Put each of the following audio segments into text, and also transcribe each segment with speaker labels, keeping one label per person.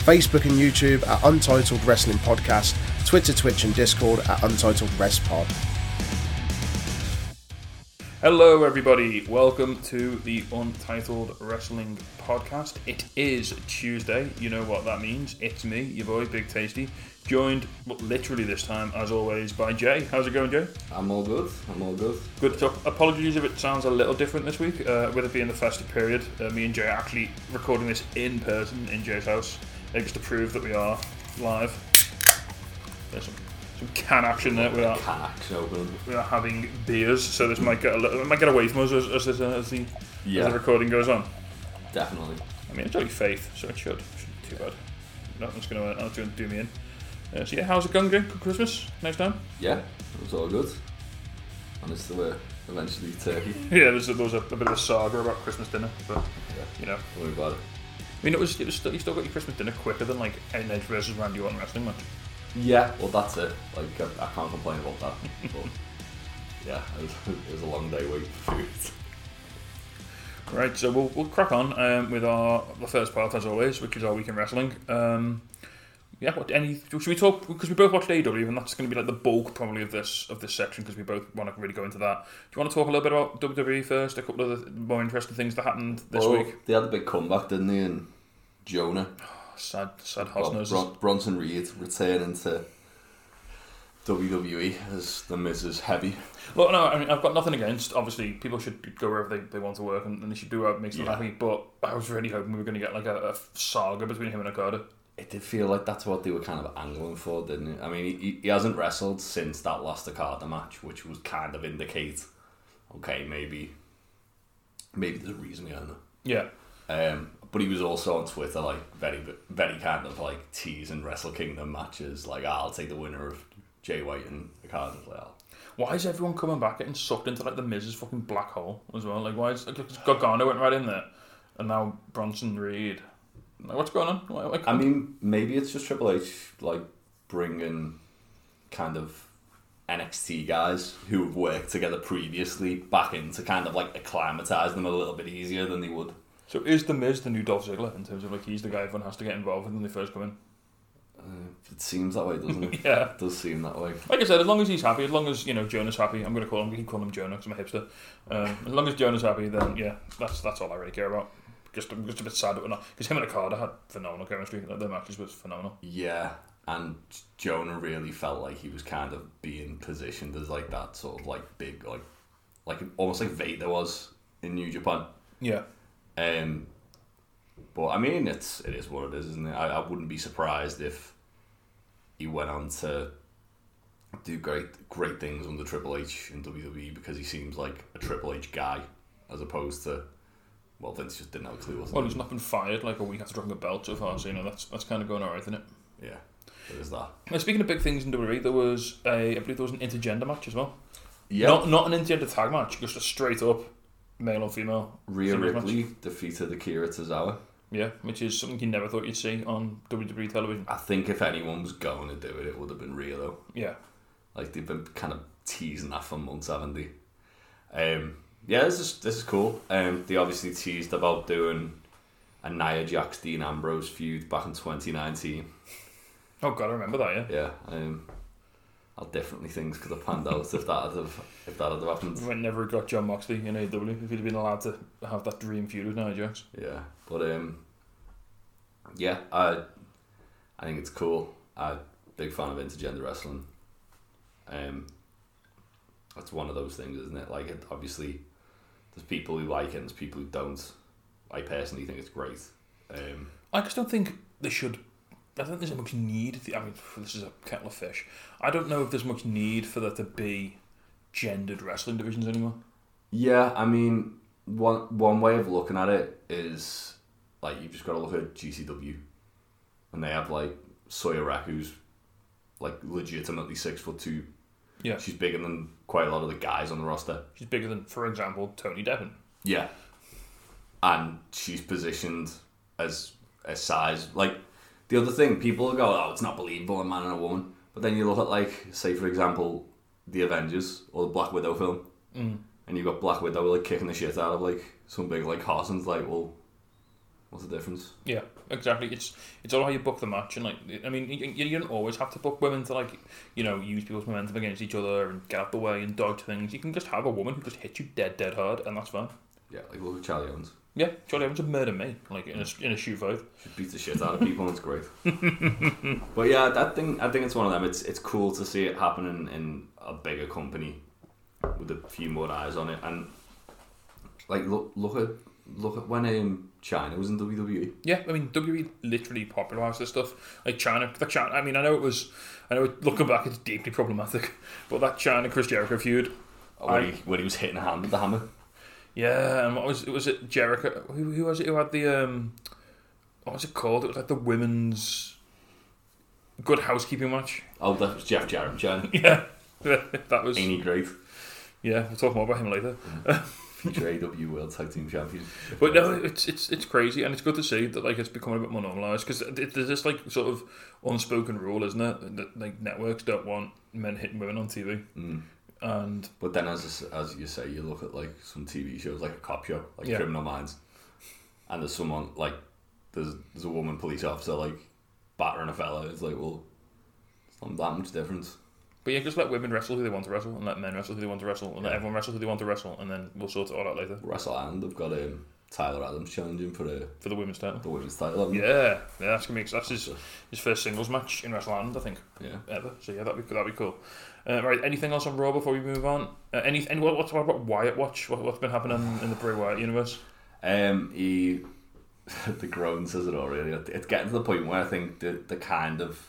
Speaker 1: Facebook and YouTube at Untitled Wrestling Podcast, Twitter, Twitch, and Discord at Untitled Rest Pod.
Speaker 2: Hello, everybody. Welcome to the Untitled Wrestling Podcast. It is Tuesday. You know what that means. It's me, your boy, Big Tasty, joined well, literally this time, as always, by Jay. How's it going, Jay?
Speaker 3: I'm all good. I'm all good.
Speaker 2: Good stuff. Apologies if it sounds a little different this week, uh, with it being the festive period. Uh, me and Jay are actually recording this in person in Jay's house, uh, just to prove that we are live. There's some, some can action there without
Speaker 3: Can action opening.
Speaker 2: we are having beers, so this might get a little, it might get away from us as, as, this, uh, as, the,
Speaker 3: Yeah.
Speaker 2: as the recording goes on.
Speaker 3: Definitely.
Speaker 2: I mean, it's only faith, so it should. shouldn't be too bad. Nothing's gonna, uh, nothing's gonna do me in. Uh, so yeah, how's it going, Jim? Good Christmas, nice time.
Speaker 3: Yeah, it was all good. And it's the uh, eventually turkey.
Speaker 2: Yeah, there's a, there was a, a bit of a saga about Christmas dinner, but you know,
Speaker 3: Don't worry about it.
Speaker 2: I mean, it was, it was still, you still got your Christmas dinner quicker than like an Edge versus Randy Orton wrestling match.
Speaker 3: Yeah, well, that's it. Like, I, I can't complain about that. But, yeah, it was, it was a long day waiting for food.
Speaker 2: Right, so we'll, we'll crack on um, with our the first part as always, which is our week in wrestling. Um, yeah, what any should we talk because we both watched AEW and that's going to be like the bulk probably of this of this section because we both want to really go into that. Do you want to talk a little bit about WWE first? A couple of the more interesting things that happened this
Speaker 3: Well,
Speaker 2: week.
Speaker 3: They had a big comeback, didn't they? And Jonah,
Speaker 2: Sad, sad hot
Speaker 3: well,
Speaker 2: noses.
Speaker 3: Bron- Bronson Reed returning to WWE as the Mrs. Heavy.
Speaker 2: Look, no, I mean I've got nothing against. Obviously, people should go wherever they, they want to work and, and they should do what makes them
Speaker 3: Yeah.
Speaker 2: happy. But I was really hoping we were going to get like a, a saga between him and Okada.
Speaker 3: It did feel like that's what they were kind of angling for, didn't it? I mean, he, he hasn't wrestled since that last Okada match, which would kind of indicate, okay, maybe, maybe there's a reason behind it.
Speaker 2: Yeah,
Speaker 3: Um, but he was also on Twitter, like very, very kind of like teasing Wrestle Kingdom matches, like "Ah, I'll take the winner of Jay White and Okada. Like, "Oh,
Speaker 2: Why is everyone coming back getting sucked into like the Miz's fucking black hole as well? Like why is like, 'cause Gargano went right in there, and now Bronson Reed? Like what's going on? Why, like,
Speaker 3: I mean, maybe it's just Triple H like bringing kind of NXT guys who have worked together previously back in to kind of like acclimatize them a little bit easier than they would.
Speaker 2: so is the Miz the new Dolph Ziggler in terms of like he's the guy everyone has to get involved with when they first come in?
Speaker 3: It seems that way, doesn't it?
Speaker 2: Yeah.
Speaker 3: It does seem that way.
Speaker 2: Like I said, as long as he's happy, as long as you know Jonah's happy, I'm gonna call him. We can call him Jonah 'cause I'm a hipster. Um, as long as Jonah's happy, then yeah, that's that's all I really care about. Just I'm just a bit sad that we're not because him and Okada had phenomenal chemistry. Like, their matches was phenomenal.
Speaker 3: Yeah. And Jonah really felt like he was kind of being positioned as like that sort of like big like like almost like Vader was in New Japan.
Speaker 2: Yeah.
Speaker 3: Um, but I mean, it's it is what it is, isn't it? I, I wouldn't be surprised if he went on to do great great things under Triple H in WWE because he seems like a Triple H guy as opposed to well, Vince just didn't have a clue. Wasn't
Speaker 2: Well,
Speaker 3: he?
Speaker 2: he's not been fired like a week after dropping a belt so far, so you know that's that's kind of going alright, isn't it?
Speaker 3: Yeah, there is that.
Speaker 2: Now, speaking of big things in WWE, there was a, I believe there was an intergender match as well.
Speaker 3: Yeah,
Speaker 2: Not not an intergender tag match, just a straight up male and female.
Speaker 3: Rhea
Speaker 2: singles match.
Speaker 3: Ripley defeated Akira Tozawa.
Speaker 2: Yeah, which is something you never thought you'd see on WWE television.
Speaker 3: I think if anyone was going to do it, it would have been Rhea though.
Speaker 2: Yeah.
Speaker 3: Like they've been kind of teasing that for months, haven't they? Um, yeah, this is this is cool. Um, they obviously teased about doing a Nia Jax Dean Ambrose feud back in 2019.
Speaker 2: Oh god, I remember that. Yeah.
Speaker 3: Yeah, um, I definitely things could have panned out if that had have, if that had have happened.
Speaker 2: We never got John Moxley in AEW if he'd been allowed to have that dream feud with Nia Jax.
Speaker 3: Yeah, but um, yeah, I I think it's cool. I big fan of intergender wrestling. Um, that's one of those things, isn't it? Like, it, obviously, there's people who like it, and there's people who don't. I personally think it's great. Um,
Speaker 2: I just don't think they should. I don't think there's much need. I mean, pff, this is a kettle of fish. I don't know if there's much need for there to be gendered wrestling divisions anymore.
Speaker 3: yeah, I mean, one one way of looking at it is like you've just got to look at GCW, and they have like Sawyer Raku's like legitimately six foot two.
Speaker 2: Yeah.
Speaker 3: She's bigger than quite a lot of the guys on the roster.
Speaker 2: She's bigger than, for example, Tony Devon.
Speaker 3: Yeah. And she's positioned as a size like the other thing, people go, Oh, it's not believable a man and a woman. But then you look at like, say for example, the Avengers or the Black Widow film. And you've got Black Widow like kicking the shit out of like some big like Harson's like, well what's the difference?
Speaker 2: Yeah, exactly. It's it's all how you book the match, and like I mean, you, you you don't always have to book women to like you know use people's momentum against each other and get out the way and dodge things. You can just have a woman who just hits you dead, dead hard, and that's fine.
Speaker 3: Yeah, like look at Charlie Owens.
Speaker 2: Yeah, Charlie Evans would murder me like in a in a shoe fight.
Speaker 3: beats the shit out of people and it's great. but yeah, that thing I think it's one of them. It's it's cool to see it happening in a bigger company with a few more eyes on it and like look look at look at when um, China was in E. WWE.
Speaker 2: Yeah, I mean WWE literally popularized this stuff. Like China, the China. I mean, I know it was. I know it, looking back, it's deeply problematic, but that China Chris Jericho feud.
Speaker 3: When,
Speaker 2: I-
Speaker 3: he, when he was hitting a hand with the hammer.
Speaker 2: Yeah, and what was it? Was it Jericho? Who, who was it who had the um? What was it called? It was like the women's good housekeeping match.
Speaker 3: Oh, that was Jeff Jarrett in China.
Speaker 2: Yeah, that was.
Speaker 3: Ain't he great?
Speaker 2: Yeah, we'll talk more about him later.
Speaker 3: Future AW World Tag Team Champion.
Speaker 2: But no, it's it's it's crazy, and it's good to see that like it's becoming a bit more normalised because there's this like sort of unspoken rule, isn't it? That like networks don't want men hitting women on TV, and
Speaker 3: But then, as as you say, you look at like some TV shows, like a cop show, like
Speaker 2: Yeah.
Speaker 3: Criminal Minds, and there's someone like there's there's a woman police officer like battering a fella. It's like, well, it's not that much difference.
Speaker 2: but yeah, just let women wrestle who they want to wrestle, and let men wrestle who they want to wrestle, and let everyone wrestle who they want to wrestle, and then we'll sort it all out later
Speaker 3: Wrestle Island, they've got um, Tyler Adams challenging for the,
Speaker 2: for the women's title.
Speaker 3: the women's title. haven't they?
Speaker 2: Yeah, yeah, that's gonna be that's his, his first singles match in WrestleMania, I think,
Speaker 3: yeah.
Speaker 2: ever. So yeah, that'd be that'd be cool. Uh, right, anything else on Raw before we move on? Uh, any, any what, what about Wyatt Watch? What, what's been happening in the Bray Wyatt universe?
Speaker 3: Um, he, the groan says it all. Really, it's getting to the point where I think the the kind of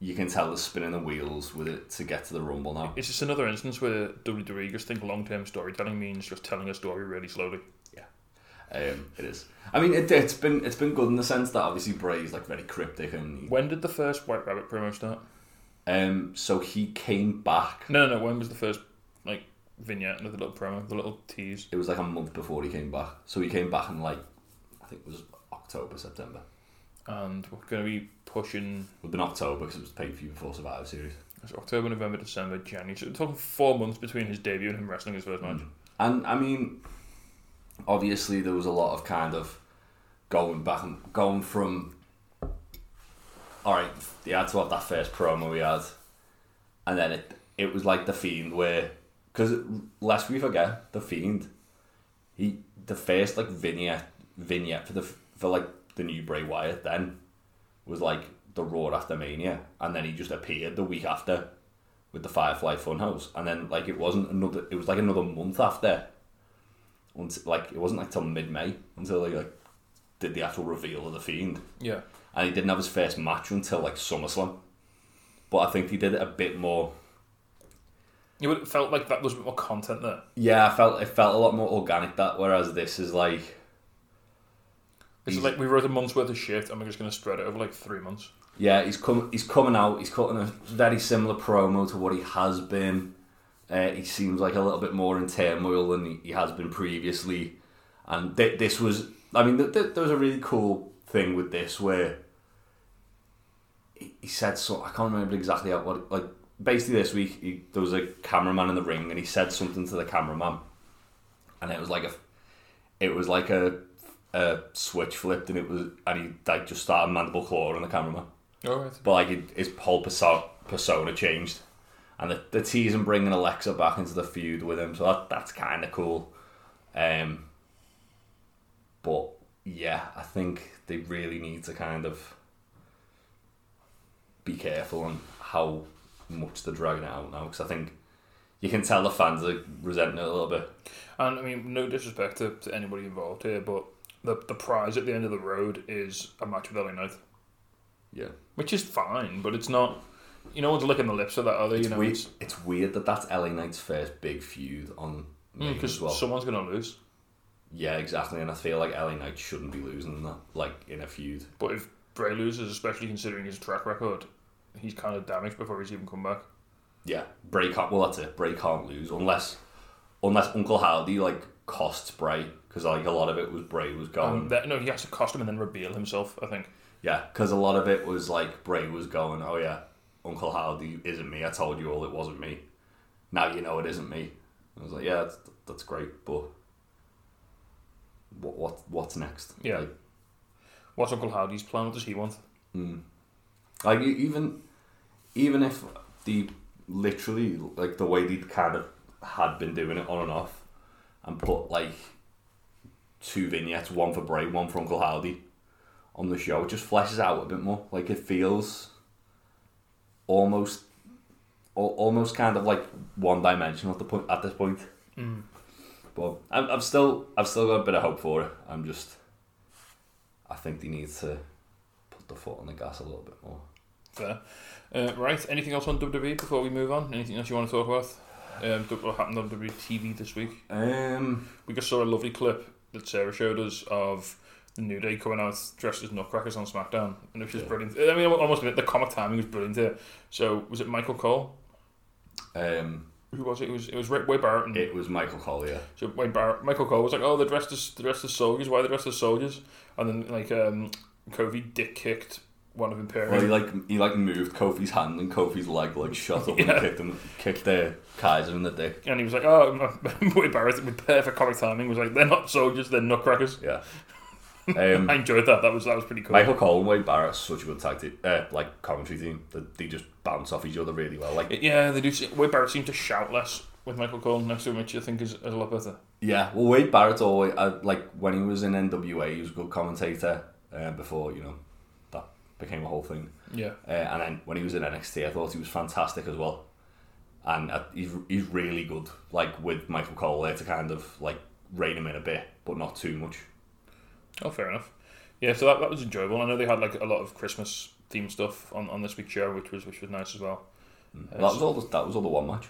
Speaker 3: you can tell the spinning the wheels with it to get to the rumble now.
Speaker 2: It's just another instance where WWE just think long term storytelling means just telling a story really slowly.
Speaker 3: Yeah, um, it is. I mean, it, it's been it's been good in the sense that obviously Bray's like very cryptic and he-
Speaker 2: When did the first White Rabbit promo start?
Speaker 3: um. So he came back.
Speaker 2: No, no, no. When was the first like vignette and the little promo, the little tease?
Speaker 3: It was like a month before he came back. So he came back in like I think it was October September.
Speaker 2: And we're going to be pushing
Speaker 3: It would have been October because it was pay per view before Survivor Series.
Speaker 2: it's October, November, December, January. So we're talking four months between his debut and him wrestling his first match.
Speaker 3: And I mean, obviously there was a lot of kind of going back and going from. All right, they had to have that first promo we had, and then it it was like the fiend where because lest we forget the fiend, he the first like vignette vignette for the for like the new Bray Wyatt then was like the Raw after Mania, and then he just appeared the week after with the Firefly Funhouse, and then like it wasn't another. It was like another month after. Until, like it wasn't like till mid May until they like did the actual reveal of the Fiend,
Speaker 2: Yeah,
Speaker 3: and he didn't have his first match until like SummerSlam. But I think he did it a bit more.
Speaker 2: yeah, but it felt like that there was a bit more content there.
Speaker 3: Yeah, I felt it felt a lot more organic that. Whereas this is like
Speaker 2: It's
Speaker 3: He's-
Speaker 2: like we wrote a month's worth of shit, and we're just going to spread it over like three months.
Speaker 3: Yeah, he's come. He's coming out. He's cutting a very similar promo to what he has been. Uh, he seems like a little bit more in turmoil than he, he has been previously. And th- this was, I mean, th- th- there was a really cool thing with this where he, he said so. I can't remember exactly how, what. Like basically, this week he, there was a cameraman in the ring, and he said something to the cameraman, and it was like a, it was like a, a switch flipped, and it was, and he like just started mandible claw on the cameraman
Speaker 2: All right.
Speaker 3: but like it, his whole perso- persona changed, and the, the tease and bringing Alexa back into the feud with him, so that, that's kind of cool. Um, but yeah, I think they really need to kind of be careful on how much they're dragging it out now, because I think you can tell the fans are resenting it a little bit.
Speaker 2: And I mean, no disrespect to, to anybody involved here, but the the prize at the end of the road is a match with LA Knight,
Speaker 3: Yeah,
Speaker 2: which is fine, but it's not. You know, one's licking the lips of that other. You know,
Speaker 3: we,
Speaker 2: it's- mm,
Speaker 3: it's weird that that's LA Knight's first big feud on. Mania
Speaker 2: because
Speaker 3: as well.
Speaker 2: someone's going to lose.
Speaker 3: Yeah, exactly, and I feel like LA Knight shouldn't be losing that, like in a feud.
Speaker 2: But if Bray loses, especially considering his track record, he's kind of damaged before he's even come back.
Speaker 3: Yeah, Bray can't. Well, that's it. Bray can't lose unless unless Uncle Howdy like costs Bray because like a lot of it was Bray was going.
Speaker 2: Um, that, no, he has to cost him and then reveal himself. I think.
Speaker 3: Yeah, because a lot of it was like Bray was going, "Oh yeah, Uncle Howdy isn't me. I told you all it wasn't me. Now you know it isn't me." I was like, "Yeah, that's, that's great, but what what what's next?"
Speaker 2: Yeah.
Speaker 3: Like,
Speaker 2: What's Uncle Howdy's plan? What does he want?
Speaker 3: like e- even even if the literally like the way they kind of had been doing it on and off and put like two vignettes one for Bray one for Uncle Howdy on the show it just fleshes out a bit more like it feels almost al- almost kind of like one dimensional at the point at this point but I'm, I'm still I've still got a bit of hope for it I'm just I think they need to put the foot on the gas a little bit more
Speaker 2: Fair. Uh, right. Anything else on WWE before we move on? Anything else you want to talk about? Um, th- what happened on WWE TV this week?
Speaker 3: Um,
Speaker 2: We just saw a lovely clip that Sarah showed us of the New Day coming out dressed as Nutcrackers on SmackDown, and it was just brilliant. I mean, I must admit, the comic timing was brilliant here. So, was it Michael Cole?
Speaker 3: um,
Speaker 2: Who was it? It was, it was Ray- Wade Barrett. And,
Speaker 3: it was Michael Collier.
Speaker 2: So Wade Barrett, Michael Cole was like, "Oh, they're dressed as they're dressed as soldiers. Why are they dressed as soldiers?" And then like um, Kofi dick kicked one of Imperium.
Speaker 3: Well, he like he like moved Kofi's hand and Kofi's leg like shot up
Speaker 2: Yeah.
Speaker 3: and kicked him, kicked the Kaiser in the dick.
Speaker 2: and he was like, "Oh, Wade Barrett with perfect comic timing was like, they're not soldiers, they're nutcrackers."
Speaker 3: Yeah. Um,
Speaker 2: I enjoyed that. That was that was pretty cool.
Speaker 3: Michael Cole and Wade Barrett are such a good tag team, uh, like commentary team. That they just bounce off each other really well. Like
Speaker 2: Yeah, they do. se- Wade Barrett seemed to shout less with Michael Cole next to him, which I think is, is a lot better.
Speaker 3: yeah, well Wade Barrett always uh, like when he was in NWA, he was a good commentator. Uh, before you know that became a whole thing.
Speaker 2: Yeah,
Speaker 3: Uh, and then when he was in NXT, I thought he was fantastic as well. And uh, he's, he's really good, like with Michael Cole there to kind of like rein him in a bit, but not too much.
Speaker 2: oh, fair enough. Yeah, so that, that was enjoyable. I know they had like a lot of Christmas themed stuff on, on this week's show, which was which was nice as well.
Speaker 3: That was all. The, that was all the one match.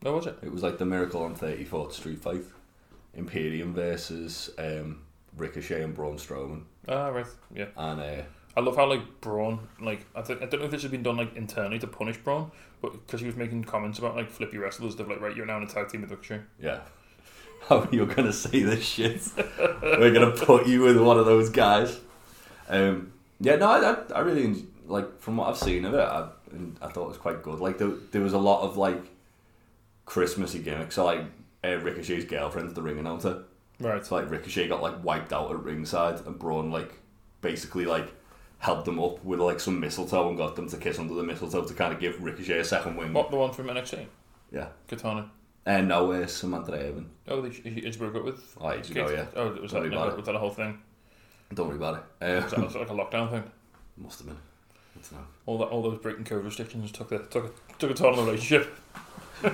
Speaker 2: Where was it?
Speaker 3: It was like the Miracle on Thirty Fourth Street fight, Imperium versus um, Ricochet and Braun Strowman,
Speaker 2: Ah, right. Yeah,
Speaker 3: and uh,
Speaker 2: I love how like Braun, like I think I don't know if this has been done like internally to punish Braun, but because he was making comments about like flippy wrestlers, they're like, right, you're now in a tag team with Ricochet.
Speaker 3: yeah. How you're gonna say this shit? We're gonna put you with one of those guys. Um, yeah, no, I, I- I really en- like from what I've seen of it. I, and I thought it was quite good. Like there, there was a lot of like Christmassy gimmicks. So like uh, Ricochet's girlfriend's the ring announcer.
Speaker 2: Right.
Speaker 3: So like Ricochet got like wiped out at ringside, and Braun like basically like helped them up with like some mistletoe and got them to kiss under the mistletoe to kind of give Ricochet a second wing.
Speaker 2: What the one from NXT?
Speaker 3: Yeah,
Speaker 2: Katana.
Speaker 3: and no, uh, Samantha Irvin.
Speaker 2: Oh, they, he, he broke up with.
Speaker 3: Oh, ages ago,
Speaker 2: Kate-
Speaker 3: yeah.
Speaker 2: Oh, was that,
Speaker 3: Don't worry about
Speaker 2: was that a whole thing?
Speaker 3: it. Don't worry about it. Uh,
Speaker 2: Was that, was that like a lockdown thing?
Speaker 3: must have been. I don't know.
Speaker 2: All that, all those breaking code restrictions took the took a, took a toll on the relationship.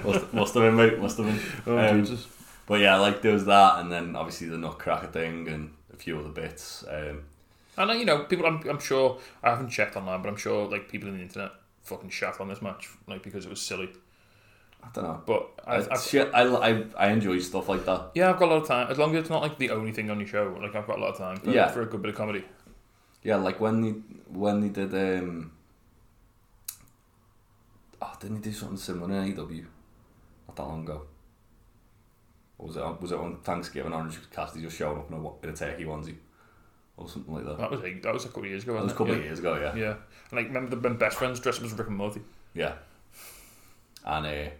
Speaker 3: must, must have been, mate. Must have been. Um, but yeah, like there was that, and then obviously the Nutcracker thing, and a few other bits. Um,
Speaker 2: And uh, you know, people. I'm, I'm sure I haven't checked online, but I'm sure like people in the internet fucking shat on this match, like because it was silly.
Speaker 3: I don't know.
Speaker 2: But I,
Speaker 3: I,
Speaker 2: I,
Speaker 3: shit, I, I, I enjoy stuff like that.
Speaker 2: yeah, I've got a lot of time. As long as it's not like the only thing on your show, like I've got a lot of time for,
Speaker 3: Yeah.
Speaker 2: for a good bit of comedy.
Speaker 3: Yeah, like when they when they did um Oh, didn't he do something similar in AEW? Not that long ago. Or was it on, was it on Thanksgiving Orange Cassidy just showing up in a, wa- in a turkey onesie? Or something like that.
Speaker 2: That was a, that was a couple of years ago.
Speaker 3: That
Speaker 2: Wasn't
Speaker 3: was a couple
Speaker 2: it?
Speaker 3: of years ago, Oh, yeah.
Speaker 2: Yeah, and like remember the when best friends dressed up as Rick and Morty.
Speaker 3: Yeah. And uh, there,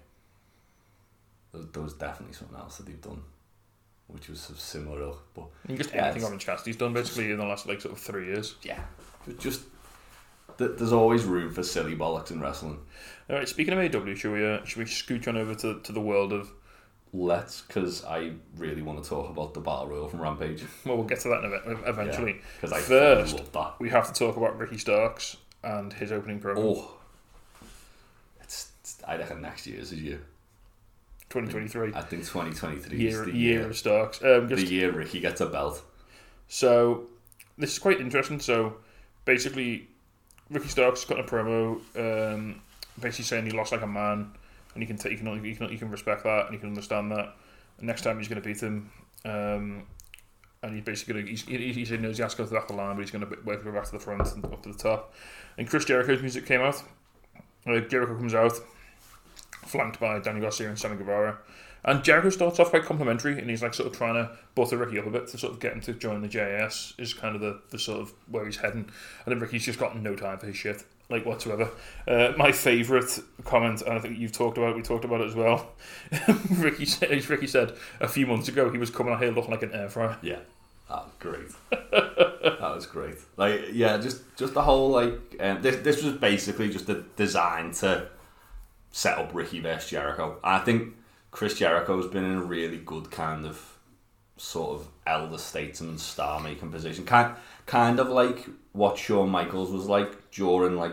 Speaker 3: was- there was definitely something else that they've done. Which was similar ilk, but
Speaker 2: And just
Speaker 3: Yeah,
Speaker 2: anything
Speaker 3: it's-
Speaker 2: Orange Cassidy's done basically in the last like sort of three years.
Speaker 3: yeah. But just th- there's always room for silly bollocks in wrestling.
Speaker 2: All right, speaking of AW, should we uh, should we scooch on over to, to the world of?
Speaker 3: Let's, because I really want to talk about the battle royal from Rampage.
Speaker 2: Well, we'll get to that in a bit, eventually.
Speaker 3: Because I
Speaker 2: First,
Speaker 3: fucking love that.
Speaker 2: we have to talk about Ricky Starks and his opening promo,
Speaker 3: Oh, it's, it's- I reckon next year's is you.
Speaker 2: 2023
Speaker 3: I think 2023 is
Speaker 2: year
Speaker 3: the
Speaker 2: year
Speaker 3: year,
Speaker 2: of Starks. Um,
Speaker 3: the
Speaker 2: just-
Speaker 3: year Ricky gets a belt.
Speaker 2: so this is quite interesting. So basically, Ricky Starks got a promo, um, basically saying he lost like a man, and you can take you can you can you can respect that and you can understand that. And next time he's going to beat him. Um, and he's basically going to, he's, he, he's in his ass goes back the line, but he's going to work his way back to the front and up to the top. And Chris Jericho's music came out, Uh, Jericho comes out, flanked by Danny Garcia and Sammy Guevara. And Jericho starts off quite complimentary, and he's like sort of trying to butter Ricky up a bit to sort of get him to join the JAS, is kind of the, the sort of where he's heading. And then Ricky's just got no time for his shit, like whatsoever. Uh, my favourite comment, and I think you've talked about it, we talked about it as well. Ricky, said- Ricky said a few months ago he was coming out here looking like an air fryer.
Speaker 3: Yeah, that was great. that was great. Like, yeah, just just the whole like um, this. This was basically just a design to set up Ricky versus Jericho. I think Chris Jericho has been in a really good kind of sort of elder statesman star making position, kind kind of like what Shawn Michaels was like during like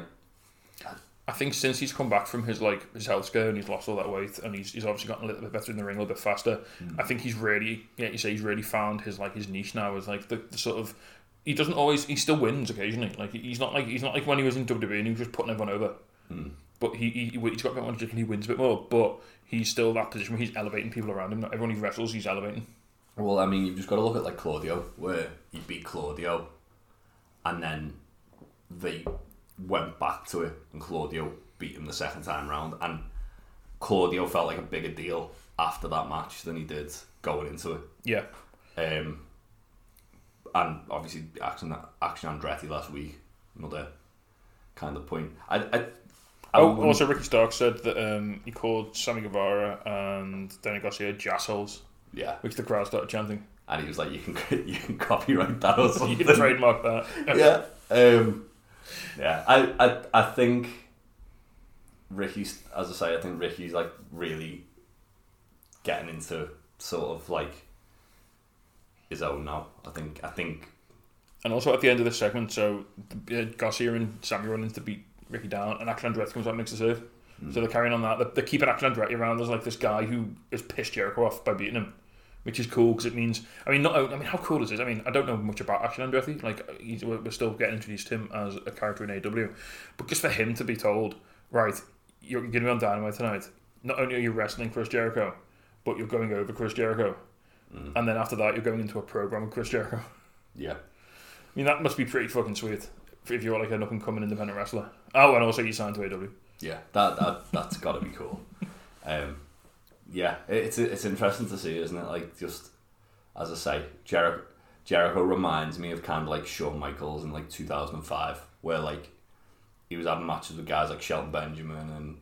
Speaker 2: I think since he's come back from his like his health scare and he's lost all that weight and he's, he's obviously gotten a little bit better in the ring, a little bit faster.
Speaker 3: Hmm.
Speaker 2: I think he's really yeah, you say he's really found his like his niche now is like the, the sort of he doesn't always he still wins occasionally. Like he's not like he's not like when he was in WWE and he was just putting everyone over.
Speaker 3: Hmm.
Speaker 2: But he, he he's got a bit more jittering, he wins a bit more, but he's still that position where he's elevating people around him. Not everyone he wrestles, he's elevating.
Speaker 3: Well, I mean, you've just got to look at like Claudio, where he beat Claudio, and then they went back to it, and Claudio beat him the second time round, and Claudio felt like a bigger deal after that match than he did going into it.
Speaker 2: Yeah.
Speaker 3: Um, and obviously, action action Andretti last week, another kind of point. I, I, I
Speaker 2: Oh,
Speaker 3: wouldn't-
Speaker 2: also Ricky Stark said that um, he called Sammy Guevara and Danny Garcia jassholes,
Speaker 3: yeah,
Speaker 2: which the crowd started chanting.
Speaker 3: and he was like, you can you can copyright that or
Speaker 2: You
Speaker 3: something.
Speaker 2: can trademark that.
Speaker 3: yeah. Um, yeah. I, I I think Ricky's as I say, I think Ricky's like really getting into sort of like his own now. I think I think
Speaker 2: And also at the end of this segment, so uh, Garcia and Sammy run in to beat Ricky down, and Action Andretti comes out and makes the save. So they're carrying on that. They're, they're keeping Action Andretti around as like this guy who has pissed Jericho off by beating him, which is cool because it means. I mean, not. I mean, how cool is this? I mean, I don't know much about Action Andretti. Like, he's, we're we're still getting introduced to him as a character in AW, but just for him to be told, right, you're going to be on Dynamite tonight. Not only are you wrestling Chris Jericho, but you're going over Chris Jericho, and then after that, you're going into a program with Chris Jericho.
Speaker 3: yeah.
Speaker 2: I mean, that must be pretty fucking sweet if you're like an up and coming independent wrestler. Oh, and also you signed to AW.
Speaker 3: Yeah, that, that that's got to be cool. Um, yeah, it- it's it's interesting to see, isn't it? Like just as I say, Jericho Jericho reminds me of kind of like Shawn Michaels in like 2005, where like he was having matches with guys like Shelton Benjamin and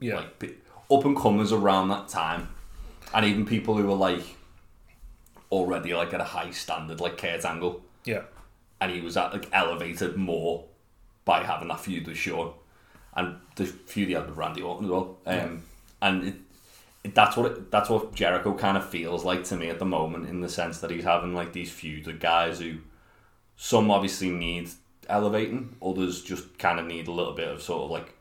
Speaker 2: Yeah.
Speaker 3: like pe- up and comers around that time, and even people who were like already like at a high standard, like Kurt Angle
Speaker 2: yeah.
Speaker 3: and he was at, like elevated more by having that feud with Sean and the feud he had with Randy Orton as well. Um, And it, it, that's what it, that's what Jericho kind of feels like to me at the moment, in the sense that he's having like these feuds with guys who some obviously need elevating, others just kind of need a little bit of sort of like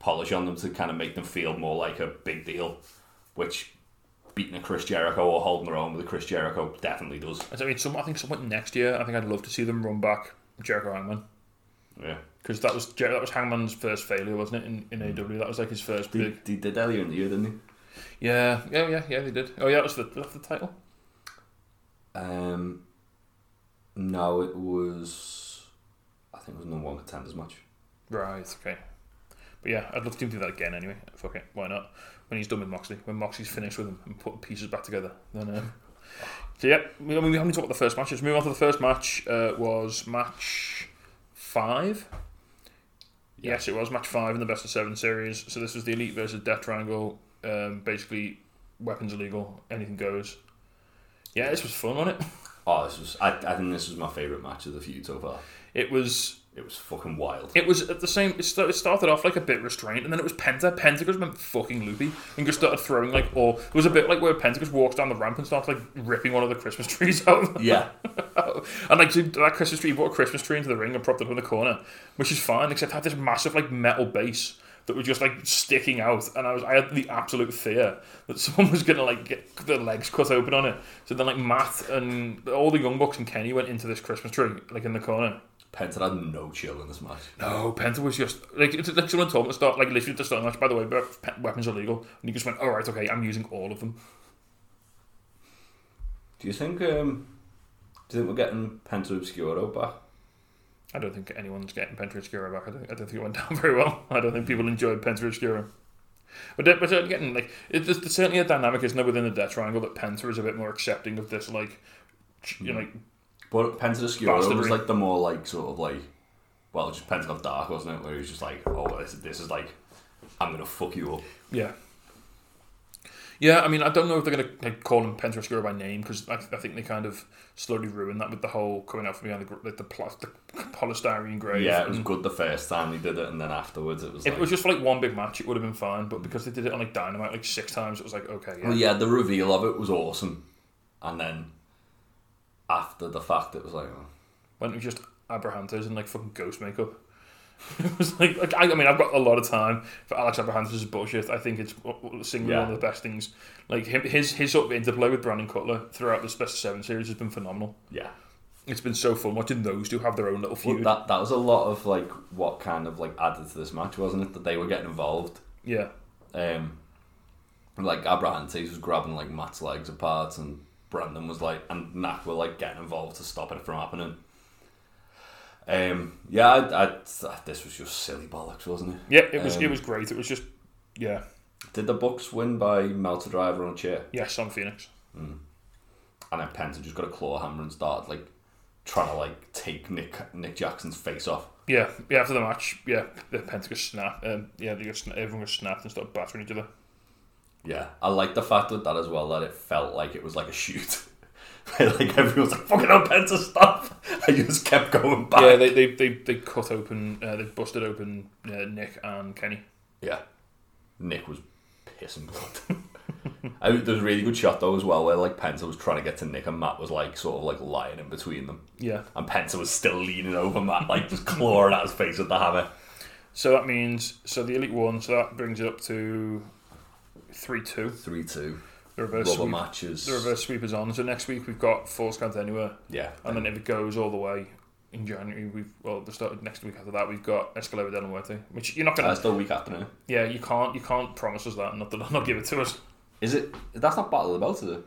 Speaker 3: polish on them to kind of make them feel more like a big deal, which. Beating a Chris Jericho or holding their own with a Chris Jericho definitely does.
Speaker 2: I mean, some, I think someone next year, I think I'd love to see them run back Jericho Hangman
Speaker 3: Yeah.
Speaker 2: because that was Jer- that was Hangman's first failure, wasn't it? In, in AW, that was like his first
Speaker 3: They,
Speaker 2: big.
Speaker 3: they did earlier in the year, didn't they?
Speaker 2: Yeah, yeah, yeah, yeah. They did. Oh yeah, that was the that's the title.
Speaker 3: Um, no, it was. I think it was number one contenders match.
Speaker 2: Right. Okay. But yeah, I'd love to do that again anyway. Fuck it, why not? When he's done with Moxley, when Moxley's finished with him and put pieces back together, then. Um, so yeah, we- I mean, we haven't talked about the first match. Let's move on to the first match. Uh, was match five. Yes, it was match five in the best of seven series. So this was the Elite versus Death Triangle. Um, basically, weapons illegal, anything goes. Yeah, this was fun, wasn't it?
Speaker 3: Oh, this was. I, I think this was my favorite match of the feud so far.
Speaker 2: It was
Speaker 3: It was fucking wild.
Speaker 2: It was at the same. It sta- it started off like a bit restrained, and then it was Penta. Pentagus went fucking loopy and just started throwing like all. It was a bit like where Pentagus walks down the ramp and starts like ripping one of the Christmas trees out.
Speaker 3: yeah,
Speaker 2: and like so that Christmas tree, he brought a Christmas tree into the ring and propped it up in the corner, which is fine, except it had this massive like metal base that was just like sticking out, and I was I had the absolute fear that someone was gonna like get their legs cut open on it. So then like Matt and all the young bucks and Kenny went into this Christmas tree like in the corner.
Speaker 3: Penta had no chill in this match.
Speaker 2: No, Penta was just like it's like someone told him to start like literally to start the match. By the way, but pe- weapons are legal, and he just went, "All right, okay, I'm using all of them."
Speaker 3: Do you think? Um, do you think we're getting Penta Obscuro back?
Speaker 2: I don't think anyone's getting Penta Oscura back. I don't, I don't think it went down very well. I don't think people enjoyed Penta Oscura. But they're, but they're getting like it, there's, there's certainly a dynamic isn't there within the Death Triangle that Penta is a bit more accepting of this like ch- you know, like
Speaker 3: But Penta Oscuro
Speaker 2: Bastardry.
Speaker 3: was like the more like sort of like, well, just Penta of Dark, wasn't it? Where he was just like, oh, this, this is like, I'm gonna fuck you up.
Speaker 2: yeah. Yeah, I mean, I don't know if they're gonna like, call him Penta Oscura by name because I, I think they kind of slowly ruined that with the whole coming out from behind the gr- like the plastic polystyrene grave.
Speaker 3: Yeah, it was
Speaker 2: and-
Speaker 3: good the first time he did it, and then afterwards it was
Speaker 2: If
Speaker 3: like,
Speaker 2: it was just for like one big match, it would have been fine. But because they did it on like Dynamite like six times, it was like okay, yeah,
Speaker 3: well, yeah, the reveal of it was awesome, and then after the fact, it was like, oh,
Speaker 2: when it was just Abrahantes and like fucking ghost makeup. It was like, like I, I mean, I've got a lot of time for Alex Abrahantes' bullshit. I think it's single
Speaker 3: Yeah.
Speaker 2: one of the best things. Like him, his his sort of interplay with Brandon Cutler throughout this Best of Seven series has been phenomenal.
Speaker 3: yeah.
Speaker 2: It's been so fun watching those two have their own little
Speaker 3: Well,
Speaker 2: feud.
Speaker 3: that that was a lot of like what kind of like added to this match, wasn't it? That they were getting involved.
Speaker 2: yeah,
Speaker 3: Um, like Abrahantes was grabbing like Matt's legs apart, and Brandon was like, and Knack were like getting involved to stop it from happening. Um, yeah, I, I, this was just silly bollocks, wasn't it?
Speaker 2: yeah, it was it
Speaker 3: Um,
Speaker 2: was great. It was just yeah,
Speaker 3: Did the Bucks win by Melter Driver on a chair?
Speaker 2: yeah, Sam Phoenix.
Speaker 3: And then Penta just got a claw hammer and started like trying to like take Nick Nick Jackson's face off.
Speaker 2: Yeah, yeah. After the match, yeah, the Pentagon snap. Um, yeah, they got sna- everyone was snapped and started battering each other.
Speaker 3: Yeah, I like the fact with that as well that it felt like it was like a shoot. like everyone was like fucking up Penta stop. I just kept going back.
Speaker 2: Yeah, they they, they, they cut open, uh, they busted open uh, Nick and Kenny.
Speaker 3: Yeah. Nick was pissing blood. I, there was a really good shot though as well where like Penta was trying to get to Nick and Matt was like sort of like lying in between them.
Speaker 2: Yeah.
Speaker 3: And Penta was still leaning over Matt, like just clawing at his face with the hammer.
Speaker 2: So that means so the elite one. So that brings it up to three two.
Speaker 3: Three two.
Speaker 2: The reverse
Speaker 3: Rubber
Speaker 2: sweep.
Speaker 3: matches.
Speaker 2: The reverse sweep is on. So next week we've got four scans anywhere,
Speaker 3: Yeah.
Speaker 2: and then if it goes all the way in January, we've well the start next week after that we've got Escalera Del Muerte, which you're not gonna.
Speaker 3: That's the week after now.
Speaker 2: yeah, you can't you can't promise us that and not not give it to us.
Speaker 3: Is it that's not Battle of the Belts, is it?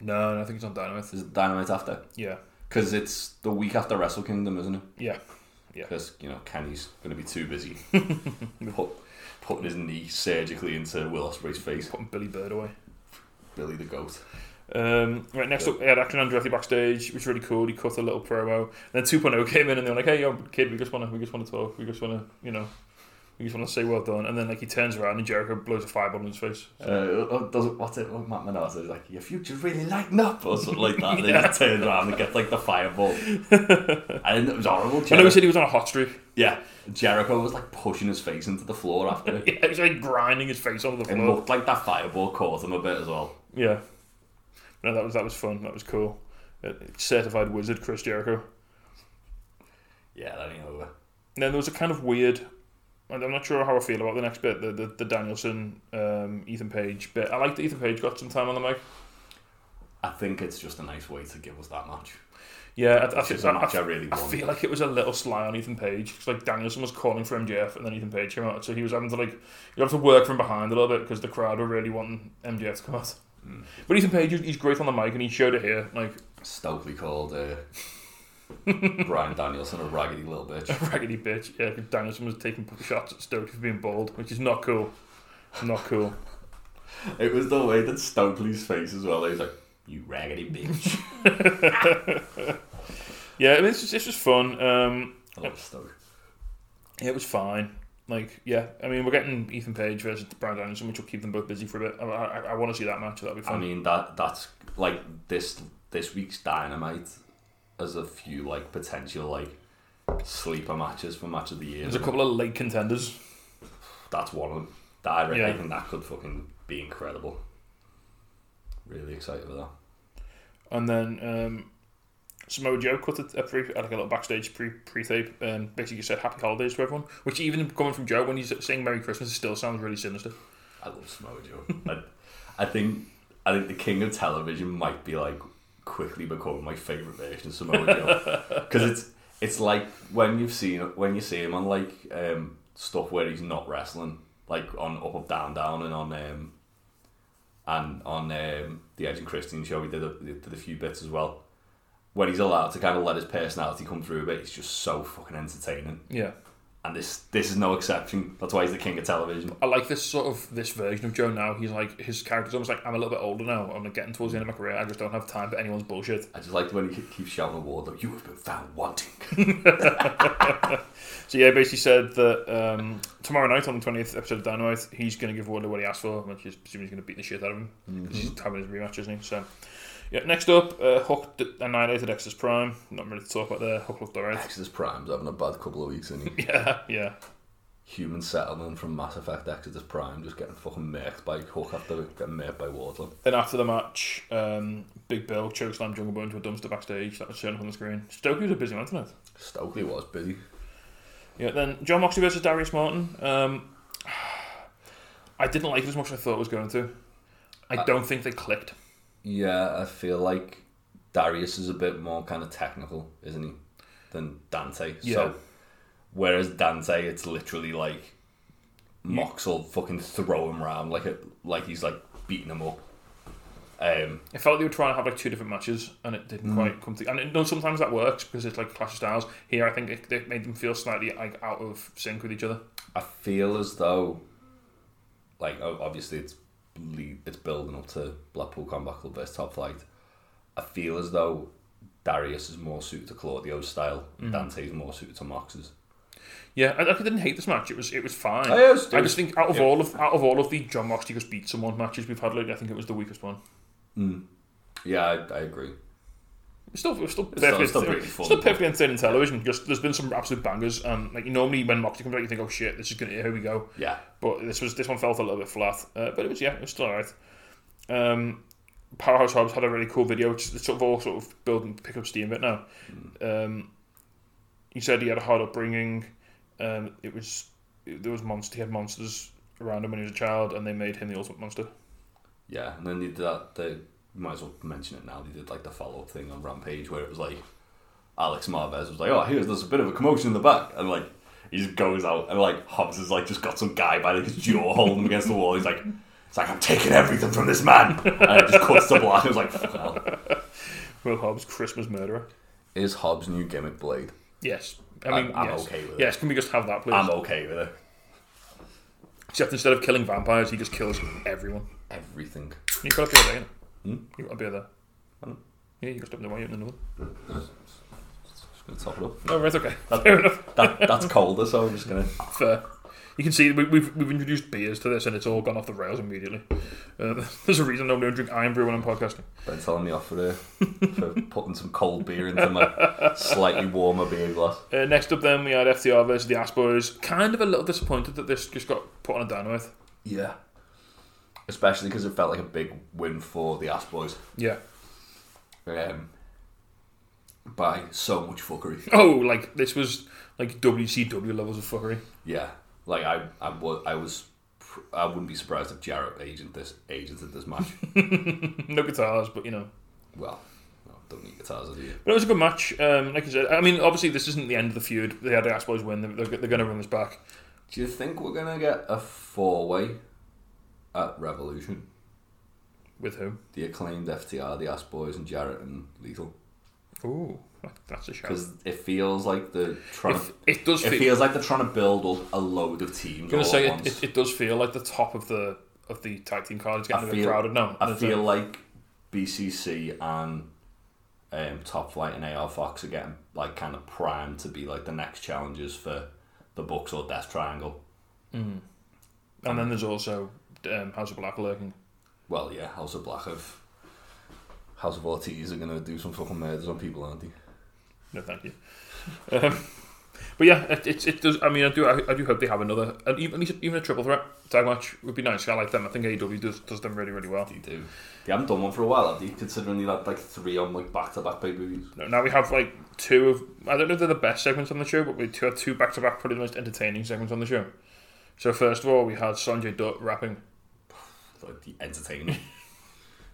Speaker 2: No, no I think it's on Dynamite.
Speaker 3: Is it Dynamite after?
Speaker 2: Yeah,
Speaker 3: Because it's the week after Wrestle Kingdom, isn't it?
Speaker 2: yeah.
Speaker 3: Because, you know, Kenny's going to be too busy put, putting his knee surgically into Will Ospreay's face.
Speaker 2: Putting Billy Bird away.
Speaker 3: Billy the Goat.
Speaker 2: Um, right, next up, we had Action Andretti backstage, which was really cool. He cut a little promo. Then 2.0 came in and they were like, hey, yo, kid, we just want to we just want to talk. We just want to, you know, we just want to say well done. And then, like, he turns around and Jericho blows a fireball in his face.
Speaker 3: Uh, does it, what's it, what Matt Menard says, like, your future really lighten up, or something like that. And then he just turns around and gets, like, the fireball. and it was horrible.
Speaker 2: I know he
Speaker 3: Jericho,
Speaker 2: said he was on a hot streak.
Speaker 3: yeah, Jericho was, like, pushing his face into the floor after it.
Speaker 2: Yeah, he was, like, grinding his face onto the
Speaker 3: It
Speaker 2: floor.
Speaker 3: looked like that fireball caught him a bit as well.
Speaker 2: Yeah. No, that was that was fun. That was cool. Uh, certified wizard, Chris Jericho.
Speaker 3: Yeah, that ain't over.
Speaker 2: And then there was a kind of weird. and I'm not sure how I feel about the next bit, the the, the Danielson, um, Ethan Page bit. I like that Ethan Page got some time on the mic.
Speaker 3: I think it's just a nice way to give us that match.
Speaker 2: Yeah, I, I,
Speaker 3: is
Speaker 2: think
Speaker 3: a
Speaker 2: I,
Speaker 3: match I
Speaker 2: I,
Speaker 3: really
Speaker 2: I
Speaker 3: want.
Speaker 2: feel like it was a little sly on Ethan Page. 'cause, like Danielson was calling for MJF, and then Ethan Page came out, so he was having to like you have to work from behind a little bit because the crowd were really wanting MJF to come out.
Speaker 3: Hmm.
Speaker 2: But Ethan Page, he's- he's great on the mic, and he showed it here, like
Speaker 3: Stokely called uh, Brian Danielson a raggedy little bitch.
Speaker 2: raggedy bitch. Yeah, 'cause Danielson was taking shots at Stokely for being bald, which is not cool. Not cool.
Speaker 3: It was the way that Stokely's face as well. He was like, "You raggedy bitch."
Speaker 2: Yeah, I mean, it's just, it's just fun. Um,
Speaker 3: I love Stoke.
Speaker 2: It was fine. Like, yeah, I mean, we're getting Ethan Page versus Brian Danielson, which will keep them both busy for a bit. I, I, I want to see that match. That'll be
Speaker 3: I
Speaker 2: fun.
Speaker 3: mean that that's like this this week's dynamite has a few like potential like sleeper matches for match of the year.
Speaker 2: There's a couple of late contenders.
Speaker 3: That's one of them. That I reckon
Speaker 2: Yeah.
Speaker 3: think that could fucking be incredible. Really excited for that.
Speaker 2: And then um, Samoa Joe cut a, a pre, like a little backstage pre pre tape, and basically said "Happy Holidays" to everyone. Which even coming from Joe when he's saying "Merry Christmas," it still sounds really sinister.
Speaker 3: I love Samoa Joe. I, I think I think the King of Television might be like quickly becoming my favorite version of Samoa Joe because it's it's like when you've seen when you see him on like um, stuff where he's not wrestling, like on Up Up Down Down and on um, and on um, the Edge and Christian show, he did a, he did a few bits as well. when he's allowed to kind of let his personality come through a bit, he's just so fucking entertaining.
Speaker 2: Yeah.
Speaker 3: And this this is no exception. That's why he's the king of television.
Speaker 2: I like this sort of this version of Joe now. He's like his character's almost like I'm a little bit older now. I'm getting towards the end of my career. I just don't have time for anyone's bullshit.
Speaker 3: I just like when he keeps shouting at Wardlow, "You have been found wanting."
Speaker 2: So yeah, basically said that um, tomorrow night on the 20th episode of Dynamite, he's going to give Wardlow what he asked for, which is presumably he's going to beat the shit out of him. 'cause He's having his rematch, isn't he? So yeah. Next up, uh, Hook d- annihilated Exodus Prime. Not really to talk about there. Hook looked alright.
Speaker 3: Exodus Prime's having a bad couple of weeks, and
Speaker 2: Yeah, yeah.
Speaker 3: human settlement from Mass Effect Exodus Prime just getting fucking murked by Hook after getting murked by Wardlow.
Speaker 2: Then after the match, um, Big Bill chokeslammed Jungle Boy into a dumpster backstage. That was shown up on the screen. Stokely was a busy man tonight.
Speaker 3: Stokely was busy.
Speaker 2: Yeah, then John Moxley versus Darius Martin. Um, I didn't like it as much as I thought it was going to. I don't think they clicked.
Speaker 3: Yeah, I feel like Darius is a bit more kind of technical, isn't he, than Dante.
Speaker 2: Yeah.
Speaker 3: So, whereas Dante, it's literally like Mox will fucking throw him round like it, like he's like beating him up. Um,
Speaker 2: It felt they were trying to have like two different matches, and it
Speaker 3: Hmm.
Speaker 2: didn't quite come to. And it, no, sometimes that works because it's like clash of styles. Here, I think it, it made them feel slightly like out of sync with each other.
Speaker 3: I feel as though, like o- obviously it's lead, it's building up to Blackpool Combat Club versus Top Flight. I feel as though Darius is more suited to Claudio's style. Dante's more suited to Mox's.
Speaker 2: Yeah, I, I didn't hate this match. It was it was fine.
Speaker 3: Oh, yeah, it was-
Speaker 2: I just think out of all of out of all of the John Moxley just beat someone matches we've had lately, I think it was the weakest one.
Speaker 3: Yeah, I, I agree.
Speaker 2: It's still, it's still perfectly,
Speaker 3: still
Speaker 2: entertaining-
Speaker 3: pretty fun,
Speaker 2: still
Speaker 3: but-
Speaker 2: perfectly entertaining television. Just there's been some absolute bangers. Um, like normally when Moxley comes out, you think, oh shit, this is gonna here we go.
Speaker 3: Yeah.
Speaker 2: But this was this one felt a little bit flat. Uh, but it was yeah, it was still alright. Um, Powerhouse Hobbs had a really cool video, which is sort of all sort of building pick up steam a bit now.
Speaker 3: Hmm.
Speaker 2: Um, he said he had a hard upbringing. Um, it was there was monster. He had monsters around him when he was a child, and they made him the ultimate monster.
Speaker 3: Yeah, and then they did that. They might as well mention it now. They did like the follow up thing on Rampage where it was like Alex Marvez was like, "Oh, here's there's a bit of a commotion in the back," and like he just goes out and like Hobbs is like just got some guy by like, his jaw holding him against the wall. He's like, "It's like I'm taking everything from this man," and it just cuts to black. It was like, "Fuck hell."
Speaker 2: Will Hobbs, Christmas murderer.
Speaker 3: Is Hobbs' new gimmick Blade?
Speaker 2: Yes. I mean,
Speaker 3: I'm- I'm
Speaker 2: yes.
Speaker 3: okay with it.
Speaker 2: Yes, can we just have that, please?
Speaker 3: I'm okay with it.
Speaker 2: Except instead of killing vampires, he just kills everyone.
Speaker 3: Everything.
Speaker 2: You've got a beer there, innit? You got a beer there. Yeah, you got up there while you're in another.
Speaker 3: Just gonna top it up.
Speaker 2: Oh, right, okay. Fair enough.
Speaker 3: That, that's colder, so I'm just gonna.
Speaker 2: Fair. You can see we, we've, we've introduced beers to this and it's all gone off the rails immediately. Uh, there's a reason nobody would drink iron brew when I'm podcasting.
Speaker 3: Ben telling me off for, uh, for putting some cold beer into my slightly warmer beer glass.
Speaker 2: Uh, next up, then, we had FTR versus the Ass Boys. Kind of a little disappointed that this just got put on a dynamite.
Speaker 3: Yeah. Especially because it felt like a big win for the Ass Boys
Speaker 2: Yeah.
Speaker 3: um, by so much fuckery.
Speaker 2: Oh, like, this was like WCW levels of fuckery.
Speaker 3: yeah, like I, I was, I was, pr- I wouldn't be surprised if Jarrett agent this agented this match.
Speaker 2: No guitars, but you know.
Speaker 3: well, no, don't need guitars, do you?
Speaker 2: But it was a good match. Um, like I said, I mean, obviously this isn't the end of the feud. They had the Ass Boys win. They're, they're, they're going to run this back.
Speaker 3: Do you think we're gonna get a four way at Revolution?
Speaker 2: With whom?
Speaker 3: The acclaimed FTR, the Ass Boys, and Jarrett and Lethal.
Speaker 2: Ooh, that- that's a shout.
Speaker 3: Because it feels like they're trying.
Speaker 2: It,
Speaker 3: to,
Speaker 2: it does
Speaker 3: it
Speaker 2: feel.
Speaker 3: feels like they're trying to build up a load of teams.
Speaker 2: I'm gonna
Speaker 3: all
Speaker 2: say it,
Speaker 3: at once.
Speaker 2: it, it does feel like the top of the of the tag team card is
Speaker 3: I
Speaker 2: getting a bit
Speaker 3: feel-
Speaker 2: crowded now.
Speaker 3: I
Speaker 2: There's
Speaker 3: feel
Speaker 2: a-
Speaker 3: like BCC and um, Top Flight and AR Fox are getting like kind of primed to be like the next challenges for the Bucks or Death Triangle.
Speaker 2: and then there's also um, House of Black lurking.
Speaker 3: Well, yeah, House of Black of House of Ortiz are gonna do some fucking murders on people, aren't they?
Speaker 2: No, thank you. Um, but yeah, it, it, it does. I mean, I do. I, I do hope they have another, and even at least even a triple threat tag match would be nice. I like them. I think AEW does does them really really well.
Speaker 3: They do. They haven't done one for a while, have they? Considering they had like three on like back to back pay per views.
Speaker 2: No, Now we have like two of I don't know if they're the best segments on the show, but we two had two back to back probably the most entertaining segments on the show. So first of all, we had Sanjay Dutt rapping
Speaker 3: Like the entertaining.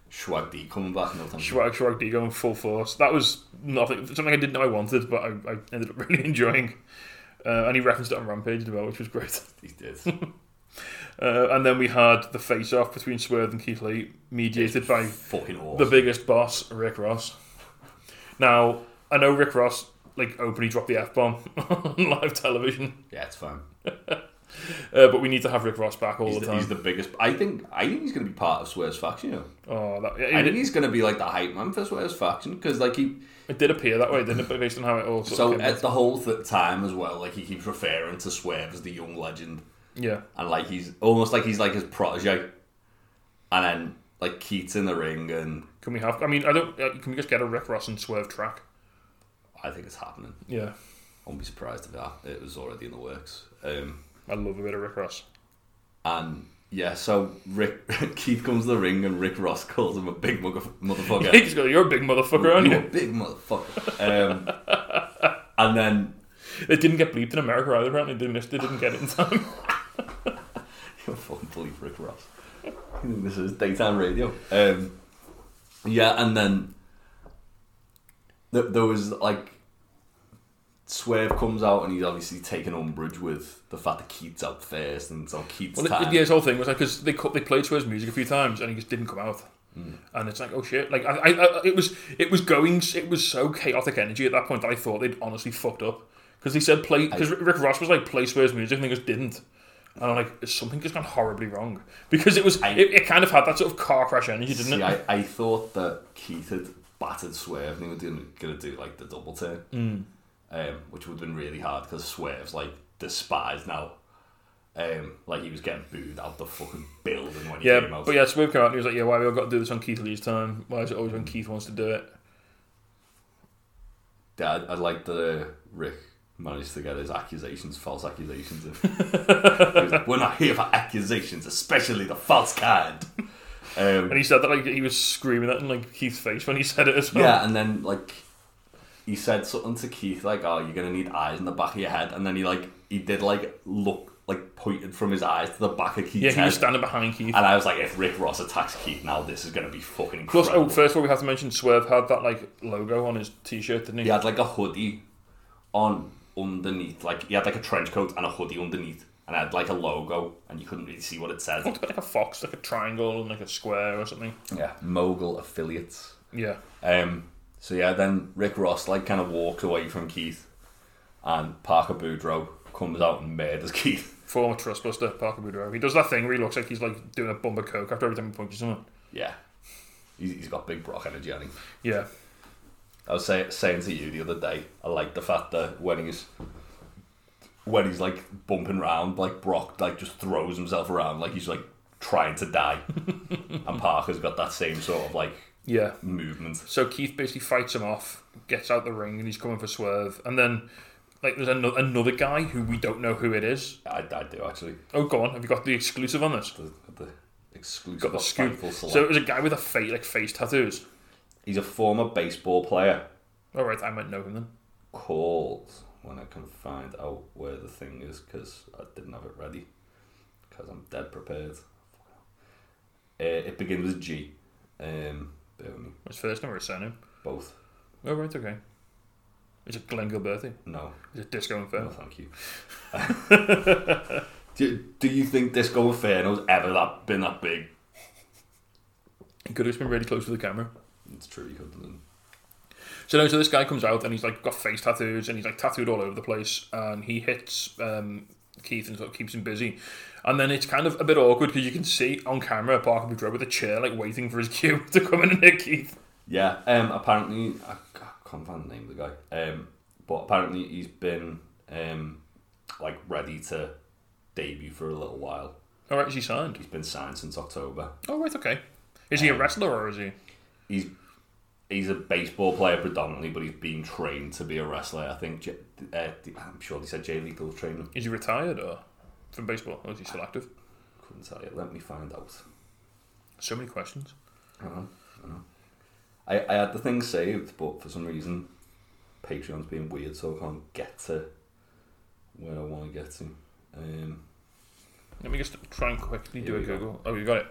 Speaker 3: Schwag D coming back no time.
Speaker 2: Shwag Shwag D going full force. That was nothing something I didn't know I wanted, but I, I ended up really enjoying. Uh, and he referenced it on Rampage as well, which was great.
Speaker 3: He did.
Speaker 2: Uh, and then we had the face off between Swerve and Keith Lee, mediated by
Speaker 3: Fucking awesome.
Speaker 2: the biggest boss, Rick Ross. Now, I know Rick Ross like openly dropped the F bomb on live television,
Speaker 3: Yeah, it's fine.
Speaker 2: uh, but we need to have Rick Ross back all the
Speaker 3: He's the,
Speaker 2: time.
Speaker 3: he's the biggest. I think. I think he's going to be part of Swear's faction. You know,
Speaker 2: oh, that,
Speaker 3: I
Speaker 2: it,
Speaker 3: think he's going to be like the hype man for Swear's faction because like he.
Speaker 2: it did appear that way, didn't it? Based on how it all sort
Speaker 3: So uh,
Speaker 2: of came
Speaker 3: at the whole th- time as well, like he keeps referring to Swerve as the young legend,
Speaker 2: yeah,
Speaker 3: and like he's almost like he's like his protege, and then like Keats in the ring, and
Speaker 2: can we have? I mean, I don't. Uh, can we just get a Rick Ross and Swerve track?
Speaker 3: I think it's happening.
Speaker 2: Yeah,
Speaker 3: I wouldn't be surprised if that it was already in the works. Um,
Speaker 2: I love a bit of Rick Ross.
Speaker 3: and yeah, so Rick Keith comes to the ring, and Rick Ross calls him a big mugger- motherfucker.
Speaker 2: He's got you're a big motherfucker, aren't
Speaker 3: You
Speaker 2: you?
Speaker 3: a big motherfucker. Um, and then
Speaker 2: It didn't get bleeped in America either. Apparently, they missed. They didn't get it in time.
Speaker 3: I fucking believe Rick Ross. You think this is daytime radio? Um, yeah, and then th- there was like Swerve comes out and he's obviously taking umbrage with the fact that Keats up first, and so Keats
Speaker 2: Well,
Speaker 3: time.
Speaker 2: it, yeah, his whole thing was like because they cut, they played to his music a few times and he just didn't come out,
Speaker 3: Hmm.
Speaker 2: and it's like oh shit, like I, I, I, it was it was going, s- it was so chaotic energy at that point that I thought they'd honestly fucked up because they said play because Rick Ross was like play to his music and they just didn't, and I'm like something just gone horribly wrong because it was it, it kind of had that sort of car crash energy, didn't
Speaker 3: See,
Speaker 2: it?
Speaker 3: I, I thought that Keith had battered Swerve and he was doing, gonna do like the double turn,
Speaker 2: Mm.
Speaker 3: um, which would have been really hard because Swerve's like despised now. Um, like he was getting booed out the fucking building when he
Speaker 2: yeah,
Speaker 3: came out.
Speaker 2: but yeah, Swerve came out and he was like, yeah, why we all got to do this on Keith Lee's time? Why is it always when
Speaker 3: Hmm.
Speaker 2: Keith wants to do it?
Speaker 3: Yeah, I, I like that uh, Rick managed to get his accusations, false accusations. In. He was like, We're not here for accusations, especially the false kind.
Speaker 2: And
Speaker 3: Um,
Speaker 2: he said that like he was screaming that in like Keith's face when he said it as well.
Speaker 3: yeah, and then like he said something to Keith, like, "Oh, you're gonna need eyes in the back of your head," and then he like he did like look like pointed from his eyes to the back of Keith's
Speaker 2: yeah, he
Speaker 3: head.
Speaker 2: was standing behind Keith.
Speaker 3: and I was like, if Rick Ross attacks Keith now, this is gonna be fucking
Speaker 2: Plus,
Speaker 3: incredible.
Speaker 2: oh, first of all, we have to mention Swerve had that like logo on his t-shirt, didn't he?
Speaker 3: he had like a hoodie on underneath, like he had like a trench coat and a hoodie underneath, and had like a logo, and you couldn't really see what it said.
Speaker 2: It's a bit like a fox, like a triangle and like a square or something.
Speaker 3: yeah, mogul affiliates.
Speaker 2: Yeah,
Speaker 3: Um, so yeah, then Rick Ross like kind of walks away from Keith, and Parker Boudreaux comes out and murders Keith.
Speaker 2: former trustbuster Parker Boudreaux. He does that thing where he looks like he's like doing a bump of coke after every time he punches someone.
Speaker 3: Yeah, he's, he's got big Brock energy. I think.
Speaker 2: Yeah,
Speaker 3: I was say, saying to you the other day, I like the fact that when he's when he's like bumping around, like Brock like just throws himself around like he's like trying to die, and Parker's got that same sort of like
Speaker 2: yeah.
Speaker 3: movement.
Speaker 2: So Keith basically fights him off, gets out the ring, and he's coming for Swerve. And then like there's another another guy who we don't know who it is.
Speaker 3: I, I do actually.
Speaker 2: Oh, go on. Have you got the exclusive on this?
Speaker 3: The, the exclusive
Speaker 2: Got the
Speaker 3: of
Speaker 2: scoop.
Speaker 3: Fightful Select.
Speaker 2: So it was a guy with a face like face tattoos.
Speaker 3: He's a former baseball player
Speaker 2: All right, I might know him then.
Speaker 3: called when I can find out where the thing is because I didn't have it ready because I'm dead prepared. Uh, it begins with G. Um, bear with me.
Speaker 2: His first name or his surname?
Speaker 3: Both.
Speaker 2: Oh right, okay. Is it Glenn Gilberti?
Speaker 3: No.
Speaker 2: Is it Disco
Speaker 3: No,
Speaker 2: Inferno?
Speaker 3: thank you. do, do you think Disco Inferno's ever that been that big?
Speaker 2: He could have just been really close to the camera.
Speaker 3: It's true, you couldn't.
Speaker 2: So no, so this guy comes out and he's like got face tattoos and he's like tattooed all over the place and he hits um, Keith and sort of keeps him busy. And then it's kind of a bit awkward because you can see on camera Parker Boudreaux with a chair like waiting for his cue to come in and hit Keith.
Speaker 3: Yeah, um, apparently, I, I can't find the name of the guy, um, but apparently he's been um, like ready to debut for a little while.
Speaker 2: All right, is he signed?
Speaker 3: He's been signed since October.
Speaker 2: Oh right, okay. Is
Speaker 3: Um,
Speaker 2: he a wrestler or is he?
Speaker 3: He's he's a baseball player predominantly, but he's been trained to be a wrestler. I think J- uh, I'm sure they said Jay Legal trained him.
Speaker 2: Is he retired or from baseball? Or is he still active?
Speaker 3: Couldn't tell you. Let me find out.
Speaker 2: So many questions.
Speaker 3: I, I had the thing saved, but for some reason, Patreon's being weird, so I can't get to where I want to get to. Um,
Speaker 2: Let me just try and quickly do
Speaker 3: Here
Speaker 2: a
Speaker 3: we go.
Speaker 2: Google. Oh, you got it.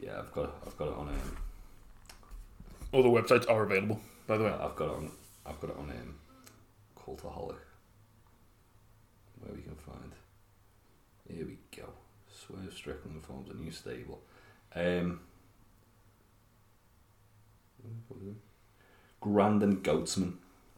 Speaker 3: yeah, I've got I've got it on. Um,
Speaker 2: All the websites are available, by the way.
Speaker 3: I've got it on. I've got it on. Um, Cultaholic, where we can find. Here we go. Swerve Strickland forms a new stable. Um, Grandon Goatsman,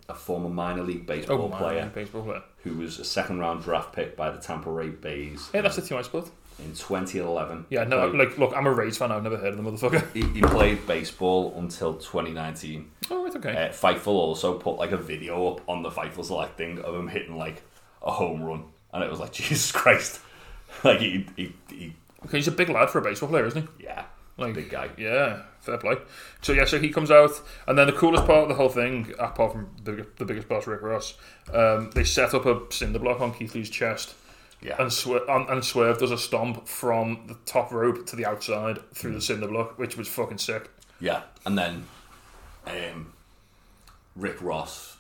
Speaker 3: a former minor league baseball
Speaker 2: Oh, my
Speaker 3: player
Speaker 2: baseball player.
Speaker 3: who was a second round draft pick by the Tampa Ray Bays
Speaker 2: Yeah, that's the team I split.
Speaker 3: in 2011.
Speaker 2: Yeah, no,
Speaker 3: Played-
Speaker 2: like, look, I'm a Rays fan. I've never heard of the motherfucker.
Speaker 3: he, he played baseball until 2019.
Speaker 2: Oh, it's okay.
Speaker 3: Uh, Fightful also put like a video up on the Fightful Select thing of him hitting like a home run, and it was like Jesus Christ, like he, he, he
Speaker 2: Okay, he's a big lad for a baseball player, isn't he?
Speaker 3: yeah,
Speaker 2: Like-
Speaker 3: big guy.
Speaker 2: Yeah, fair play. So yeah, so he comes out, and then the coolest part of the whole thing, apart from the, the biggest boss Rick Ross, um, they set up a cinder block on Keith Lee's chest,
Speaker 3: Yeah.
Speaker 2: and, swer- and and Swerve does a stomp from the top rope to the outside through the cinder block, which was fucking sick.
Speaker 3: Yeah, and then um, Rick Ross,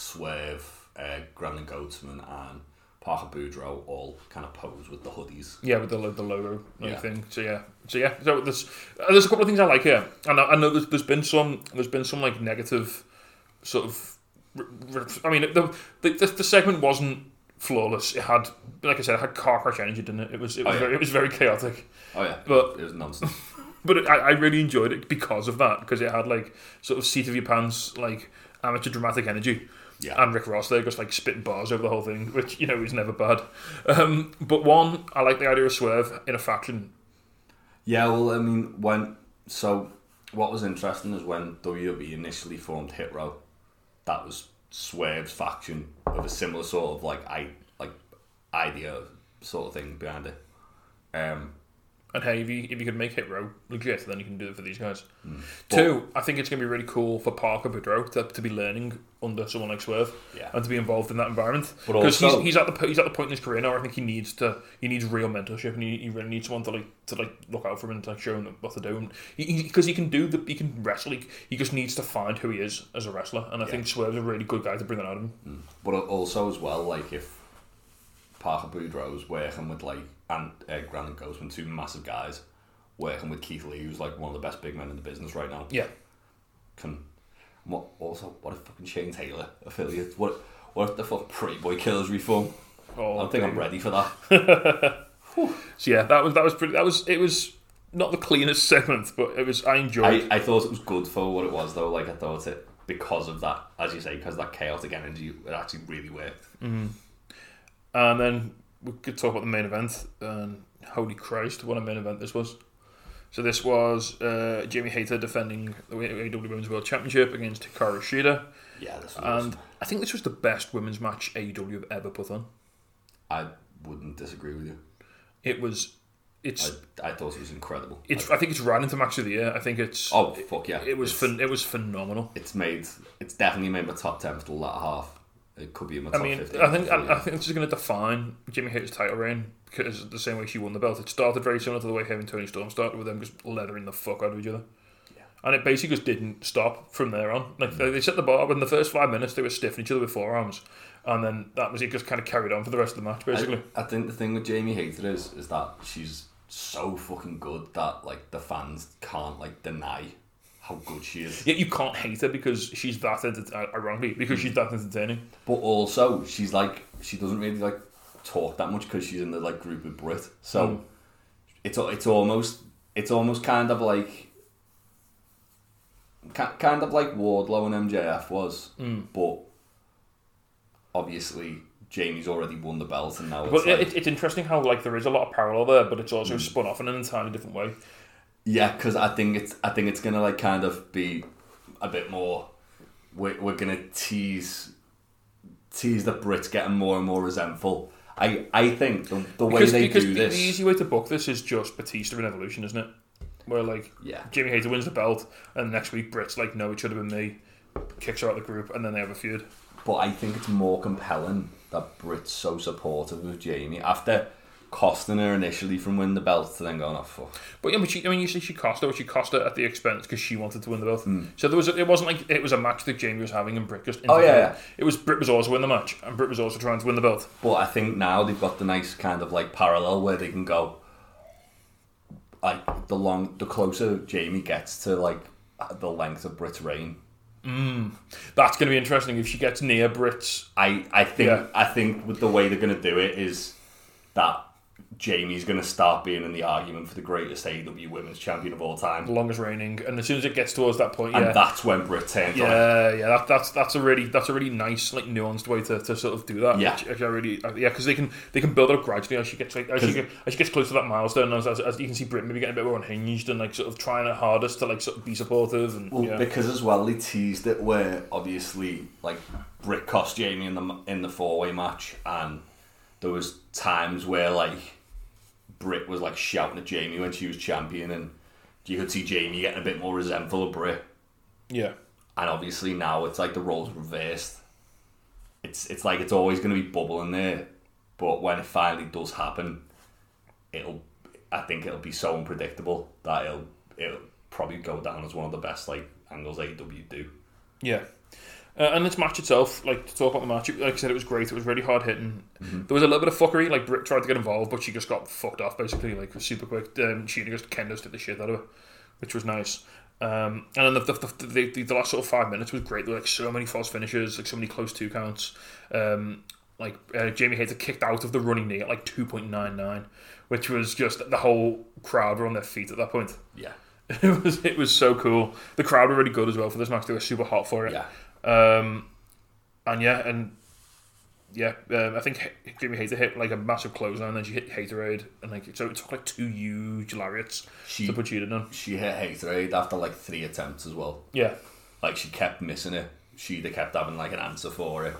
Speaker 3: Swerve, uh, Grandin Goatsman, and Parker Boudreau all kind of pose with the hoodies.
Speaker 2: Yeah, with the lo- the logo and
Speaker 3: Yeah.
Speaker 2: thing. So yeah, so yeah. So there's uh, there's a couple of things I like here, and I, I know there's, there's been some there's been some like negative sort of. r- r- I mean, the the, the, the segment wasn't flawless. It had, like I said, it had car crash energy, didn't it? It was it was
Speaker 3: Oh, yeah.
Speaker 2: very, it was very chaotic,
Speaker 3: Oh yeah,
Speaker 2: But-
Speaker 3: it was nonsense.
Speaker 2: but it, I, I really enjoyed it because of that because it had like sort of seat of your pants like amateur dramatic energy.
Speaker 3: Yeah.
Speaker 2: And Rick Ross there just like spitting bars over the whole thing, which you know is never bad. Um, but one, I like the idea of Swerve in a faction
Speaker 3: Yeah, well, I mean, when so what was interesting is when WWE initially formed Hit Row, that was Swerve's faction of a similar sort of like I like idea sort of thing behind it. Um,
Speaker 2: And hey, if you, if you could make Hit Row legit, then you can do it for these guys.
Speaker 3: Hmm.
Speaker 2: Two, I think it's going to be really cool for Parker Boudreau to, to be learning under someone like Swerve
Speaker 3: Yeah.
Speaker 2: and to be involved in that environment.
Speaker 3: But
Speaker 2: Because
Speaker 3: also-
Speaker 2: he's, he's at the po- he's at the point in his career now. Where I think he needs to he needs real mentorship and he, he really needs someone to like to like look out for him and to, like show him what to do. And because he, can do the he can wrestle. He, he just needs to find who he is as a wrestler. And I think Swerve's a really good guy to bring that out of him.
Speaker 3: but also as well, like if Parker Boudreaux's working with like and uh, Grant Gosman, two massive guys, working with Keith Lee, who's like one of the best big men in the business right now.
Speaker 2: Yeah.
Speaker 3: can what also what if fucking Shane Taylor affiliate? What what if the fuck pretty boy killers reform? I
Speaker 2: Oh,
Speaker 3: don't think I'm ready for that.
Speaker 2: So yeah, that was that was pretty. That was it was not the cleanest segment, but it was I enjoyed.
Speaker 3: I, I thought it was good for what it was though. Like I thought it because of that, as you say, because that chaotic energy, it actually really worked.
Speaker 2: And then we could talk about the main event. And holy Christ, what a main event this was! So this was uh, Jamie Hayter defending the AEW Women's World Championship against Hikaru Shida,
Speaker 3: Yeah, this was.
Speaker 2: and I think this was the best women's match AEW have ever put on.
Speaker 3: I wouldn't disagree with you.
Speaker 2: It was, it's,
Speaker 3: I, I thought it was incredible.
Speaker 2: it's. I think it's ran into match of the year. I think it's.
Speaker 3: oh fuck yeah!
Speaker 2: it was.
Speaker 3: It's,
Speaker 2: Phen- it was phenomenal.
Speaker 3: it's made. It's definitely made my top ten for the latter half. It could be in my
Speaker 2: I
Speaker 3: top
Speaker 2: mean,
Speaker 3: fifteen.
Speaker 2: I think
Speaker 3: for the
Speaker 2: I, I
Speaker 3: year.
Speaker 2: think this is going to define Jimmy Hayter's title reign because the same way she won the belt, it started very similar to the way her and Tony Storm started with them just lettering the fuck out of each other. And it basically just didn't stop from there on. Like they- they set the bar in the first five minutes, they were stiffing each other with forearms, and then that was it. Just kind of carried on for the rest of the match, basically.
Speaker 3: I, I think the thing with Jamie Hayter is is that she's so fucking good that like the fans can't like deny how good she is.
Speaker 2: Yet you can't hate her because she's that enter- uh, ironically because she's that entertaining.
Speaker 3: But also she's like she doesn't really like talk that much because she's in the like group with Brit. So
Speaker 2: Hmm.
Speaker 3: it's al- it's almost it's almost kind of like ki- kind of like Wardlow and MJF was,
Speaker 2: Hmm.
Speaker 3: but obviously Jamie's already won the belt and now it's
Speaker 2: But
Speaker 3: like, Hmm.
Speaker 2: it, it, it's interesting how like there is a lot of parallel there, but it's also spun off in an entirely different way.
Speaker 3: Yeah, because I think it's I think it's gonna like kind of be a bit more. We're, we're gonna tease tease the Brits getting more and more resentful. I I think the, the way
Speaker 2: because,
Speaker 3: they
Speaker 2: because
Speaker 3: do
Speaker 2: the,
Speaker 3: this.
Speaker 2: the easy way to book this is just Batista and Evolution, isn't it? Where like
Speaker 3: Yeah.
Speaker 2: Jimmy Hayter wins the belt, and the next week Brit's like, no, it should have been me, kicks her out of the group, and then they have a feud.
Speaker 3: but I think it's more compelling that Brit's so supportive of Jamie after costing her initially from winning the belt to then going off. Oh, fuck.
Speaker 2: But yeah, but she, I mean, you see, she cost her, but she cost her at the expense because she wanted to win the belt. So there was, a, it wasn't like it was a match that Jamie was having and Brit just.
Speaker 3: Hmm. Oh, yeah,
Speaker 2: interfered.
Speaker 3: yeah.
Speaker 2: It was Brit was also in the match, and Brit was also trying to win the belt.
Speaker 3: But I think now they've got the nice kind of like parallel where they can go. Like the long, the closer Jamie gets to like the length of Brit's reign,
Speaker 2: That's going to be interesting if she gets near Brit's.
Speaker 3: I I think
Speaker 2: Yeah.
Speaker 3: I think with the way they're gonna do it is that Jamie's going to start being in the argument for the greatest AEW Women's Champion of all time,
Speaker 2: the longest reigning, and as soon as it gets towards that point, yeah,
Speaker 3: and that's when Britt turns on.
Speaker 2: yeah, yeah, that, that's that's a really that's a really nice like nuanced way to, to sort of do that.
Speaker 3: Yeah.
Speaker 2: which, which I really uh, yeah because they can they can build it up gradually as she gets like, as, she
Speaker 3: 'Cause-
Speaker 2: get, as she gets close to that milestone. As, as, as you can see, Britt maybe getting a bit more unhinged and like sort of trying her hardest to like sort of be supportive and
Speaker 3: Well,
Speaker 2: yeah.
Speaker 3: because as well they teased it where obviously like Britt cost Jamie in the in the four way match, and there was times where like Britt was like shouting at Jamie when she was champion, and you could see Jamie getting a bit more resentful of Britt.
Speaker 2: yeah.
Speaker 3: And obviously now it's like the roles reversed. It's it's like it's always going to be bubbling there, but when it finally does happen, it'll I think it'll be so unpredictable that it'll it'll probably go down as one of the best like angles AEW do.
Speaker 2: Yeah. Uh, and this match itself, like to talk about the match, it- like I said, it was great. It was really hard hitting. There was a little bit of fuckery. Like Britt tried to get involved, but she just got fucked off basically, like super quick. Um, she just kendo did the shit out of her, which was nice. Um, and then the, the, the, the, the last sort of five minutes was great. There were like so many false finishes, like so many close two counts. Um, like uh, Jamie Hayter kicked out of the running knee at like two point nine nine, which was just the whole crowd were on their feet at that point.
Speaker 3: Yeah.
Speaker 2: It was it was so cool. The crowd were really good as well for this match. They were super hot for it.
Speaker 3: Yeah.
Speaker 2: Um, and yeah, and yeah, um, I think H- Jamie Hayter hit like a massive clothesline, and then she hit Haterade, and like so it took like two huge lariats
Speaker 3: She-
Speaker 2: to put Cheetah on.
Speaker 3: She hit Haterade after like three attempts as well.
Speaker 2: Yeah,
Speaker 3: Like she kept missing it. She they kept having like an answer for it.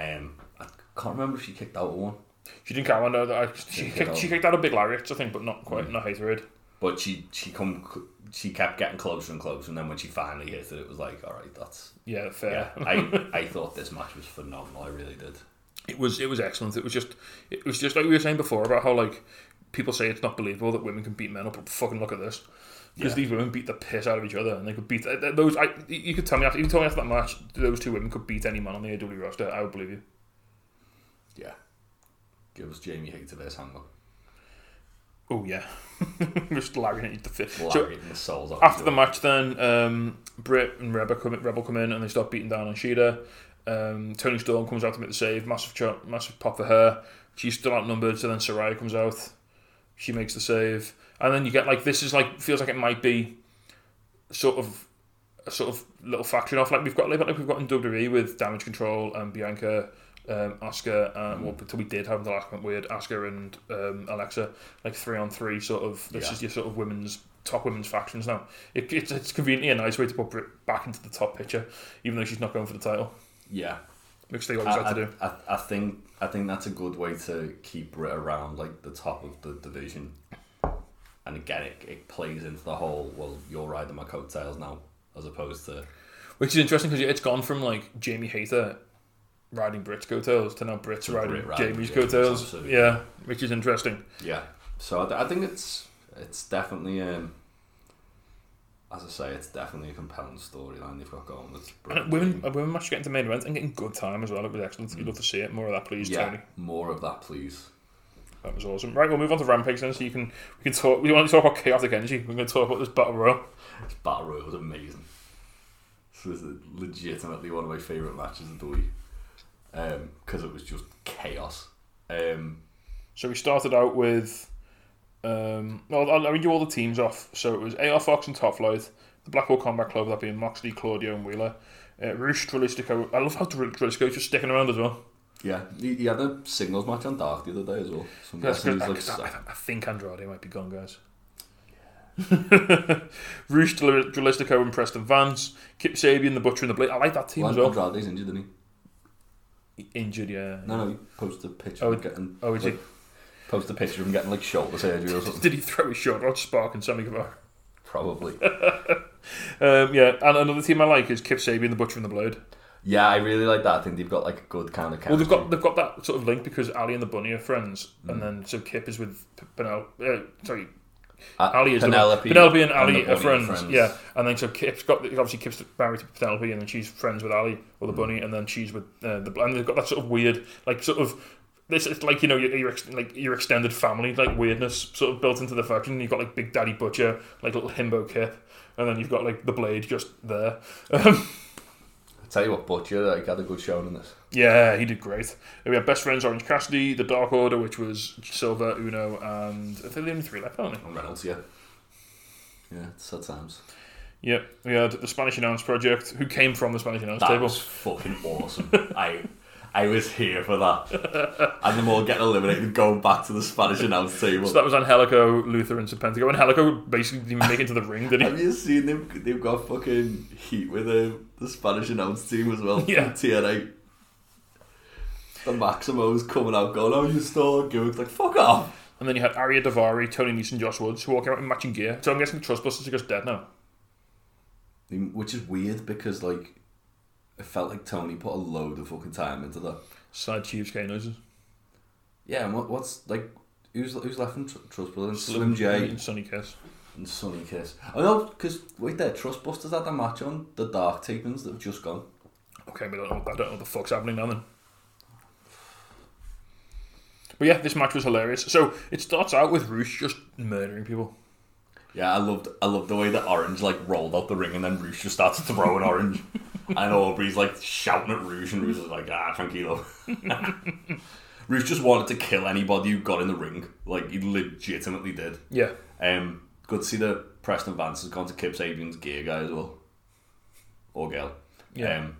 Speaker 3: Um, I can't remember if she kicked out of one,
Speaker 2: she didn't count one though. that I- She
Speaker 3: Didn't Mm.
Speaker 2: kicked,
Speaker 3: count.
Speaker 2: she kicked out a big lariat, I think, but not quite not Haterade.
Speaker 3: but she she come she kept getting closer and closer, and then when she finally hit it, it was like, all right, that's
Speaker 2: Yeah, fair.
Speaker 3: yeah, I, I thought this match was phenomenal. I really did.
Speaker 2: it was it was excellent. It was just it was just like we were saying before about how like people say it's not believable that women can beat men up, but fucking look at this. Because
Speaker 3: Yeah.
Speaker 2: these women beat the piss out of each other, and they could beat th- th- those. I, you could tell me after you told me after that match, those two women could beat any man on the AW roster. I would believe you.
Speaker 3: Yeah. Give us Jamie Hater versus Hangman.
Speaker 2: Oh yeah, just Larry hit the fist. So
Speaker 3: Larry his souls off.
Speaker 2: after the match, then um, Britt and Rebel come, Rebel come in and they start beating down on Sheeta. Um, Tony Storm comes out to make the save, massive chop, massive pop for her. She's still outnumbered, so then Soraya comes out. She makes the save, and then you get like this is like feels like it might be sort of a sort of little faction off like we've got like, we've got in WWE with Damage Control and Bianca, um, Asuka, and well,
Speaker 3: Mm.
Speaker 2: until we did have the last one weird Asuka and um, Alexa like three on three sort of this
Speaker 3: Yeah.
Speaker 2: is your sort of women's top women's factions now. It, it's it's conveniently a nice way to put Britt back into the top picture, even though she's not going for the title,
Speaker 3: yeah,
Speaker 2: which they always
Speaker 3: I,
Speaker 2: like to
Speaker 3: I,
Speaker 2: do.
Speaker 3: I, I think I think that's a good way to keep it around like the top of the division. And again, it, it plays into the whole well, you're riding my coattails now, as opposed to
Speaker 2: Which is interesting because it's gone from like Jamie Hayter riding Britt's coattails to now Britt's riding
Speaker 3: Britt riding
Speaker 2: Jamie's
Speaker 3: Jamie's,
Speaker 2: coattails.
Speaker 3: absolutely.
Speaker 2: Yeah, which is interesting.
Speaker 3: yeah. So I, th- I think it's it's definitely um, as I say, it's definitely a compelling storyline they've got going with Brit
Speaker 2: And women, a women match getting to main event and getting good time as well. It was excellent. You'd love to see it. More of that, please,
Speaker 3: Yeah,
Speaker 2: Tony.
Speaker 3: more of that, please.
Speaker 2: That was awesome. Right, we'll move on to Rampage then, so you can we can talk. We want to talk about chaotic energy. We're going to talk about this battle royal.
Speaker 3: Battle Royal was amazing. This was legitimately one of my favourite matches of the week because it was just chaos. Um,
Speaker 2: So we started out with, um, well, I'll, I'll read you all the teams off. So it was AR Fox and Top Flight, the Blackpool Combat Club, that being Moxley, Claudio, and Wheeler. Uh, Roosh, Trilistico. I love how Tril- Trilistico's just sticking around as well.
Speaker 3: yeah, he, he had a singles match on Dark the other day as well. So I'm
Speaker 2: That's
Speaker 3: guessing
Speaker 2: good. I,
Speaker 3: he's like,
Speaker 2: I, I think Andrade might be gone, guys. Roosh, Dr- Drilistico, and Preston Vance. Kip Sabian, the Butcher, and the Blade. I like that team as
Speaker 3: well,
Speaker 2: well.
Speaker 3: Andrade's injured, didn't he?
Speaker 2: Injured, yeah.
Speaker 3: No, no, he posted a picture
Speaker 2: Oh,
Speaker 3: of him getting.
Speaker 2: oh, did
Speaker 3: like,
Speaker 2: he?
Speaker 3: Posted a picture of him getting like shoulder surgery or something.
Speaker 2: Did he throw his shoulder on Spark and Sammy Guevara?
Speaker 3: Probably.
Speaker 2: Um, yeah, and another team I like is Kip Sabian, the Butcher, and the Blade.
Speaker 3: Yeah, I really like that. I think they've got like a good kind of.
Speaker 2: Well, they've got they've got that sort of link because Ali and the Bunny are friends,
Speaker 3: Mm.
Speaker 2: and then so Kip is with P- Penel. Uh, sorry, Ali is the-
Speaker 3: Penelope,
Speaker 2: Penelope and
Speaker 3: the
Speaker 2: Ali
Speaker 3: Bunny
Speaker 2: are friends. Yeah, and then so Kip's got obviously Kip's married to Penelope, and then she's friends with Ali or the Bunny, and then she's with uh, the and they've got that sort of weird like sort of. This it's like you know your, your ex, like your extended family like weirdness sort of built into the faction. You've got like Big Daddy Butcher, like little himbo Kip, and then you've got like the Blade just there. Um,
Speaker 3: I tell you what, Butcher like, had a good showing in this.
Speaker 2: Yeah, he did great. We had Best Friends Orange Cassidy, The Dark Order, which was Silver, Uno, and I think the only three left, aren't they?
Speaker 3: And Reynolds, yeah. Yeah, it's sad times.
Speaker 2: Yep. We had the Spanish Announce Project, who came from the Spanish Announce
Speaker 3: That
Speaker 2: Table.
Speaker 3: was fucking awesome. I I was here for that. and them all getting eliminated, going back to the Spanish announce table.
Speaker 2: So that was on Helico, Luther, and Serpentico. And Helico basically didn't even make it to the ring, did he?
Speaker 3: Have you seen them? They've got fucking heat with the, the Spanish announce team as well.
Speaker 2: Yeah.
Speaker 3: from TNA. The Maximo's coming out going, oh, you stole a gimmick. Like, fuck off.
Speaker 2: And then you had Aria Davari, Tony Nese, and Josh Woods, who walk out in matching gear. So I'm guessing Trustbusters are just dead now.
Speaker 3: Which is weird because, like, it felt like Tony put a load of fucking time into that.
Speaker 2: Sad Chiefs K noises.
Speaker 3: Yeah, and what, what's, like, who's who's left in Tr- Trust Brothers? Slim J
Speaker 2: And Sonny Kiss.
Speaker 3: and Sonny Kiss. I know, because, wait there, Trustbusters had a match on the Dark tapings that have just gone.
Speaker 2: Okay, we don't know, I don't know what the fuck's happening now then. But yeah, this match was hilarious. So it starts out with Roosh just murdering people.
Speaker 3: Yeah, I loved I loved the way that Orange like rolled out the ring and then Rouge just starts throwing Orange. and Aubrey's like shouting at Rouge and Rouge is like, ah, tranquilo. Rouge just wanted to kill anybody who got in the ring. Like he legitimately did.
Speaker 2: Yeah.
Speaker 3: Um good to see that Preston Vance has gone to Kip Sabian's gear guy as well. Or girl.
Speaker 2: Yeah.
Speaker 3: Um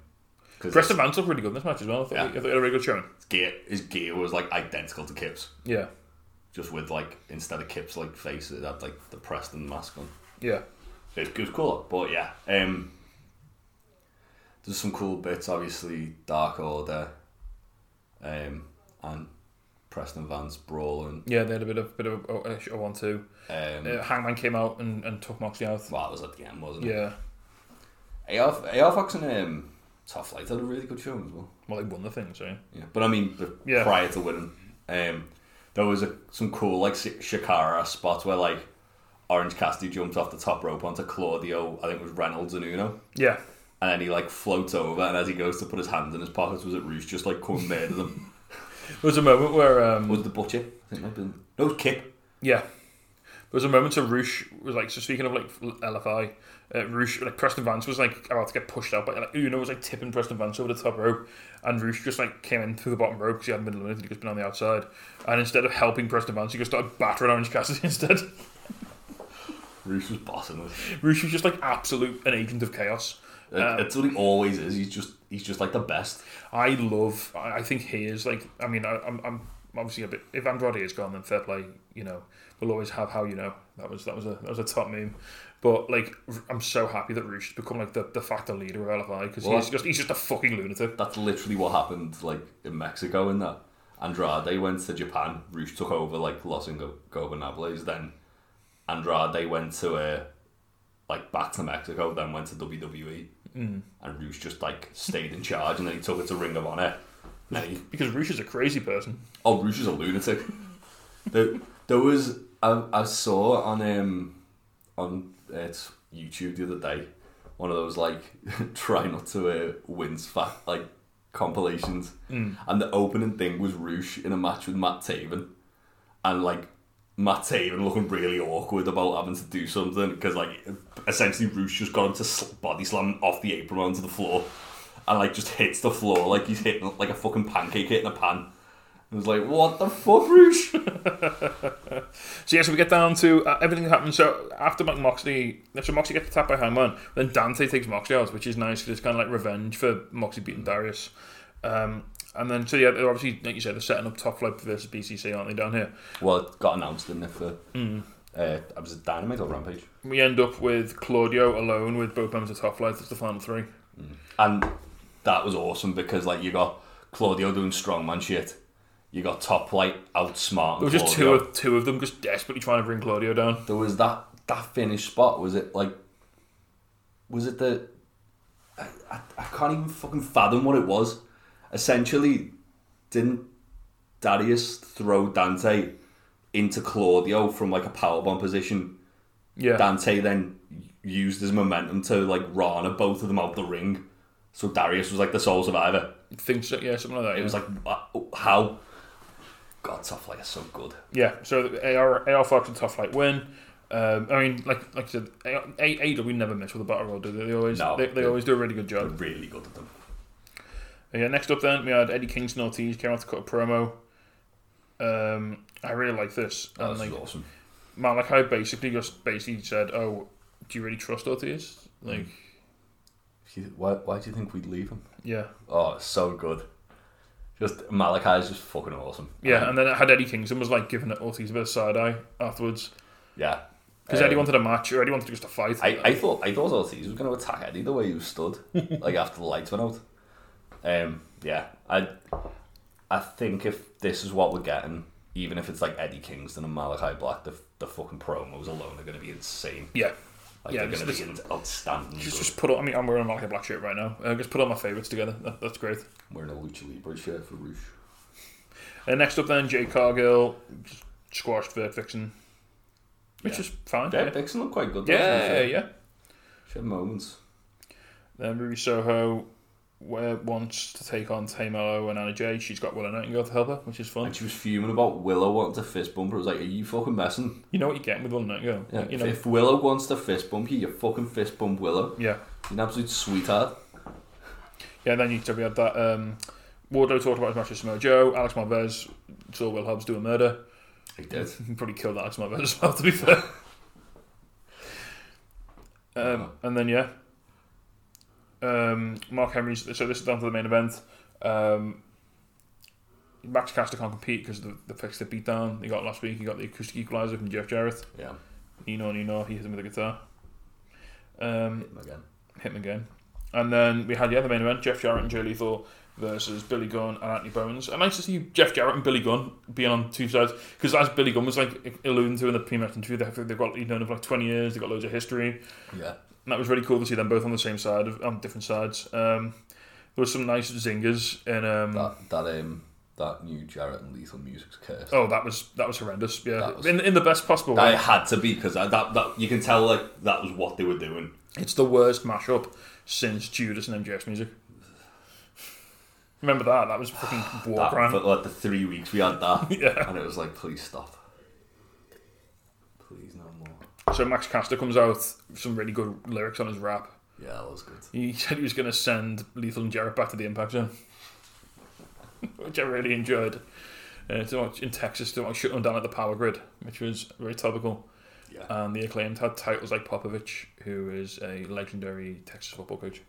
Speaker 3: 'cause
Speaker 2: Preston Vance looked really good in this match as well. I thought,
Speaker 3: Yeah.
Speaker 2: I thought he had a really good showing.
Speaker 3: his gear his gear was like identical to Kip's.
Speaker 2: Yeah.
Speaker 3: Just with like instead of Kip's like face it had like the Preston mask on.
Speaker 2: Yeah.
Speaker 3: It was cool, but yeah. Um, there's some cool bits, obviously. Dark Order, um, and Preston Vance brawling.
Speaker 2: Yeah, they had a bit of bit of a, a, a one-two.
Speaker 3: Um,
Speaker 2: Uh, Hangman came out and, and took Moxley out.
Speaker 3: Well, that was at the end, wasn't it?
Speaker 2: Yeah.
Speaker 3: Yeah. AR Fox and um, Tough Light had a really good show as well.
Speaker 2: Well, they won the thing, so.
Speaker 3: Yeah, but I mean, b-
Speaker 2: Yeah.
Speaker 3: prior to winning, um, there was a, some cool like Shi- Shikara spots where like Orange Cassidy jumped off the top rope onto Claudio. I think it was Reynolds and Uno.
Speaker 2: Yeah.
Speaker 3: And then he like floats over, and as he goes to put his hands in his pockets, was it Roos just like come murder them?
Speaker 2: There was a moment where. Um,
Speaker 3: was the butcher? I think it might have been. No, it was Kip.
Speaker 2: Yeah. There was a moment where Roosh was like, so speaking of like LFI, uh, Roosh, like Preston Vance was like about to get pushed out, but like Uno was like tipping Preston Vance over the top rope, and Roosh just like came in through the bottom rope because he hadn't been limited, he'd just been on the outside. And instead of helping Preston Vance, he just started battering Orange Cassidy instead.
Speaker 3: Roos was bossing us.
Speaker 2: Roosh was just like absolute an agent of chaos.
Speaker 3: Like, it's what he always is. He's just he's just like the best.
Speaker 2: I love. I I think he is like. I mean, I, I'm, I'm obviously a bit. If Andrade is gone, then fair play. You know, we'll always have how you know. That was that was a that was a top meme. But like, R- I'm so happy that Roosh has become like the de facto leader of LFI because
Speaker 3: Well,
Speaker 2: he's just he's just a fucking lunatic.
Speaker 3: That's literally what happened like in Mexico in that. Andrade went to Japan. Roos took over like Los Ingo- Gobernables. Then Andrade went to uh, like back to Mexico. Then went to WWE. Mm. And Roos just like stayed in charge, and then he took it to Ring of Honor. And then he
Speaker 2: Because Roosh is a crazy person.
Speaker 3: Oh, Rouge is a lunatic. there, there was I, I saw on um on uh, it's YouTube the other day one of those like try not to uh, wince fat like compilations, and the opening thing was Rouge in a match with Matt Taven, and like. Matt Taven looking really awkward about having to do something because, like, essentially, Roosh just got him to sl- body slam off the apron onto the floor and, like, just hits the floor like he's hitting like a fucking pancake hitting a pan. I was like, what the fuck, Roosh?
Speaker 2: So yeah, so we get down to uh, everything that happens. So after Mike Moxley, so Moxley gets attacked by Hangman, then Dante takes Moxley out, which is nice because it's kind of like revenge for Moxley beating Darius. Um, and then so yeah, they're obviously like you said, they're setting up Top Flight versus BCC, aren't they down here?
Speaker 3: well, it got announced in there for. Uh, I was at Dynamite or Rampage.
Speaker 2: We end up with Claudio alone with both members of Top Flight. That's the final three.
Speaker 3: And that was awesome because, like, you got Claudio doing strongman shit. You got Top Flight outsmarting
Speaker 2: There was just two
Speaker 3: Claudio.
Speaker 2: of two of them just desperately trying to bring Claudio down.
Speaker 3: There was that, that finish spot. Was it, like. Was it the. I, I, I can't even fucking fathom what it was. Essentially, didn't Darius throw Dante into Claudio from, like, a powerbomb position?
Speaker 2: Yeah,
Speaker 3: Dante then used his momentum to like Rana both of them out the ring. So Darius was like the sole survivor.
Speaker 2: I think so. Yeah, something like that.
Speaker 3: It was like wha- how. God, Top Flight is so good.
Speaker 2: yeah. So the AR, AR Fox and Top Flight win. Um, I mean, like like I said, A- A- AEW never miss with a battle royal, do they? They always
Speaker 3: No,
Speaker 2: they, they
Speaker 3: they-
Speaker 2: always do a really good job.
Speaker 3: Really good at them. Mm-hmm.
Speaker 2: Yeah, next up then we had Eddie Kingston Ortiz came out to cut a promo. Um, I really like this.
Speaker 3: Oh,
Speaker 2: and
Speaker 3: this
Speaker 2: like
Speaker 3: is awesome.
Speaker 2: Malachi basically just basically said, "Oh, do you really trust Ortiz?"
Speaker 3: Mm.
Speaker 2: Like,
Speaker 3: Why, why do you think we'd leave him?
Speaker 2: yeah,
Speaker 3: Oh, it's so good. Just Malachi's just fucking awesome.
Speaker 2: yeah. And then it had Eddie Kingston was like giving Ortiz a bit of side eye afterwards
Speaker 3: yeah.
Speaker 2: because
Speaker 3: Um,
Speaker 2: Eddie wanted a match or Eddie wanted just a fight.
Speaker 3: I, I thought I thought Ortiz was going to attack Eddie the way he was stood, like after the lights went out. Um, yeah, I I think if this is what we're getting, even if it's like Eddie Kingston and Malachi Black, the the fucking promos alone are going to be insane.
Speaker 2: yeah,
Speaker 3: Like
Speaker 2: yeah.
Speaker 3: they're
Speaker 2: this-
Speaker 3: going to
Speaker 2: this-
Speaker 3: be in- outstanding.
Speaker 2: Just,
Speaker 3: good.
Speaker 2: just put on. I mean, I'm wearing a Malachi Black shirt right now. Uh, just put on my favorites together. That, that's great.
Speaker 3: Wearing a lucha libre shirt for Roosh.
Speaker 2: And Uh, next up, then Jay Cargill just squashed Vert Vixen, which
Speaker 3: Yeah.
Speaker 2: is fine.
Speaker 3: Yeah,
Speaker 2: Yeah, yeah,
Speaker 3: Vixen looked quite good. though, to be
Speaker 2: yeah.
Speaker 3: fair.
Speaker 2: yeah.
Speaker 3: She had moments.
Speaker 2: Then Ruby Soho wa- wants to take on Tay Mello and Anna Jay. She's got Willow Nightingale to help her, which is fun.
Speaker 3: And she was fuming about Willow wanting to fist bump her. I was like, "Are you fucking messing?
Speaker 2: You know what you're getting with Willow Nightingale.
Speaker 3: Yeah,
Speaker 2: You
Speaker 3: if,
Speaker 2: know,
Speaker 3: if Willow wants to fist bump you, you fucking fist bump Willow.
Speaker 2: yeah,
Speaker 3: You're an absolute sweetheart."
Speaker 2: yeah. Then you we had that. Um, Wardlow talked about his match with Samoa Joe. Alex Marvez saw Will Hobbs do a murder.
Speaker 3: I did.
Speaker 2: He probably killed Alex Marvez as well. To be fair. Um, and then yeah, um, Mark Henry's. So this is down to the main event. Um, Max Caster can't compete because the the fix the beatdown he got last week. He got the acoustic equalizer from Jeff Jarrett.
Speaker 3: Yeah.
Speaker 2: Nino Nino, he hit him with a guitar. Um,
Speaker 3: again.
Speaker 2: hit him again. And then we had yeah, the main event: Jeff Jarrett and Jay Lethal versus Billy Gunn and Anthony Bowens. And nice to see Jeff Jarrett and Billy Gunn being on two sides because as Billy Gunn was like alluding to in the pre-match interview, they have, they've got you know they've got like twenty years, they've got loads of history, and
Speaker 3: Yeah.
Speaker 2: that was really cool to see them both on the same side of, on different sides. Um, there was some nice zingers and um,
Speaker 3: That that um that new Jarrett and Lethal music's cursed.
Speaker 2: oh, that was that was horrendous. Yeah,
Speaker 3: That was-
Speaker 2: in in the best possible
Speaker 3: I
Speaker 2: way.
Speaker 3: had to be because that that you can tell like that was what they were doing.
Speaker 2: It's the worst mashup since Judas and MJF's music. Remember that? That was fucking war
Speaker 3: That,
Speaker 2: crime.
Speaker 3: for like the three weeks we had that,
Speaker 2: Yeah.
Speaker 3: and it was like, please stop, please no more.
Speaker 2: So Max Caster comes out with some really good lyrics on his rap.
Speaker 3: Yeah, that was good.
Speaker 2: He said he was going to send Lethal and Jarrett back to the Impact Zone, which I really enjoyed. Uh, to watch in Texas, to watch shut them down at the Power Grid, which was very topical.
Speaker 3: Yeah,
Speaker 2: And the acclaimed had titles like Popovich, who is a legendary Texas football coach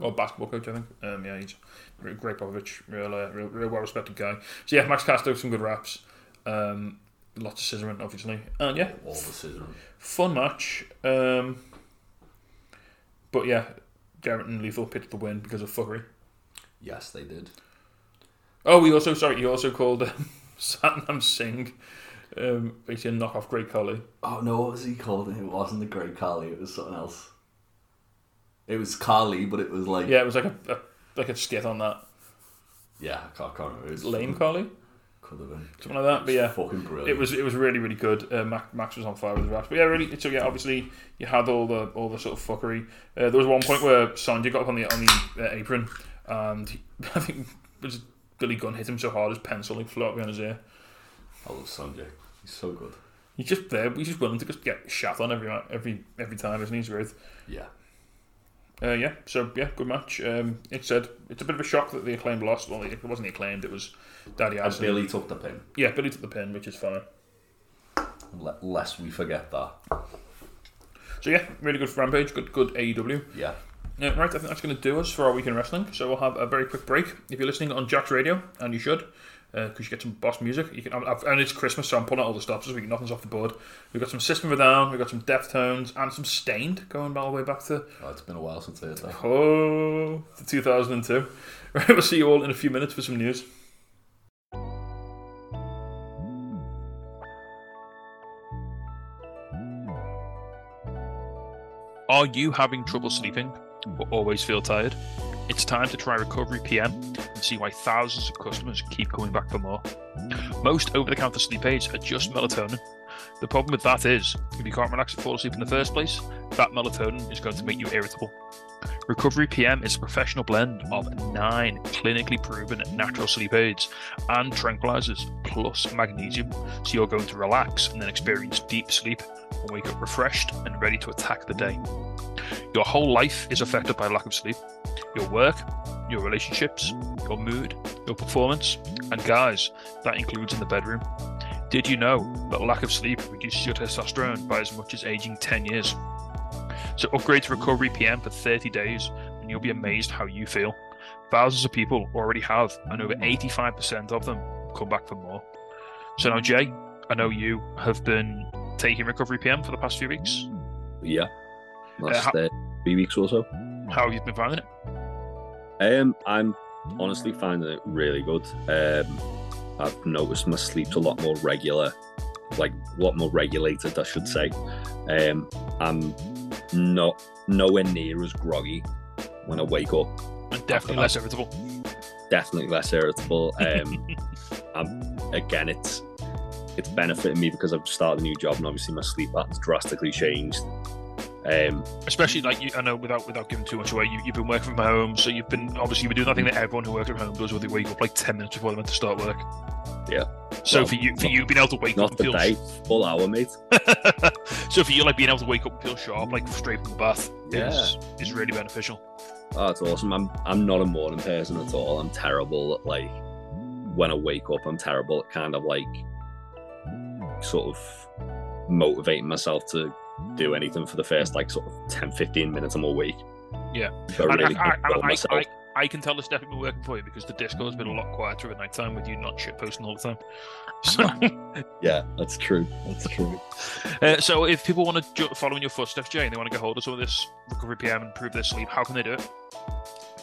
Speaker 2: or basketball coach, I think. Um, yeah, he's a great Popovich, real, uh, real, real well respected guy. So yeah, Max Caster some good raps, um, lots of scissoring, obviously, and yeah,
Speaker 3: all the scissor.
Speaker 2: fun match. Um, but yeah, Garrett and Lethal picked the win because of fuckery.
Speaker 3: Yes, they did.
Speaker 2: Oh, he also sorry, he also called um, Satnam Singh um, basically a knockoff Great Collie.
Speaker 3: Oh no, what was he called? It wasn't the Great Carly. It was something else. It was Carly, but it was like
Speaker 2: Yeah, it was like a, a like a skit on that
Speaker 3: yeah I can't, can't remember. It was
Speaker 2: lame Collie,
Speaker 3: Could have been.
Speaker 2: something like that. But yeah,
Speaker 3: Fucking brilliant.
Speaker 2: it was it was really really good. Uh, Max, Max was on fire with the raps, but yeah, really. So yeah, obviously you had all the all the sort of fuckery. Uh, there was one point where Sanjay got up on the on the uh, apron, and he, I think it was Billy Gunn hit him so hard his pencil like flew out behind his ear.
Speaker 3: I love Sanjay. He's so good.
Speaker 2: He's just there. He's just willing to just get shat on every every every time, isn't he? He's great.
Speaker 3: Yeah.
Speaker 2: Uh, yeah. So yeah, good match. Um, it said it's a bit of a shock that the acclaimed lost. Well, it wasn't the acclaimed. It was Daddy
Speaker 3: And
Speaker 2: Ass.
Speaker 3: Billy took the pin.
Speaker 2: Yeah, Billy took the pin, which is fine.
Speaker 3: L- lest we forget that.
Speaker 2: So yeah, really good for Rampage. Good good AEW.
Speaker 3: Yeah.
Speaker 2: Uh, right, I think that's going to do us for our week in wrestling. So we'll have a very quick break. If you're listening on Jack's radio, and you should, because you get some boss music. You can, I've, I've- and it's Christmas, so I'm pulling out all the stops this week. Nothing's off the board. We've got some System of a Down, we've got some Deftones, and some Stained going all the way back to
Speaker 3: Oh, it's been a while since I heard that.
Speaker 2: Oh, the 2002. Right, we'll see you all in a few minutes for some news. Are you having trouble sleeping or always feel tired? It's time to try Recovery PM and see why thousands of customers keep coming back for more. Most over the counter sleep aids are just melatonin. The problem with that is, if you can't relax and fall asleep in the first place, that melatonin is going to make you irritable.
Speaker 4: Recovery PM is a professional blend of nine clinically proven natural sleep aids and tranquilizers plus magnesium, so you're going to relax and then experience deep sleep and wake up refreshed and ready to attack the day. Your whole life is affected by lack of sleep. Your work, your relationships, your mood, your performance, and guys, that includes in the bedroom. Did you know that lack of sleep reduces your testosterone by as much as aging 10 years? So upgrade to Recovery PM for 30 days and you'll be amazed how you feel. Thousands of people already have, and
Speaker 5: Hmm.
Speaker 4: over 85% of them come back for more. So now, Jay, I know you have been taking Recovery PM for the past few weeks.
Speaker 5: Yeah,
Speaker 4: Uh,
Speaker 5: last
Speaker 4: how-
Speaker 5: uh, three weeks or so.
Speaker 4: How have you been finding it?
Speaker 5: Um, I'm
Speaker 3: Mm.
Speaker 5: honestly finding it really good. Um, I've noticed my sleep's a lot more regular, like a lot more regulated, I should say. Um, I'm not nowhere near as groggy when I wake up.
Speaker 4: And definitely less irritable.
Speaker 5: Definitely less irritable. Um, I'm again, it's it's benefiting me because I've started a new job and obviously my sleep pattern's drastically changed. Um,
Speaker 4: Especially like you, I know without without giving too much away, you, you've been working from home, so you've been obviously you've been doing that thing that everyone who works from home does, where they wake up like ten minutes before they're meant to start work.
Speaker 5: Yeah.
Speaker 4: So
Speaker 5: Well,
Speaker 4: for you, for
Speaker 5: not-
Speaker 4: you being able to wake
Speaker 5: not
Speaker 4: up and
Speaker 5: the
Speaker 4: feel
Speaker 5: day, full hour, mate.
Speaker 4: so for you, like being able to wake up and feel sharp, like straight from the bath, is is really beneficial.
Speaker 5: Oh, it's awesome. I'm I'm not a morning person at all. I'm terrible at like when I wake up. I'm terrible at kind of like sort of motivating myself to do anything for the first like sort of 10, 15 minutes I'm awake.
Speaker 4: Yeah.
Speaker 5: So I
Speaker 4: And
Speaker 5: really
Speaker 4: I, I,
Speaker 5: control
Speaker 4: I,
Speaker 5: myself.
Speaker 4: I, I can tell it's definitely been working for you because the disco has been a lot quieter at night time with you not shit posting all the time. So,
Speaker 5: yeah, that's true. That's true.
Speaker 4: uh, so if people want to ju- follow in your footsteps, Jay, and they want to get hold of some of this recovery PM and improve their sleep, how can they do it?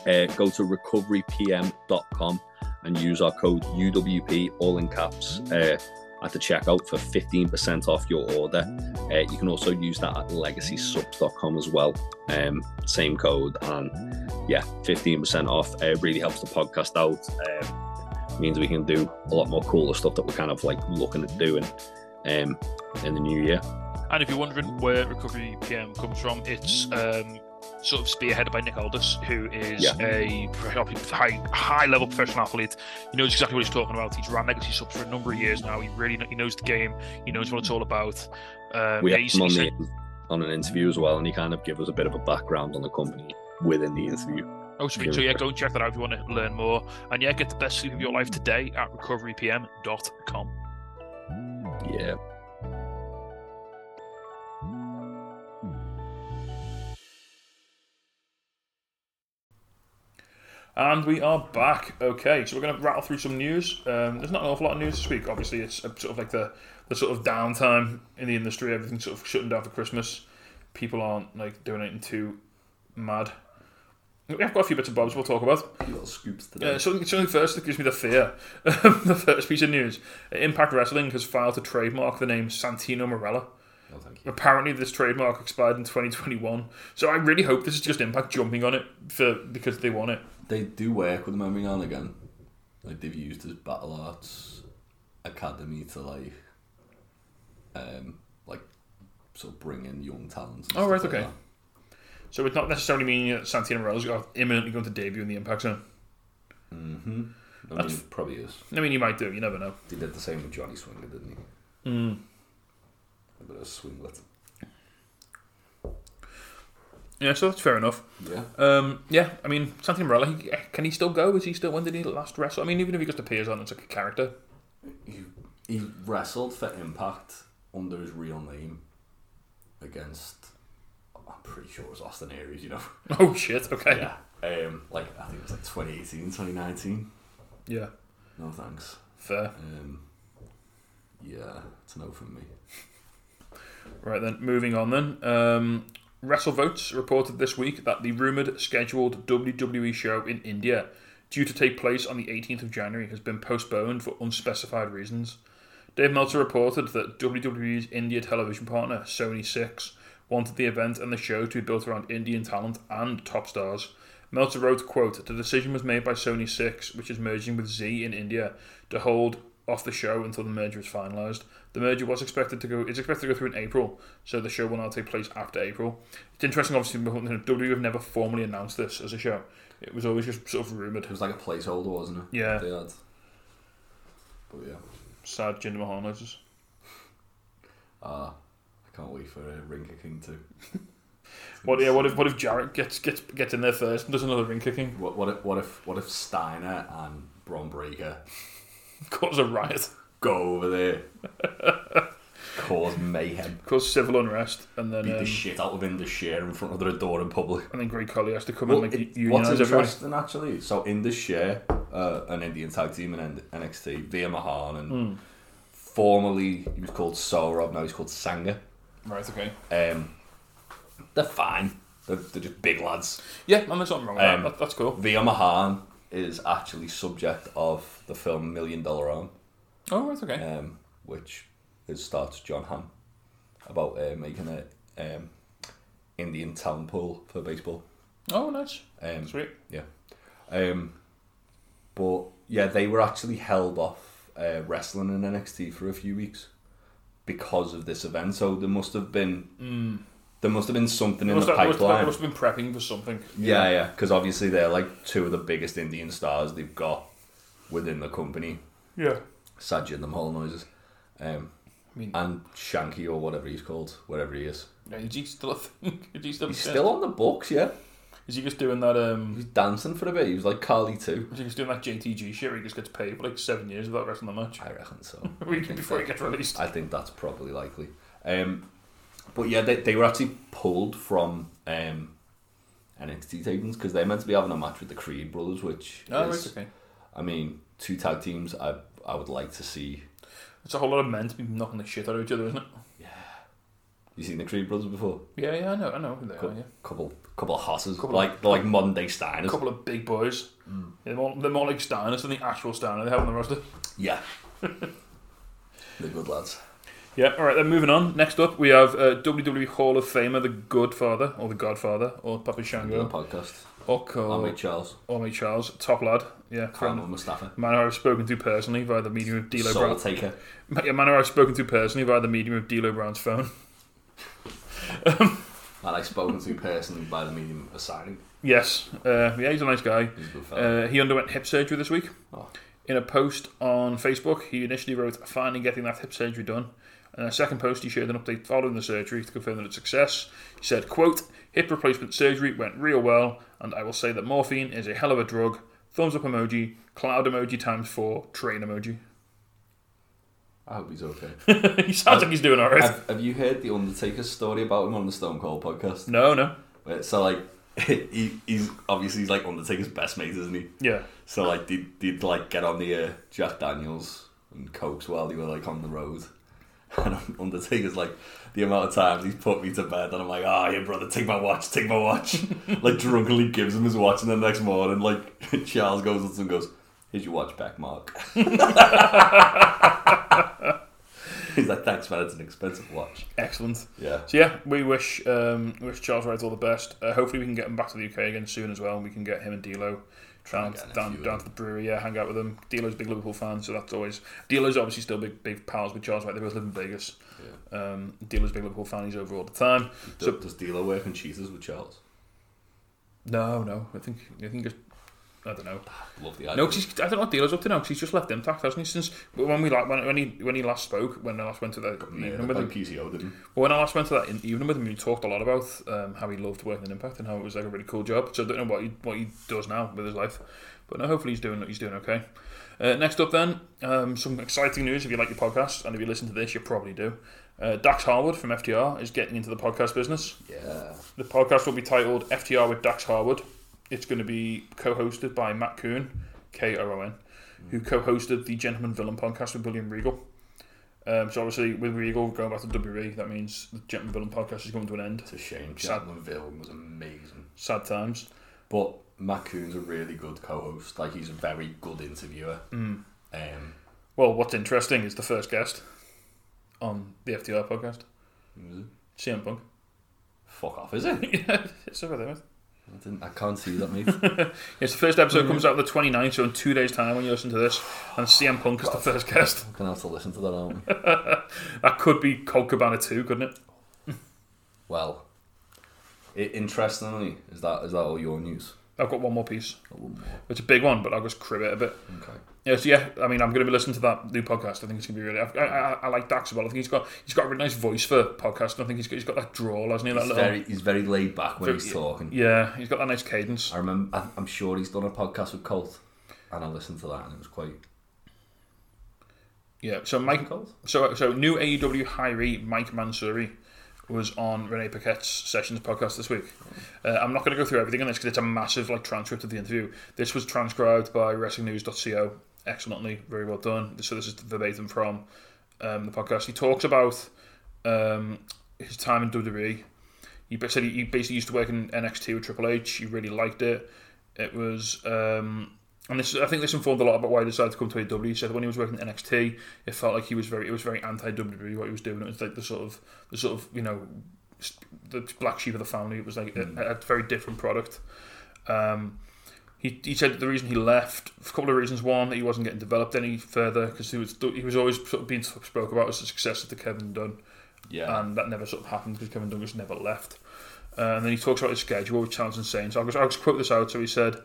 Speaker 5: Uh, go to recoverypm.com and use our code UWP, all in caps, uh, at the checkout for 15% off your order. Uh, you can also use that at legacysubs.com as well. Um, same code, and yeah, 15% off. Uh, really helps the podcast out. Um, means we can do a lot more cooler stuff that we're kind of like looking at doing um, in the new year.
Speaker 4: And if you're wondering where Recovery PM comes from, it's um, sort of spearheaded by Nick Aldous, who is
Speaker 5: Yeah.
Speaker 4: a prof- high high level professional athlete. He knows exactly what he's talking about. He's ran legacy subs for a number of years now. He really kn- he knows the game. He knows what it's all about. Um,
Speaker 5: we
Speaker 4: yeah,
Speaker 5: had
Speaker 4: he's-
Speaker 5: him on,
Speaker 4: he's-
Speaker 5: the, on an interview as well, and he kind of gave us a bit of a background on the company within the interview.
Speaker 4: Oh, sweet. So, yeah, go and check that out if you want to learn more. And, yeah, get the best sleep of your life today at recoverypm.com.
Speaker 5: Yeah,
Speaker 2: And we are back. Okay, so we're going to rattle through some news. Um, there's not an awful lot of news this week. Obviously, it's a, sort of like the, the sort of downtime in the industry. Everything's sort of shutting down for Christmas. People aren't like doing anything too mad. We have got a few bits and bobs we'll talk about.
Speaker 3: Few little scoops today.
Speaker 2: Uh, something, something first that gives me the fear. um, the first piece of news: Impact Wrestling has filed to trademark the name Santino Morella.
Speaker 3: no, thank you.
Speaker 2: Apparently, this trademark expired in 2021. So I really hope this is just Impact jumping on it for because they want it.
Speaker 3: They do work with them every now and again. Like they've used his battle arts academy to like, um, like sort of bring in young talents. and
Speaker 2: Oh, right,
Speaker 3: stuff like
Speaker 2: okay. So it's not necessarily meaning that Santino Morella's got imminently going to debut in the Impact Zone.
Speaker 3: that. I mean, probably is.
Speaker 2: I mean, he might do. You never know.
Speaker 3: He did the same with Johnny Swinger, didn't he? Mm.
Speaker 2: Hmm.
Speaker 3: A bit of a swinglet.
Speaker 2: Yeah, so that's fair enough.
Speaker 3: Yeah.
Speaker 2: Um, yeah, I mean, Santino Morella, he, can he still go? Is he still? When did he last wrestle? I mean, even if he just appears on, it's like a character.
Speaker 3: He, he wrestled for Impact under his real name against. I'm pretty sure it was Austin Aries, you know.
Speaker 2: Oh shit! Okay.
Speaker 3: yeah. Um, like I think it was like 2018, 2019.
Speaker 2: Yeah.
Speaker 3: No thanks.
Speaker 2: Fair.
Speaker 3: Um, yeah, it's a no from me.
Speaker 2: Right then, moving on then. Um, WrestleVotes reported this week that the rumoured scheduled WWE show in India, due to take place on the 18th of January, has been postponed for unspecified reasons. Dave Meltzer reported that WWE's India television partner, Sony 6, wanted the event and the show to be built around Indian talent and top stars. Meltzer wrote, quote, The decision was made by Sony 6, which is merging with Z in India, to hold off the show until the merger is finalised. The merger was expected to go is expected to go through in April, so the show will now take place after April. It's interesting, obviously, WWE have never formally announced this as a show. It was always just sort of rumoured.
Speaker 3: It was like a placeholder, wasn't it?
Speaker 2: Yeah.
Speaker 3: They had. But yeah,
Speaker 2: Sad Jinder Mahal notices.
Speaker 3: uh, I can't wait for uh, Ringa King too.
Speaker 2: What yeah? What if what if Jarrett gets gets gets in there first and does another ring kicking?
Speaker 3: What, what if what if what if Steiner and Bron Breaker
Speaker 2: Cause a riot,
Speaker 3: go over there, cause mayhem,
Speaker 2: cause civil unrest, and then
Speaker 3: beat
Speaker 2: um,
Speaker 3: the shit out of Indashir in front of their door in public?
Speaker 2: and then Great Collie has to come
Speaker 3: Well,
Speaker 2: in like
Speaker 3: it-
Speaker 2: unionise
Speaker 3: what's
Speaker 2: everybody.
Speaker 3: interesting actually, so in this year, uh, an Indian tag team in N- NXT, Veer Mahan, and
Speaker 2: Hmm.
Speaker 3: formerly he was called Sorov, now he's called Sanga.
Speaker 2: Right. Okay.
Speaker 3: Um, they're fine. They're, they're just big lads.
Speaker 2: Yeah, man, there's something wrong with that.
Speaker 3: Um,
Speaker 2: that. That's cool.
Speaker 3: Veer Mahan is actually subject of the film Million Dollar Arm,
Speaker 2: Oh, right. Okay.
Speaker 3: um, which is starts John Hamm about uh, making a um, Indian talent pool for baseball.
Speaker 2: Oh, nice.
Speaker 3: Um,
Speaker 2: Sweet.
Speaker 3: Yeah. Um, but yeah, they were actually held off uh, wrestling in NXT for a few weeks because of this event. So there must have been there must have been something in
Speaker 2: Hmm. Must
Speaker 3: the
Speaker 2: have, must,
Speaker 3: pipeline.
Speaker 2: have, must have been prepping for something.
Speaker 3: yeah, yeah, because obviously they're like two of the biggest Indian stars they've got within the company.
Speaker 2: Yeah.
Speaker 3: Sajid the whole noises, um,
Speaker 2: mean-
Speaker 3: and Shanky or whatever he's called, whatever he is.
Speaker 2: yeah. Is he still a thing? Is he still?
Speaker 3: He's still on the books, yeah.
Speaker 2: Is he just doing that? Um.
Speaker 3: He's dancing for a bit. He was like Carly too.
Speaker 2: Is he just doing that JTG shit where he just gets paid for like seven years without wrestling the match?
Speaker 3: I reckon so.
Speaker 2: A week before he gets released.
Speaker 3: I think that's probably likely. Um, but yeah, they, they were actually pulled from um, NXT tapings because they're meant to be having a match with the Creed brothers, which
Speaker 2: No,
Speaker 3: is,
Speaker 2: it's Oh, okay.
Speaker 3: I mean, two tag teams. I I would like to see.
Speaker 2: It's a whole lot of men to be knocking the shit out of each other, isn't it?
Speaker 3: You seen the Creed brothers before?
Speaker 2: Yeah, yeah, I know, I know who they are. Yeah,
Speaker 3: Couple couple of hosses,
Speaker 2: Couple of-
Speaker 3: like like modern day Steiners.
Speaker 2: a couple of big boys.
Speaker 3: Mm.
Speaker 2: They're, more, they're more like Steiners than the actual Steiner they have on the roster.
Speaker 3: Yeah, they're good lads.
Speaker 2: Yeah, all right. Then moving on. Next up, we have uh, WWE Hall of Famer, the Godfather, or the Godfather, or Papa
Speaker 3: Doing a
Speaker 2: Shango,
Speaker 3: podcast.
Speaker 2: or
Speaker 3: Oh.
Speaker 2: Cole,
Speaker 3: mate Charles,
Speaker 2: or mate Charles, top lad. Yeah, friend.
Speaker 3: Campbell Mustafa,
Speaker 2: Man who I've spoken to personally via the medium of D'Lo
Speaker 3: Soul
Speaker 2: Brown.
Speaker 3: Taker.
Speaker 2: Yeah, man who I've spoken to personally via the medium of D'Lo Brown's phone.
Speaker 3: And I've spoken to personally by the medium of signing.
Speaker 2: Yes, uh, yeah, he's a nice guy.
Speaker 3: He's a good fella.
Speaker 2: Uh, he underwent hip surgery this week.
Speaker 3: Oh.
Speaker 2: In a post on Facebook, he initially wrote, finally getting that hip surgery done. In a second post, he shared an update following the surgery to confirm that it's success. He said, quote, hip replacement surgery went real well, and I will say that morphine is a hell of a drug. Thumbs up emoji, cloud emoji times four, train emoji.
Speaker 3: I hope he's okay.
Speaker 2: he sounds like he's doing alright.
Speaker 3: have, have you heard the Undertaker's story about him on the Stone Cold podcast?
Speaker 2: no, no.
Speaker 3: Uh, So like, he, he's obviously he's like Undertaker's best mate, isn't he?
Speaker 2: Yeah.
Speaker 3: So like, did did like get on the uh, Jack Daniels and cokes while they were like on the road, and Undertaker's like the amount of times he's put me to bed, and I'm like, ah, yeah, brother, take my watch, take my watch. like drunkenly gives him his watch, and the next morning, like Charles goes up to him and goes, here's your watch back, Mark. he's like, thanks, man, it's an expensive watch.
Speaker 2: Excellent.
Speaker 3: Yeah.
Speaker 2: So yeah, we wish um, wish Charles Wright all the best. Uh, hopefully, we can get him back to the UK again soon as well. and We can get him and D'Lo down,
Speaker 3: get a few
Speaker 2: down,
Speaker 3: of
Speaker 2: down to the brewery, yeah, hang out with them. D'Lo's a big Liverpool fan, so that's always D'Lo's obviously still big big pals with Charles Wright. They both live in Vegas. Um, D'Lo's a big Liverpool fan. He's over all the time.
Speaker 3: So, does D'Lo work on cheeses with Charles?
Speaker 2: No, no, I think I think it's, I don't know.
Speaker 3: Love the idea.
Speaker 2: No, 'cause he's, I don't know what D'Lo's up to now. Cause he's just left intact, hasn't he? Since when we like when, when he when he last spoke, when I last went to the
Speaker 3: yeah,
Speaker 2: evening
Speaker 3: like
Speaker 2: with him,
Speaker 3: PCO didn't.
Speaker 2: Well, when I last went to that in- evening with him, he talked a lot about um, how he loved working in Impact and how it was like a really cool job. So I don't know what he, what he does now with his life, but no, hopefully he's doing he's doing okay. Uh, next up, then um, some exciting news. If you like your podcast and if you listen to this, you probably do. Uh, Dax Harwood from FTR is getting into the podcast business.
Speaker 3: Yeah.
Speaker 2: The podcast will be titled FTR with Dax Harwood. It's going to be co-hosted by Matt Coon, K O O N, who co-hosted the Gentleman Villain podcast with William Regal. Um, so obviously, with Regal going back to WWE, that means the Gentleman Villain podcast is coming to an end.
Speaker 3: It's a shame.
Speaker 2: Sad.
Speaker 3: Chapman Villain was amazing.
Speaker 2: Sad times.
Speaker 3: But Matt Coon's a really good co host. Like, he's a very good interviewer. Um,
Speaker 2: Well, what's interesting is the first guest on the FTR podcast,
Speaker 3: who was it?
Speaker 2: CM Punk.
Speaker 3: Fuck off, is it?
Speaker 2: yeah, it's over there. mate.
Speaker 3: I, didn't, I can't see that, mate.
Speaker 2: Yes, the first episode comes out on the 29th, so in two days' time when you listen to this, and CM Punk is the first guest.
Speaker 3: I'm gonna have to listen to that album.
Speaker 2: That could be Colt Cabana 2, couldn't it?
Speaker 3: Well, it, interestingly, is that is that all your news?
Speaker 2: I've got one more piece.
Speaker 3: One more.
Speaker 2: It's a big one, but I'll just crib it a bit.
Speaker 3: Okay.
Speaker 2: Yeah, so yeah, I mean, I'm going to be listening to that new podcast. I think it's going to be really. I, I, I like Dax as well. I think he's got he's got a really nice voice for podcasting. I think he's got, he's got that drawl, hasn't he? That
Speaker 3: He's
Speaker 2: little,
Speaker 3: very he's very laid back when he's talking.
Speaker 2: yeah, he's got that nice cadence.
Speaker 3: I remember. I, I'm sure he's done a podcast with Colt, and I listened to that, and it was quite
Speaker 2: Yeah. So Mike,
Speaker 3: Colt.
Speaker 2: so so new AEW hiree Mike Mansuri was on Renee Paquette's Sessions podcast this week. Uh, I'm not going to go through everything on this because it's a massive like transcript of the interview. This was transcribed by WrestlingNews.co excellently, very well done. So this is verbatim from um, the podcast. He talks about um, his time in E. WWE. He ba- said he he basically used to work in NXT with Triple H. He really liked it. It was, um, and this I think this informed a lot about why he decided to come to AEW. He said when he was working at NXT, it felt like he was very it was very anti WWE what he was doing. It was like the sort of the sort of you know s- the black sheep of the family. It was like a- a, a very different product. Um, he, he said the reason he left a couple of reasons one he wasn't getting developed any further because he was he was always sort of being spoke about as a successor to Kevin Dunn
Speaker 3: Yeah.
Speaker 2: and that never sort of happened because Kevin Douglas never left. Uh, and then he talks about his schedule, which sounds insane. So I'll just, I'll just quote this out. So he said,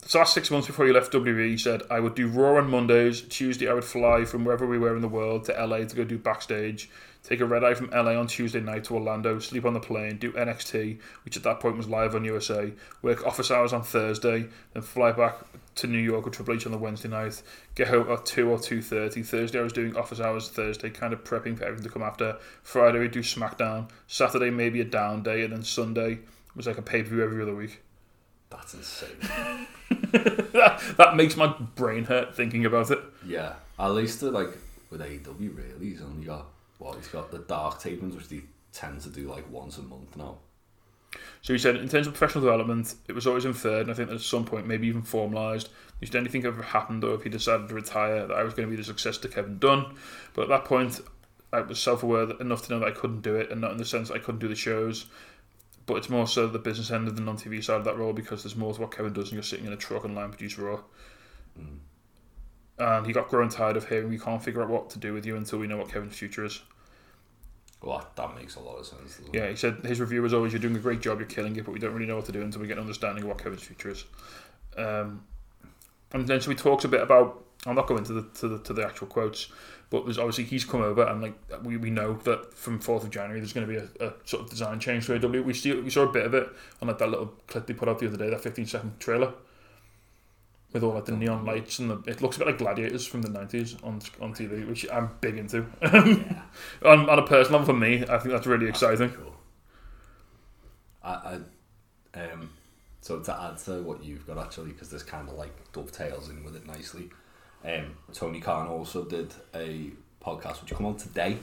Speaker 2: the last six months before he left WWE, he said, I would do Raw on Mondays. Tuesday, I would fly from wherever we were in the world to LA to go do backstage. Take a red eye from LA on Tuesday night to Orlando, sleep on the plane, do NXT, which at that point was live on USA, work office hours on Thursday, then fly back to New York with Triple H on the Wednesday night, get home at 2 or 2.30. Thursday I was doing office hours Thursday, kind of prepping for everything to come after. Friday we do SmackDown, Saturday maybe a down day, and then Sunday was like a pay-per-view every other week.
Speaker 3: That's insane.
Speaker 2: that, that makes my brain hurt thinking about it.
Speaker 3: yeah. At least uh, like with AEW, really, he's only got well, he's got the dark tapings, which they tend to do like once a month now.
Speaker 2: So he said, in terms of professional development, it was always inferred, and I think that at some point, maybe even formalised, if anything ever happened or if he decided to retire, that I was going to be the successor to Kevin Dunn. But at that point, I was self aware enough to know that I couldn't do it, and not in the sense that I couldn't do the shows, but it's more so the business end of the non TV side of that role because there's more to what Kevin does than you're sitting in a truck and line produce Raw. And he got grown tired of hearing, we can't figure out what to do with you until we know what Kevin's future is.
Speaker 3: Well, that, that makes a lot of sense. doesn't it?
Speaker 2: Yeah, he said his review was always, "You're doing a great job. You're killing it, but we don't really know what to do until we get an understanding of what Kevin's future is." Um, and then so he talks a bit about. I'm not going to the to the to the actual quotes, but there's obviously he's come over and like we, we know that from fourth of January there's going to be a, a sort of design change to AW. We see we saw a bit of it on like that little clip they put out the other day, that 15 second trailer with all like the neon lights and the, it looks a bit like Gladiators from the 90s on on TV, which I'm big into. on, on a personal level for me, I think that's really exciting.
Speaker 3: Cool. I, I um, so to add to what you've got actually, because this kind of like dovetails in with it nicely. Um, Tony Khan also did a podcast which come on today,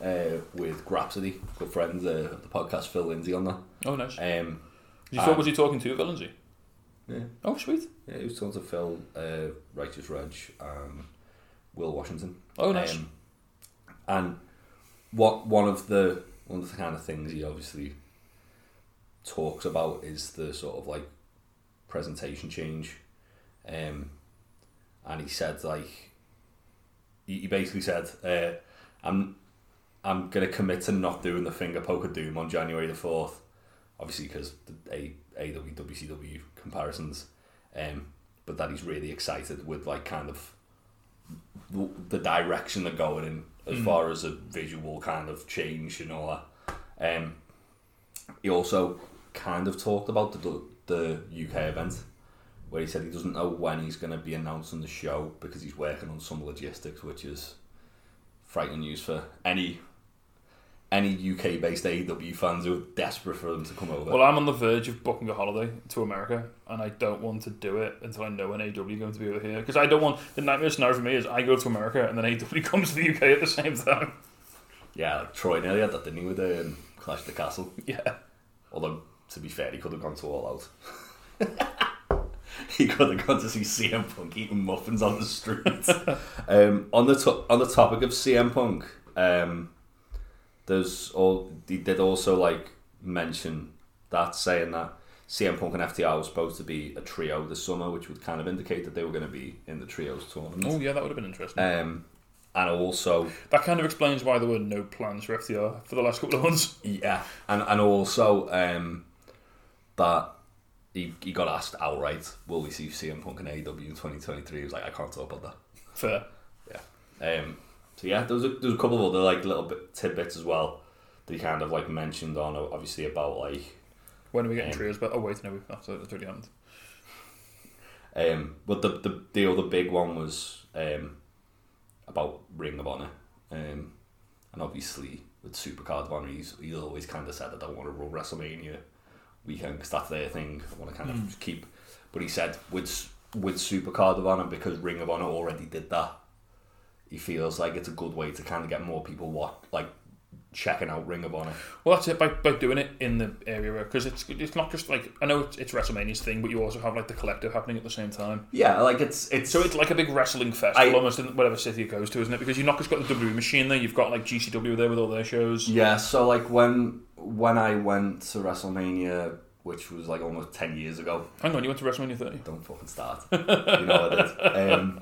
Speaker 3: uh, with Grapsody, good friends uh, of the podcast Phil Lindsay on that.
Speaker 2: Oh, nice.
Speaker 3: Um,
Speaker 2: You thought was he talking to Valenzi?
Speaker 3: Yeah.
Speaker 2: Oh, sweet.
Speaker 3: yeah, he was talking to Phil, uh, Righteous Reg, and Will Washington.
Speaker 2: Oh, nice.
Speaker 3: Um, and what one of the one of the kind of things he obviously talks about is the sort of like presentation change, um, and he said like he, he basically said, uh, "I'm I'm gonna commit to not doing the finger poke of doom on January the fourth, obviously because the A AEW WCW comparisons, um, but that he's really excited with like kind of the, the direction they're going in as far as a visual kind of change and all that. Um, he also kind of talked about the the UK event where he said he doesn't know when he's going to be announcing the show because he's working on some logistics, which is frightening news for any any UK based AEW fans who are desperate for them to come over.
Speaker 2: Well, I'm on the verge of booking a holiday to America, and I don't want to do it until I know when AW going to be over here. Because I don't want the nightmare scenario for me is I go to America and then AW comes to the UK at the same time.
Speaker 3: yeah, like Troy nearly had that, didn't he, with um, Clash of the Castle?
Speaker 2: Yeah,
Speaker 3: Although, to be fair, he could have gone to All Out. he could have gone to see CM Punk eating muffins on the street. um, on the to- on the topic of CM Punk, um, there's all he did also like mention that saying that CM Punk and FTR were supposed to be a trio this summer, which would kind of indicate that they were going to be in the trios tournament.
Speaker 2: Oh yeah, that would have been interesting.
Speaker 3: Um, and also,
Speaker 2: that kind of explains why there were no plans for FTR for the last couple of months.
Speaker 3: yeah, and and also um, that he, he got asked outright, "Will we see CM Punk in AEW in 2023?" He was like, "I can't talk about that."
Speaker 2: Fair.
Speaker 3: Yeah. Um, so yeah, there was a, there was a couple of other like little bit tidbits as well that he kind of like mentioned on obviously about like
Speaker 2: When are we getting
Speaker 3: Um,
Speaker 2: trios? But oh wait, no, that's, that's already happened.
Speaker 3: um, but the, the the other big one was um about Ring of Honor, um, and obviously with Supercard of Honor, he's he's always kind of said that I want to run WrestleMania weekend because that's their thing. I want to kind of just keep, but he said with s- with Supercard of Honor because Ring of Honor already did that. He feels like it's a good way to kind of get more people watch like checking out Ring of Honor.
Speaker 2: Well, that's it by, by doing it in the area because it's it's not just like I know it's, it's WrestleMania's thing, but you also have like the collective happening at the same time.
Speaker 3: Yeah, like it's it's
Speaker 2: So it's like a big wrestling festival
Speaker 3: I-
Speaker 2: almost in whatever city it goes to, isn't it? Because you've not just got the WWE machine there, you've got like GCW there with all their shows.
Speaker 3: Yeah, so like when when I went to WrestleMania, which was like almost ten years ago.
Speaker 2: Hang on, you went to WrestleMania 30.
Speaker 3: Don't fucking start. You know I did. Um,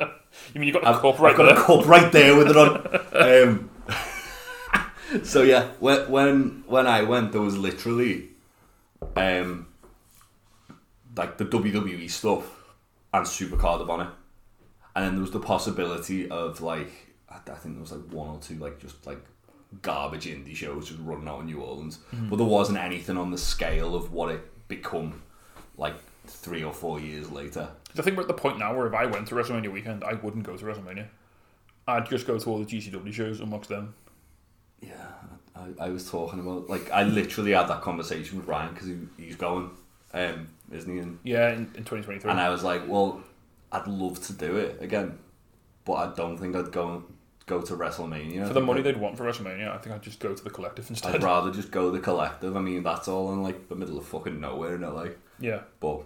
Speaker 2: You mean you got a
Speaker 3: I've,
Speaker 2: cup
Speaker 3: I've
Speaker 2: right
Speaker 3: got
Speaker 2: there?
Speaker 3: a cup right there with it on. Um, so yeah, when when when I went, there was literally, um, like the WWE stuff and Supercard of Honor, and then there was the possibility of like I, I think there was like one or two like just like garbage indie shows just running out in New Orleans,
Speaker 2: Mm.
Speaker 3: but there wasn't anything on the scale of what it become like three or four years later.
Speaker 2: I think we're at the point now where if I went to WrestleMania weekend, I wouldn't go to WrestleMania. I'd just go to all the GCW shows and watch them.
Speaker 3: Yeah, I, I was talking about like I literally had that conversation with Ryan because he, he's going, um, isn't he? And,
Speaker 2: Yeah, in, in 2023.
Speaker 3: and I was like, well, I'd love to do it again, but I don't think I'd go go to WrestleMania
Speaker 2: For the money they'd want for WrestleMania, I think I'd just go to the collective
Speaker 3: I'd
Speaker 2: instead.
Speaker 3: rather just go to the collective. I mean, that's all in like the middle of fucking nowhere in LA,
Speaker 2: Yeah.
Speaker 3: but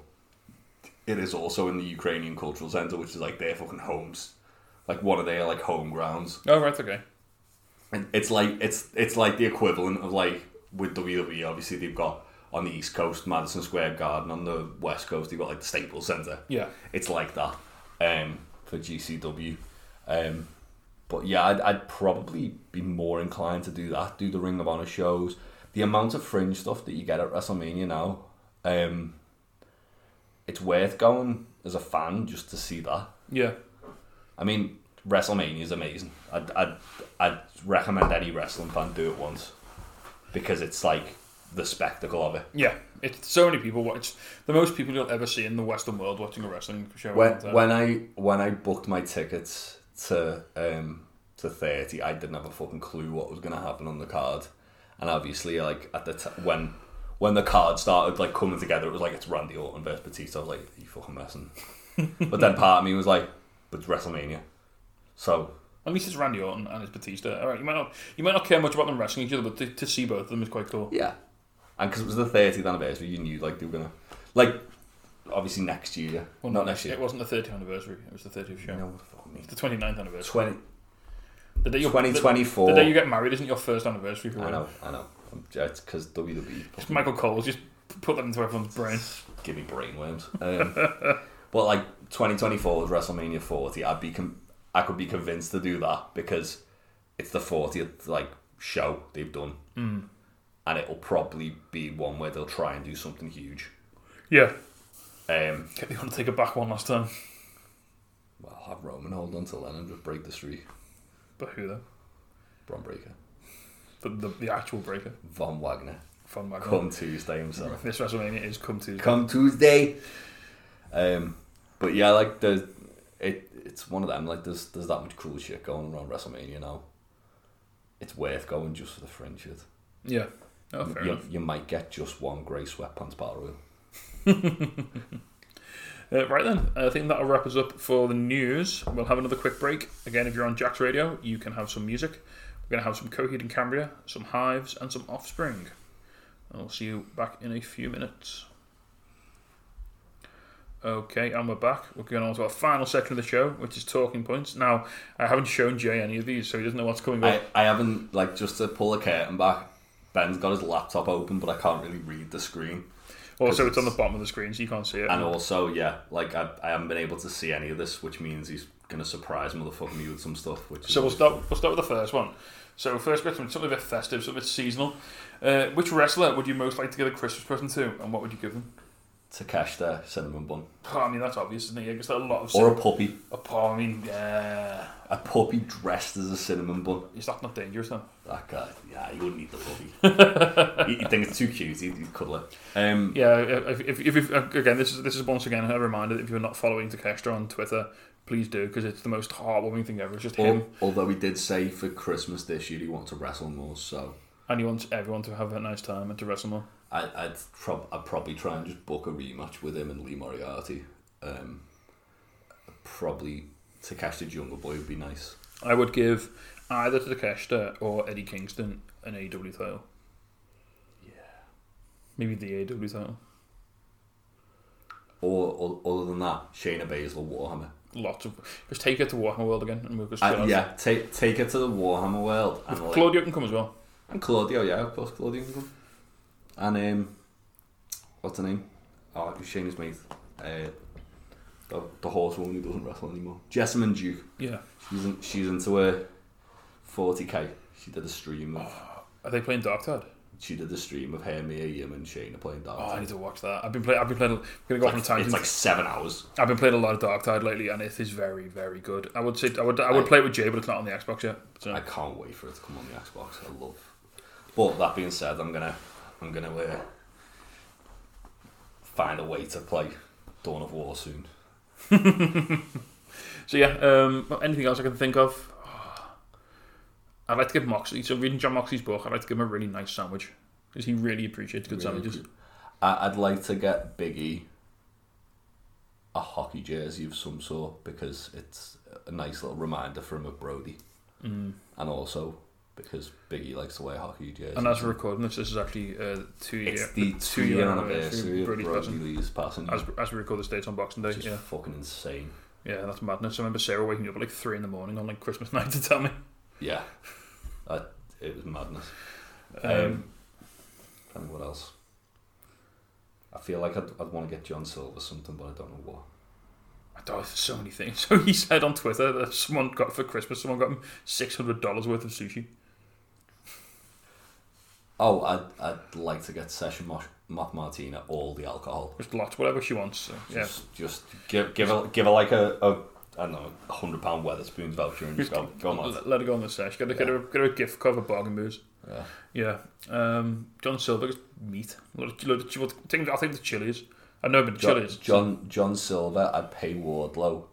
Speaker 3: it is also in the Ukrainian Cultural Center, which is like their fucking homes, like one of their like home grounds.
Speaker 2: Oh, right, okay.
Speaker 3: And it's like it's it's like the equivalent of like with WWE. Obviously, they've got on the East Coast Madison Square Garden, on the West Coast they've got like the Staples Center.
Speaker 2: Yeah.
Speaker 3: it's like that um, for GCW. Um, but yeah, I'd, I'd probably be more inclined to do that. Do the Ring of Honor shows. The amount of fringe stuff that you get at WrestleMania now, um, it's worth going as a fan just to see that.
Speaker 2: Yeah.
Speaker 3: I mean, WrestleMania is amazing. I'd, I'd, I'd recommend any wrestling fan do it once because it's like the spectacle of it.
Speaker 2: Yeah. It's so many people watch. The most people you'll ever see in the Western world watching a wrestling show.
Speaker 3: When,
Speaker 2: at one time.
Speaker 3: when I when I booked my tickets to um, to thirty, I didn't have a fucking clue what was going to happen on the card, and obviously, like at the t- when when the card started like coming together, it was like it's Randy Orton versus Batista. I was like, Are you fucking messing. but then part of me was like, but it's WrestleMania, so
Speaker 2: At least it's Randy Orton and it's Batista. All right, you might not you might not care much about them wrestling each other, but to, to see both of them is quite cool.
Speaker 3: Yeah. And because it was the 30th anniversary, you knew like they were gonna, like, obviously next year. Well, not next year.
Speaker 2: It wasn't the 30th anniversary. It was the 30th show.
Speaker 3: No, fuck me.
Speaker 2: The 29th anniversary.
Speaker 3: 20,
Speaker 2: The day you-
Speaker 3: 2024.
Speaker 2: The, the day you get married isn't your first anniversary. For
Speaker 3: I
Speaker 2: real.
Speaker 3: know, I know. I'm- It's because WWE E fucking
Speaker 2: Michael Cole's just put that into everyone's brain.
Speaker 3: give me brainworms. Um, but like 2024 is WrestleMania 40. I'd be com- I could be convinced to do that because it's the 40th like show they've done, mm. and it'll probably be one where they'll try and do something huge.
Speaker 2: Yeah.
Speaker 3: Um,
Speaker 2: Get the Undertaker back one last time.
Speaker 3: well, I'll have Roman hold on to Lennon, just break the streak.
Speaker 2: But who though?
Speaker 3: Bron Breaker.
Speaker 2: The, the, the actual breaker.
Speaker 3: Von Wagner.
Speaker 2: Von Wagner.
Speaker 3: Come Tuesday himself.
Speaker 2: This WrestleMania is come to.
Speaker 3: Come Tuesday. Um, but yeah, like the it it's one of them. Like there's there's that much cool shit going around WrestleMania now. It's worth going just for the fringe shit.
Speaker 2: Yeah. Oh, fair
Speaker 3: You,
Speaker 2: enough.
Speaker 3: you might get just one grey sweatpants battle royal.
Speaker 2: Uh, right then, I think that'll wrap us up for the news. We'll have another quick break. Again, if you're on Jack's Radio, you can have some music. We're going to have some Coheed and Cambria, some Hives, and some Offspring. And we'll see you back in a few minutes. Okay, and we're back. We're going on to our final section of the show, which is talking points. Now, I haven't shown Jay any of these, so he doesn't know what's coming
Speaker 3: I,
Speaker 2: up.
Speaker 3: I haven't like just to pull the curtain back. Ben's got his laptop open, but I can't really read the screen.
Speaker 2: Also, it's
Speaker 3: it's-
Speaker 2: on the bottom of the screen, so you can't see it.
Speaker 3: And also, yeah, like I, I haven't been able to see any of this, which means he's gonna surprise motherfucker me with some stuff. Which
Speaker 2: So we'll
Speaker 3: is
Speaker 2: start. We'll start with the first one. So first question, something a bit festive, something a bit seasonal. Uh, which wrestler would you most like to get a Christmas present to, and what would you give them?
Speaker 3: to cash their cinnamon bun
Speaker 2: Oh, I mean, that's obvious, isn't it? I guess there are a lot of.
Speaker 3: or a puppy,
Speaker 2: a paw, I mean, yeah.
Speaker 3: a puppy dressed as a cinnamon bun.
Speaker 2: Is that not dangerous then?
Speaker 3: That guy, yeah, he wouldn't eat the puppy. he, he thinks it's too cute. He'd, he'd cuddle it. Um,
Speaker 2: Yeah. If, if, if, if again, this is this is once again a reminder that if you're not following Takeshita on Twitter, please do because it's the most heartwarming thing ever. It's just him,
Speaker 3: al- although he did say for Christmas this year he wanted to wrestle more, so
Speaker 2: and he wants everyone to have a nice time and to wrestle more.
Speaker 3: I, I'd, prob- I'd probably try and just book a rematch with him and Lee Moriarty. Um, probably Takashi Jungle Boy would be nice.
Speaker 2: I would give either to Takeshita or Eddie Kingston an AW title. Yeah. Maybe the AW title.
Speaker 3: Or, or other than that, Shayna Baszler Warhammer.
Speaker 2: Lots of just take her to Warhammer World again and we'll just
Speaker 3: Uh, yeah, take take her to the Warhammer world and like,
Speaker 2: Claudio can come as well.
Speaker 3: And Claudio, oh yeah, of course, Claudio can come. And um, what's her name? Oh, it was Shayna's mate. Uh, the, the horsewoman who doesn't wrestle anymore. Jessamine Duke.
Speaker 2: Yeah.
Speaker 3: She's, in, she's into a 40k. She did a stream. Of,
Speaker 2: Are they playing Dark Tide?
Speaker 3: she did a stream of her, Mia, Yim, and Shayna playing Dark.
Speaker 2: Oh, I
Speaker 3: Tide.
Speaker 2: need to watch that. I've been playing. I've been playing. I'm gonna go off on a
Speaker 3: It's like,
Speaker 2: tangent.
Speaker 3: it's like seven hours.
Speaker 2: I've been playing a lot of Dark Tide lately, and it is very, very good. I would say I would I would play it with Jay, but it's not on the Xbox yet. So.
Speaker 3: I can't wait for it to come on the Xbox. I love. But that being said, I'm gonna I'm gonna uh, find a way to play Dawn of War soon.
Speaker 2: So yeah, um, anything else I can think of? I'd like to give Moxley. So reading John Moxley's book, I'd like to give him a really nice sandwich because he really appreciates good sandwiches.
Speaker 3: I- I'd like to get Biggie a hockey jersey of some sort because it's a nice little reminder for him of Brody, mm. and also because Biggie likes to wear hockey jerseys.
Speaker 2: And as we're recording this, this is actually uh, two year
Speaker 3: it's the two year anniversary of Brody,
Speaker 2: Brody's passing.
Speaker 3: Lee's passing.
Speaker 2: As, as we record this date on Boxing Day,
Speaker 3: It's
Speaker 2: yeah,
Speaker 3: fucking insane.
Speaker 2: yeah, that's madness. I remember Sarah waking me up at like three in the morning on like Christmas night to tell me.
Speaker 3: Yeah, I, it was madness. Um, I think what else? I feel like I'd, I'd want to get John Silver something, but I don't know what.
Speaker 2: I don't there's so many things. So he said on Twitter that someone got for Christmas, someone got him six hundred dollars worth of sushi.
Speaker 3: Oh, I'd, I'd like to get Session Mosh, Moth Martina all the alcohol.
Speaker 2: Just lots, whatever she wants. So, yeah,
Speaker 3: Just, just give give her, give her like a, a I don't know a hundred pound Weatherspoons voucher and just go go on.
Speaker 2: L-
Speaker 3: lads.
Speaker 2: let her go on the sesh. Get her, get her, get her a gift cover bargain booze.
Speaker 3: Yeah.
Speaker 2: Yeah. Um, John Silver just meat. Load of, load of, chi- well, think- I'll take the chilies. I've never been to
Speaker 3: John,
Speaker 2: chilies.
Speaker 3: John John Silver, I'd pay Wardlow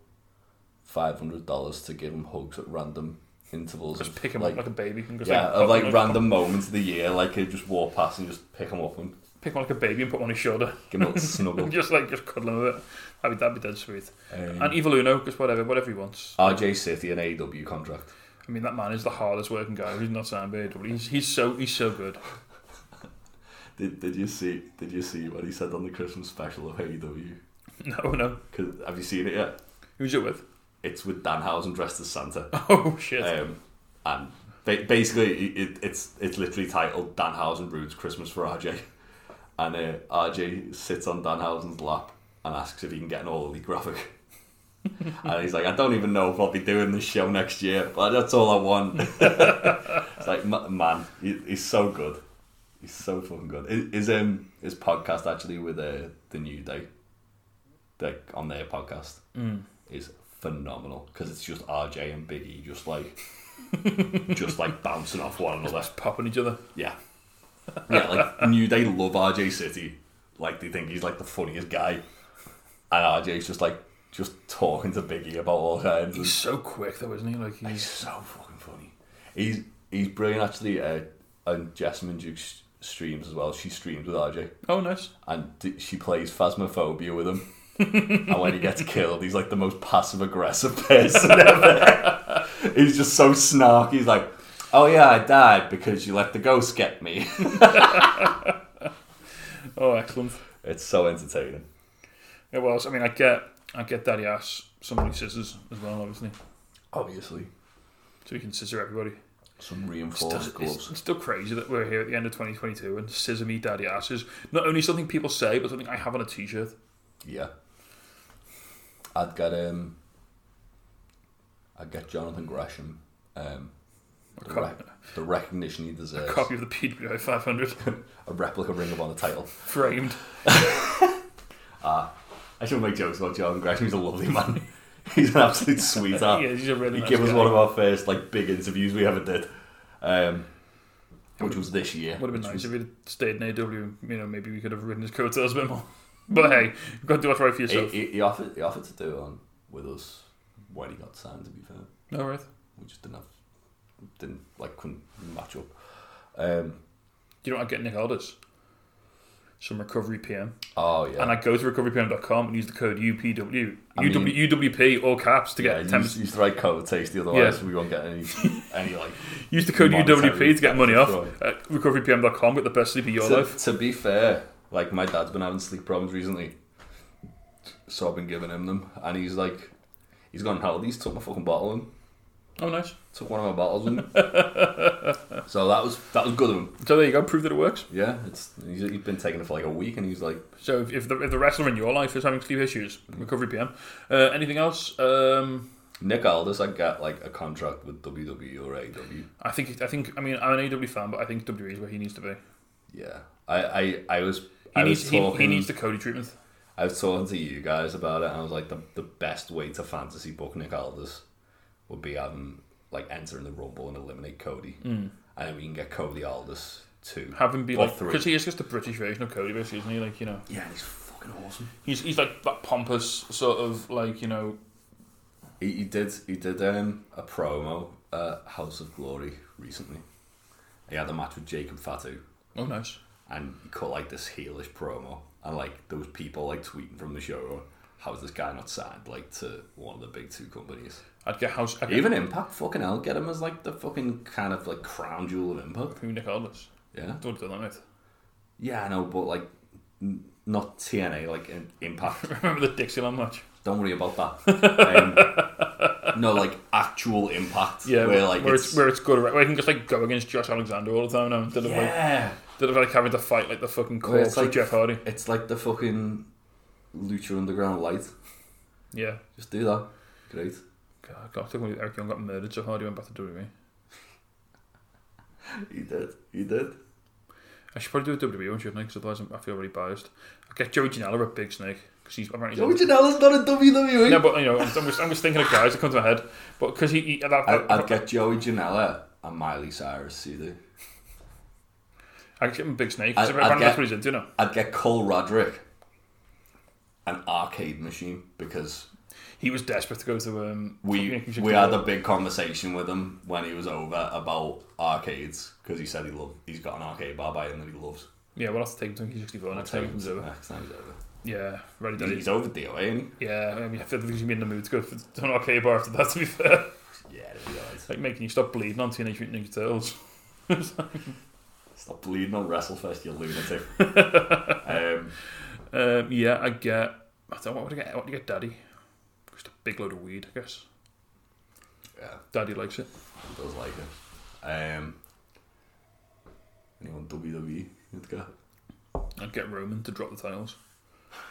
Speaker 3: five hundred dollars to give him hugs at random intervals.
Speaker 2: just
Speaker 3: of,
Speaker 2: pick him
Speaker 3: like,
Speaker 2: up like a baby. And just,
Speaker 3: yeah,
Speaker 2: like,
Speaker 3: of
Speaker 2: pop-
Speaker 3: like
Speaker 2: like,
Speaker 3: random moments of the year, like he'd just walk past and just pick him up and
Speaker 2: Pick him like a baby and put him on his shoulder.
Speaker 3: give him a little snuggle.
Speaker 2: just like just cuddle him a bit. That'd be, that'd be dead sweet.
Speaker 3: Um,
Speaker 2: and Evil Uno, just whatever, whatever he wants.
Speaker 3: RJ City an AW contract.
Speaker 2: I mean, that man is the hardest working guy. He's not signed by AEW. He's, he's so he's so good.
Speaker 3: Did, did you see Did you see what he said on the Christmas special of AW?
Speaker 2: No, no.
Speaker 3: Cause have you seen it yet?
Speaker 2: Who's it with?
Speaker 3: It's with Danhausen dressed as Santa.
Speaker 2: Oh shit.
Speaker 3: Um, and ba- basically, it, it- it's it's literally titled Danhausen Rudes Christmas for RJ. And uh, RJ sits on Danhausen's lap and asks if he can get an hourly graphic. and he's like, I don't even know if I'll be doing this show next year, but that's all I want. it's like, ma- man, he, he's so good. He's so fucking good. His, his, um, his podcast actually with uh, The New Day, like on their podcast, is phenomenal because it's just RJ and Biggie just like just like bouncing off one another.
Speaker 2: Popping each other.
Speaker 3: Yeah. Yeah, like New Day love RJ City. Like they think he's like the funniest guy. And RJ's just like just talking to Biggie about all kinds of
Speaker 2: He's so quick though, isn't he? Like
Speaker 3: He's
Speaker 2: he's
Speaker 3: so fucking funny. He's he's brilliant actually uh, and Jessamine Duke s- streams as well. She streams with RJ
Speaker 2: oh nice.
Speaker 3: and d- she plays Phasmophobia with him. and when he gets killed, he's like the most passive aggressive person ever. he's just so snarky. He's like, "Oh yeah, I died because you let the ghost get me."
Speaker 2: Oh excellent.
Speaker 3: it's so entertaining.
Speaker 2: It was. I mean, I get I get Daddy Ass somebody scissors as well, obviously,
Speaker 3: Obviously,
Speaker 2: so he can scissor everybody.
Speaker 3: Some reinforced
Speaker 2: Still, it's,
Speaker 3: gloves.
Speaker 2: it's still crazy that we're here at the end of 2022 and scissor me daddy asses. Not only something people say, but something I have on a t-shirt.
Speaker 3: Yeah. I'd get um I'd get Jonathan Gresham um the,
Speaker 2: co-
Speaker 3: rec- the recognition he deserves.
Speaker 2: Copy of the PWI 500
Speaker 3: A replica ring of honor title.
Speaker 2: framed.
Speaker 3: I shouldn't make jokes about Jonathan Gresham, he's a lovely man. he's an absolute sweetheart.
Speaker 2: He is, he's a really
Speaker 3: he
Speaker 2: nice
Speaker 3: gave us
Speaker 2: guy.
Speaker 3: one of our first like big interviews we ever did. Um which was this year.
Speaker 2: Would have been
Speaker 3: which
Speaker 2: nice
Speaker 3: was
Speaker 2: if he'd stayed in AW. You know, maybe we could have ridden his coattails a bit more. But hey, you've got to do what's right for
Speaker 3: he,
Speaker 2: yourself.
Speaker 3: he, he offered he offered to do it on with us when he got signed. To be fair,
Speaker 2: All right.
Speaker 3: we just didn't have didn't like couldn't match up. Um,
Speaker 2: Do you know what I get Nick Aldis? Some recovery PM.
Speaker 3: oh yeah,
Speaker 2: And I go to recoverypm.com and use the code UPW,
Speaker 3: I
Speaker 2: UW,
Speaker 3: mean-
Speaker 2: UWP, all caps to
Speaker 3: yeah,
Speaker 2: get 10
Speaker 3: use, use the right code taste. Otherwise,
Speaker 2: Yeah.
Speaker 3: we won't get any any like.
Speaker 2: Use the code
Speaker 3: monetary
Speaker 2: UWP to get money off
Speaker 3: destroyed.
Speaker 2: at recoverypm.com. Get the best sleep of your
Speaker 3: To,
Speaker 2: life.
Speaker 3: to be fair, like my dad's been having sleep problems recently, so I've been giving him them, and he's like, he's gone hell. He's took my fucking bottle and
Speaker 2: Oh, nice.
Speaker 3: took one of my bottles and. so that was that was good of him.
Speaker 2: So there you go. Prove that it works.
Speaker 3: Yeah, it's he's, he's been taking it for like a week, and he's like,
Speaker 2: So if, if, the, if the wrestler in your life is having sleep issues, recovery PM. Uh, anything else? Um,
Speaker 3: Nick Aldis, I got like a contract with WWE or AEW.
Speaker 2: I think I think I mean I'm an AW fan, but I think WWE is where he needs to be.
Speaker 3: Yeah, I, I, I was.
Speaker 2: He
Speaker 3: I
Speaker 2: needs
Speaker 3: was
Speaker 2: he,
Speaker 3: talking,
Speaker 2: he needs the Cody treatment.
Speaker 3: I was talking to you guys about it, and I was like, the, the best way to fantasy book Nick Aldis would be having like entering the Rumble and eliminate Cody, mm. and then we can get Cody Aldis two,
Speaker 2: Have him be
Speaker 3: or
Speaker 2: like
Speaker 3: three.
Speaker 2: because he is just the British version of Cody, basically, isn't he? Like you know,
Speaker 3: yeah, he's fucking awesome.
Speaker 2: he's he's like that pompous sort of like you know
Speaker 3: He, he did he did um, a promo at House of Glory recently. He had a match with Jacob Fatu,
Speaker 2: oh nice.
Speaker 3: and he cut like this heelish promo, and like there was people like tweeting from the show, how's this guy not signed like to one of the big two companies?
Speaker 2: I'd get house. I'd get
Speaker 3: Even Impact, fucking hell, get him as like the fucking kind of like crown jewel of Impact.
Speaker 2: who Nick Aldis.
Speaker 3: Yeah,
Speaker 2: Don't do that, mate.
Speaker 3: yeah, I know, but like n- not TNA, like in- Impact.
Speaker 2: Remember the Dixieland match?
Speaker 3: Don't worry about that. Um, no, like actual Impact.
Speaker 2: Yeah,
Speaker 3: where like
Speaker 2: where it's,
Speaker 3: it's,
Speaker 2: where it's good. Where I can just like go against Josh Alexander all the time now. Instead of like
Speaker 3: yeah,
Speaker 2: That have like having to fight like the fucking
Speaker 3: where
Speaker 2: corpse of Jeff Hardy.
Speaker 3: It's like the fucking Lucha Underground light.
Speaker 2: Yeah.
Speaker 3: Just do that. Great.
Speaker 2: God, God, I think when Eric Young got murdered, so Hardy went back to E. WWE.
Speaker 3: He did. He did.
Speaker 2: I should probably do a WWE one, shouldn't I? Because otherwise I'm, I feel really biased. I get Joey Janela a big snake because he's apparently.
Speaker 3: Joey Janela's not in WWE.
Speaker 2: No, but you know, I'm, I'm, just, I'm just thinking of guys that come to my head. But because he, he that,
Speaker 3: I,
Speaker 2: that,
Speaker 3: I'd get Joey Janela and Miley Cyrus CD.
Speaker 2: I get him a big snake.
Speaker 3: I-
Speaker 2: 'cause
Speaker 3: I'd
Speaker 2: apparently that's
Speaker 3: get-
Speaker 2: what he's into now.
Speaker 3: I'd get Cole Roderick an arcade machine because
Speaker 2: He was desperate to go to um.
Speaker 3: we
Speaker 2: fucking-
Speaker 3: we had a big conversation with him when he was over about arcades because he said he loved he's got an arcade bar by him that he loves.
Speaker 2: Yeah, we'll have to take him to King 64 next time he's over.
Speaker 3: Next time he's over.
Speaker 2: Yeah, ready, daddy.
Speaker 3: He's over DOA, isn't
Speaker 2: Yeah, I mean, I feel like he's gonna be in the mood to go for to an arcade bar after that. To be fair.
Speaker 3: he? Yeah, it'll be alright.
Speaker 2: like making you stop bleeding on Teenage Mutant Ninja Turtles.
Speaker 3: Stop bleeding on WrestleFest, you lunatic. um,
Speaker 2: Um, yeah, I get. I don't. What would I get? What do you get, Daddy? Just a big load of weed, I guess.
Speaker 3: yeah,
Speaker 2: Daddy likes it.
Speaker 3: he does like it. Um, anyone WWE? You'd go.
Speaker 2: I'd get Roman to drop the titles.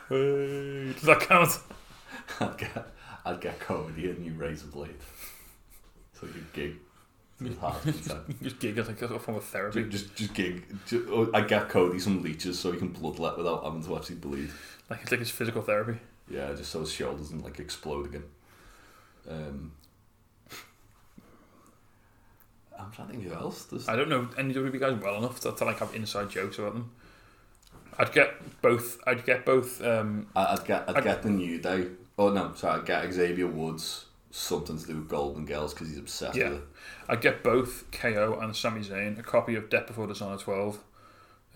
Speaker 2: Hey, does that count?
Speaker 3: I'd get, I'd get Cody a new razor blade. So you gig. His heart beats out.
Speaker 2: Just gig as like a form of therapy.
Speaker 3: Ju- Just, just gig. ju- oh, I get Cody some leeches so he can bloodlet without having to actually bleed.
Speaker 2: Like it's like his physical therapy.
Speaker 3: Yeah, just so his shoulder doesn't like explode again. Um, I'm trying to think who else. There's,
Speaker 2: I don't know any WWE guys well enough to, to like have inside jokes about them. I'd get both. I'd get both. Um,
Speaker 3: I- I'd get, I'd
Speaker 2: I-
Speaker 3: get the new day. Oh no, sorry, I'd get Xavier Woods something to do with Golden Girls because he's obsessed
Speaker 2: yeah,
Speaker 3: with it.
Speaker 2: I'd get both KO and Sami Zayn a copy of Death Before Dishonor 12,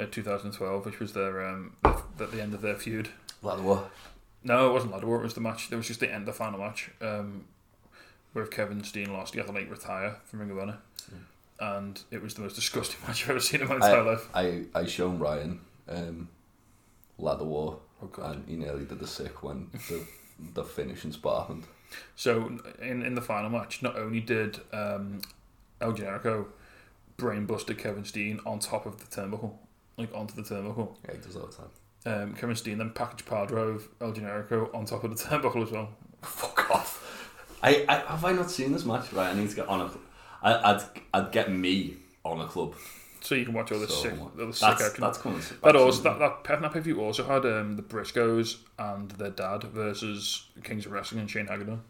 Speaker 2: uh, 2012, which was their um, at the end of their feud.
Speaker 3: Like what?
Speaker 2: No, it wasn't Ladder War. It was the match. It was just the end, the final match, um, where Kevin Steen lost. He had to like retire from Ring of Honor, and it was the most disgusting match I've ever seen in my entire
Speaker 3: I,
Speaker 2: life.
Speaker 3: I, I shown Ryan um, Ladder War,
Speaker 2: Oh, God.
Speaker 3: and he nearly did the sick when the, the finish in Spartan.
Speaker 2: So in in the final match, not only did um, El Generico brainbuster Kevin Steen on top of the turnbuckle, like onto the turnbuckle.
Speaker 3: Yeah, he does all the time.
Speaker 2: Um, Kevin Steen then package Padro of El Generico on top of the turnbuckle as well.
Speaker 3: Fuck off. I, I have I not seen this match? Right, I need to get on a. I, I'd I'd get me on a club.
Speaker 2: So you can watch all this
Speaker 3: So
Speaker 2: sick, all this
Speaker 3: that's
Speaker 2: sick
Speaker 3: that's,
Speaker 2: action.
Speaker 3: that's coming.
Speaker 2: That also that that Pet Nap you also had um, the Briscoes and their dad versus Kings of Wrestling and Shane Hagedorn.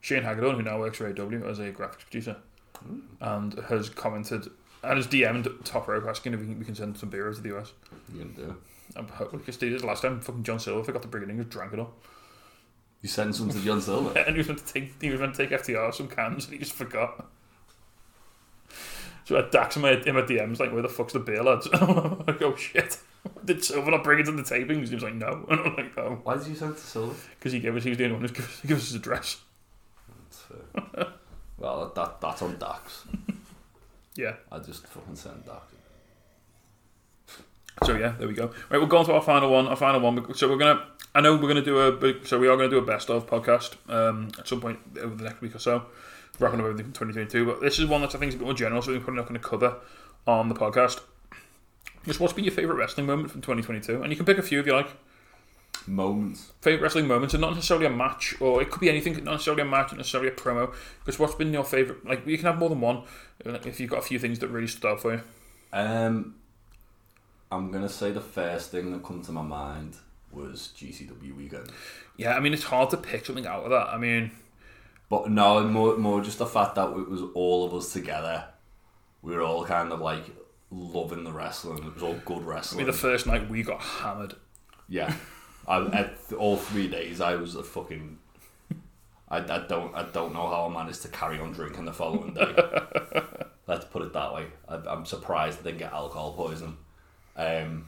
Speaker 2: Shane Hagedorn, who now works for AW as a graphics producer,
Speaker 3: Hmm.
Speaker 2: and has commented and has DM'd Top Rope asking if we can, we can send some beer over to the US.
Speaker 3: you gonna do.
Speaker 2: And hopefully, because did last time, fucking John Silver forgot to bring it in, just drank it up.
Speaker 3: You send some to John Silver.
Speaker 2: And he was meant to take he was meant to take FTR some cans, and he just forgot. So I dax him at him at DMs like, "Where the fuck's the beer, lads?" I'm like, "Oh shit." Did Silver not bring it to the tapings? He was like, no. And I'm like, oh.
Speaker 3: Why did you send it to Silver?
Speaker 2: Because he gave us, he was the only one who gave us, gave us his address.
Speaker 3: That's fair. well, that, that that's on Dax.
Speaker 2: Yeah.
Speaker 3: I just fucking sent Dax.
Speaker 2: So yeah, there we go. Right, we'll go on to our final one. Our final one. So we're gonna. I know we're gonna do a. big- So we are gonna do a best of podcast um, at some point over the next week or so, wrapping up everything from 2022. But this is one that I think is a bit more general, so we're probably not going to cover on the podcast. Just what's been your favorite wrestling moment from 2022? And you can pick a few if you like.
Speaker 3: Moments.
Speaker 2: Favorite wrestling moments, and not necessarily a match, or it could be anything. Not necessarily a match, not necessarily a promo. Because what's been your favorite? Like you can have more than one uh, if you've got a few things that really stood out for you.
Speaker 3: Um, I'm gonna say the first thing that come to my mind was GCW weekend.
Speaker 2: Yeah, I mean it's hard to pick something out of that. I mean,
Speaker 3: But no, more more just the fact that it was all of us together. We were all kind of like loving the wrestling. It was all good
Speaker 2: I mean,
Speaker 3: wrestling.
Speaker 2: the first night we got hammered.
Speaker 3: yeah, I, at all three days I was a fucking. I, I don't I don't know how I managed to carry on drinking the following day. Let's put it that way. I, I'm surprised I didn't get alcohol poison. Um,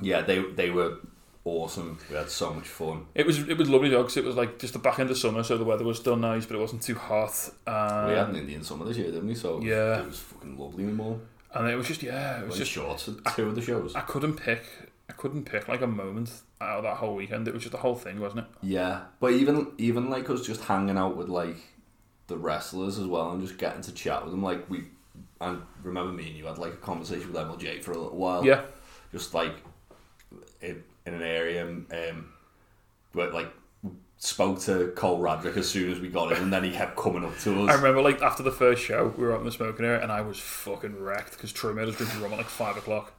Speaker 3: yeah, they they were awesome. We had so much fun.
Speaker 2: It was it was lovely though, 'cause it was like just the back end of summer, so the weather was still nice, but it wasn't too hot. Um,
Speaker 3: We had an Indian summer this year, didn't we? So
Speaker 2: Yeah.
Speaker 3: it was fucking lovely and warm.
Speaker 2: And it was just yeah, it was just
Speaker 3: Just shorts at two of the shows.
Speaker 2: I couldn't pick I couldn't pick like a moment out of that whole weekend. It was just the whole thing, wasn't it?
Speaker 3: Yeah, but even even like us just hanging out with like the wrestlers as well and just getting to chat with them. Like we, and remember me and you had like a conversation with MLJ for a little while.
Speaker 2: Yeah.
Speaker 3: just like in, in an area um, where like spoke to Cole Radrick as soon as we got in, and then he kept coming up to us.
Speaker 2: I remember like after the first show, we were out in the smoking area, and I was fucking wrecked because Troy made us drink rum at like five o'clock.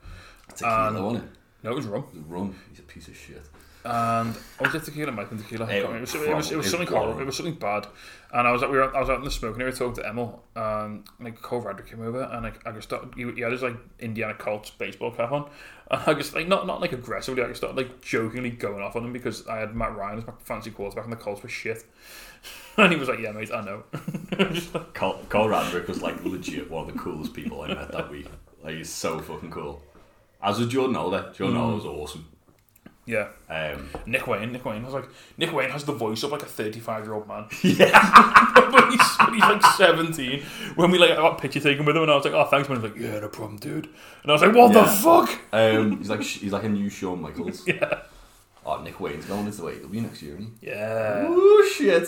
Speaker 3: tequila,
Speaker 2: um,
Speaker 3: wasn't it?
Speaker 2: No, it was rum.
Speaker 3: It was rum. He's a piece of shit.
Speaker 2: and I was it tequila? Might have been tequila. I can't remember. It was, it was, it was
Speaker 3: It
Speaker 2: something
Speaker 3: was
Speaker 2: horrible. It was something bad. And I was out, we were, I was out in the smoking area talking to Emil, and like Cole Radrick came over, and like, I just started. He, he had his like Indiana Colts baseball cap on, and I just like not not like aggressively. I just started like jokingly going off on him because I had Matt Ryan as my fancy quarterback, and the Colts were shit. And he was like, "Yeah, mate, I know."
Speaker 3: Cole, Cole Radrick was like legit one of the coolest people I met that week. Like he's so fucking cool. As was Jordan Older. Jordan
Speaker 2: Mm.
Speaker 3: Older was awesome.
Speaker 2: yeah,
Speaker 3: Um,
Speaker 2: Nick Wayne. Nick Wayne. I was like, Nick Wayne has the voice of like a thirty-five-year-old man. but he's, but he's like 17. When we like I got a picture taken with him, and I was like, "Oh, thanks, man." He's like, "Yeah, no problem, dude." And I was like, "What the
Speaker 3: Yeah.
Speaker 2: fuck?"
Speaker 3: um, he's like he's like a new Shawn Michaels. yeah. Oh, Nick Wayne's going into the AEW next year, isn't he?
Speaker 2: Yeah,
Speaker 3: Oh shit!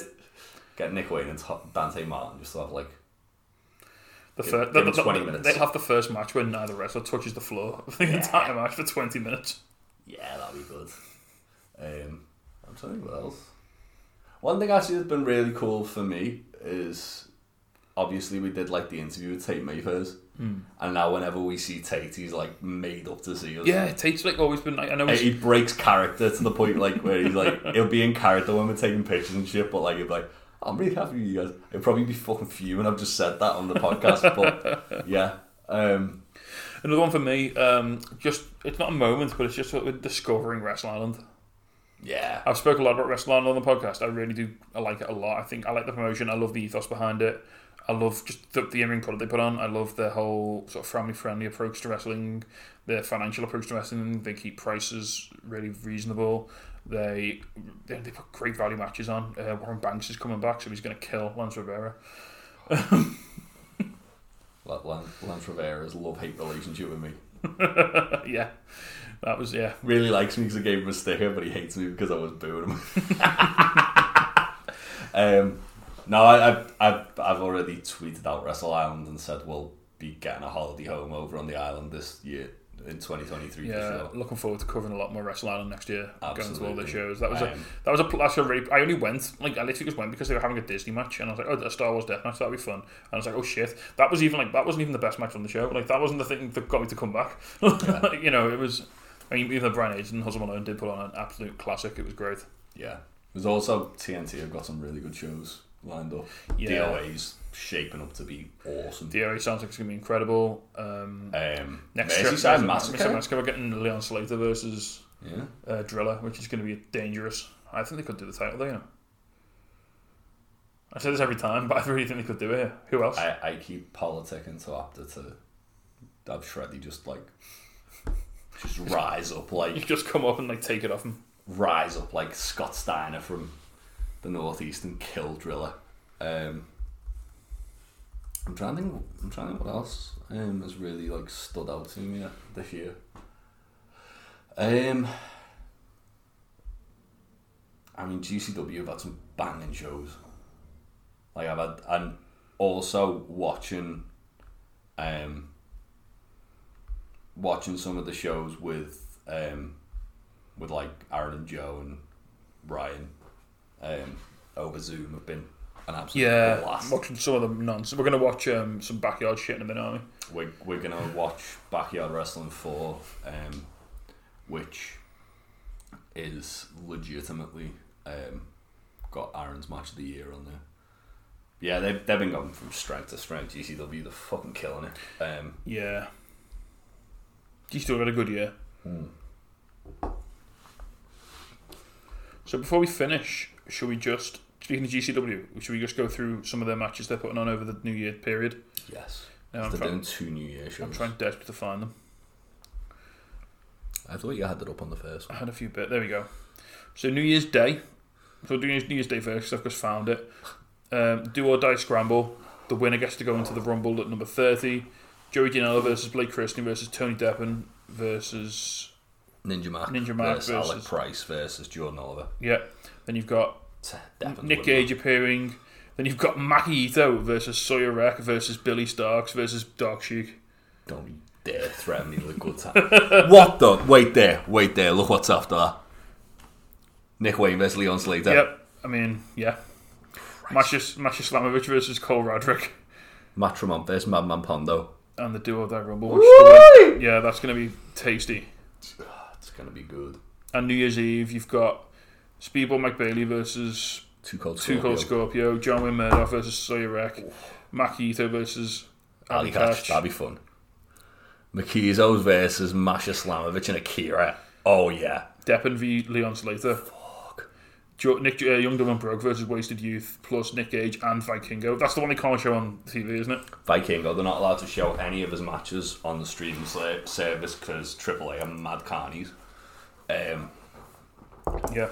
Speaker 3: Get Nick Wayne and Ta- Dante Martin just have like
Speaker 2: the
Speaker 3: Give-
Speaker 2: first
Speaker 3: give him 20 minutes.
Speaker 2: They have the first match where neither wrestler touches the floor of the entire match for 20 minutes.
Speaker 3: yeah, that'd be good. Um, I'm trying to think what else. One thing actually that's been really cool for me is obviously we did like the interview with Tate Mayfairs,
Speaker 2: Hmm.
Speaker 3: and now whenever we see Tate, he's like made up to see us.
Speaker 2: Yeah, Tate's like always been. Like, I know
Speaker 3: Like,
Speaker 2: he's,
Speaker 3: he breaks character to the point like where he's like he'll be in character when we're taking pictures and shit, but like he'll be like, I'm really happy with you guys. I'd probably be fucking fuming I've just said that on the podcast, but yeah. Um
Speaker 2: another one for me. Um, just it's not a moment, but it's just sort of discovering Wrestle Island.
Speaker 3: yeah.
Speaker 2: I've spoken a lot about Wrestle Island on the podcast. I really do. I like it a lot. I think I like the promotion. I love the ethos behind it. I love just the, the in-ring product they put on. I love their whole sort of family-friendly approach to wrestling, their financial approach to wrestling. They keep prices really reasonable. They they, they put great value matches on. Uh, Warren Banks is coming back, so he's going to kill Lance Rivera.
Speaker 3: Like Lan Lance Rivera's love hate relationship with me.
Speaker 2: yeah, that was yeah.
Speaker 3: Really likes me because I gave him a sticker, but he hates me because I was booing him. um no, I, I, I've I've already tweeted out Wrestle Island and said we'll be getting a holiday home over on the island this year in 2023 for
Speaker 2: Yeah,
Speaker 3: sure.
Speaker 2: looking forward to covering a lot more Wrestle Island next year. Going to all
Speaker 3: Absolutely.
Speaker 2: the shows. That was a
Speaker 3: Um,
Speaker 2: that was a pl- that's a really. I only went like I literally just went because they were having a Disney match, and I was like, oh, a Star Wars death match that'd be fun. And I was like, oh shit, that was even like that wasn't even the best match on the show. Like that wasn't the thing that got me to come back. Like, you know, it was. I mean, even Brian Hayes and Hustle Malone did put on an absolute classic. It was great.
Speaker 3: Yeah. There's also TNT have got some really good shows lined up.
Speaker 2: Yeah.
Speaker 3: DOA's shaping up to be awesome.
Speaker 2: The area sounds like it's gonna be incredible. Um,
Speaker 3: um,
Speaker 2: next year,
Speaker 3: Merseyside
Speaker 2: Merseyside
Speaker 3: Massacre.
Speaker 2: Massacre, we're getting Leon Slater versus
Speaker 3: Yeah.
Speaker 2: uh, Driller, which is going to be dangerous. I think they could do the title, though, you know. I say this every time, but I really think they could do it. here. Who else?
Speaker 3: I, I keep politicking to after to have Shreddy just like just rise up
Speaker 2: You
Speaker 3: like
Speaker 2: just come up and like take it off him.
Speaker 3: rise up like Scott Steiner from the northeast and kill Driller. Um, I'm trying to think. I'm trying to think what else um, has really like stood out to me uh, this year. Um, I mean GCW have had some banging shows. Like I've had, and also watching, um, watching some of the shows with um, with like Aaron and Joe and Ryan um, over Zoom have been an absolute blast.
Speaker 2: watching some of the nonsense. We're going to watch um, some backyard shit in a minute, aren't
Speaker 3: We're, we're gonna watch Backyard Wrestling Four, um, which is legitimately um, got Aaron's match of the year on there. Yeah, they've, they've been going from strength to strength. GCW, they're fucking killing it. Um,
Speaker 2: we? Yeah. You still had a good year. So before we finish, should we just speaking of GCW? Should we just go through some of their matches they're putting on over the New Year period?
Speaker 3: yes,
Speaker 2: No, I'm
Speaker 3: they're
Speaker 2: try-
Speaker 3: doing two New Year shows.
Speaker 2: I'm trying desperately to find them.
Speaker 3: I thought you had that up on the first
Speaker 2: I
Speaker 3: one.
Speaker 2: had a few bit. There we go. So New Year's Day. So New Year's, New Year's Day first. 'cause I've just found it. Um, Do or die scramble. The winner gets to go into the Rumble at number thirty. Joey Janela versus Blake Christian versus Tony Deppen versus
Speaker 3: Ninja Mark,
Speaker 2: Ninja Mark
Speaker 3: versus, Alec
Speaker 2: versus-
Speaker 3: Price versus Jordan Oliver.
Speaker 2: yeah. Then you've got
Speaker 3: Definitely
Speaker 2: Nick uh,
Speaker 3: wouldn't
Speaker 2: Gage appearing. Then you've got Maki Ito versus Sawyer Wreck versus Billy Starks versus Dark Sheik.
Speaker 3: Don't you dare threaten me with a good time. what the? Wait there, wait there. Look what's after that. Nick Wayne versus Leon Slater.
Speaker 2: Yep. I mean, yeah. Masha Masha Slamovich versus Cole Radrick.
Speaker 3: Matt Tremont versus Madman Pondo.
Speaker 2: and the duo that rumble. Which is the win. yeah, that's going to be tasty.
Speaker 3: It's gonna be good.
Speaker 2: And New Year's Eve, you've got Speedball Mike Bailey versus
Speaker 3: Too cold.
Speaker 2: Two Cold Scorpio, John Wayne Murdoch versus Sawyer Wreck, Maki Ito versus
Speaker 3: Ali
Speaker 2: Ali
Speaker 3: Catch.
Speaker 2: Catch.
Speaker 3: That'd be fun. Makizos versus Masha Slamovich and Akira. Oh yeah.
Speaker 2: Deppen v Leon Slater. Jo- Nick uh, Young Dumb and Broke versus Wasted Youth plus Nick Gage and Vikingo. That's the one they can't show on TV, isn't it?
Speaker 3: Vikingo. They're not allowed to show any of his matches on the streaming sla- service because AAA are mad carnies. Um,
Speaker 2: Yeah.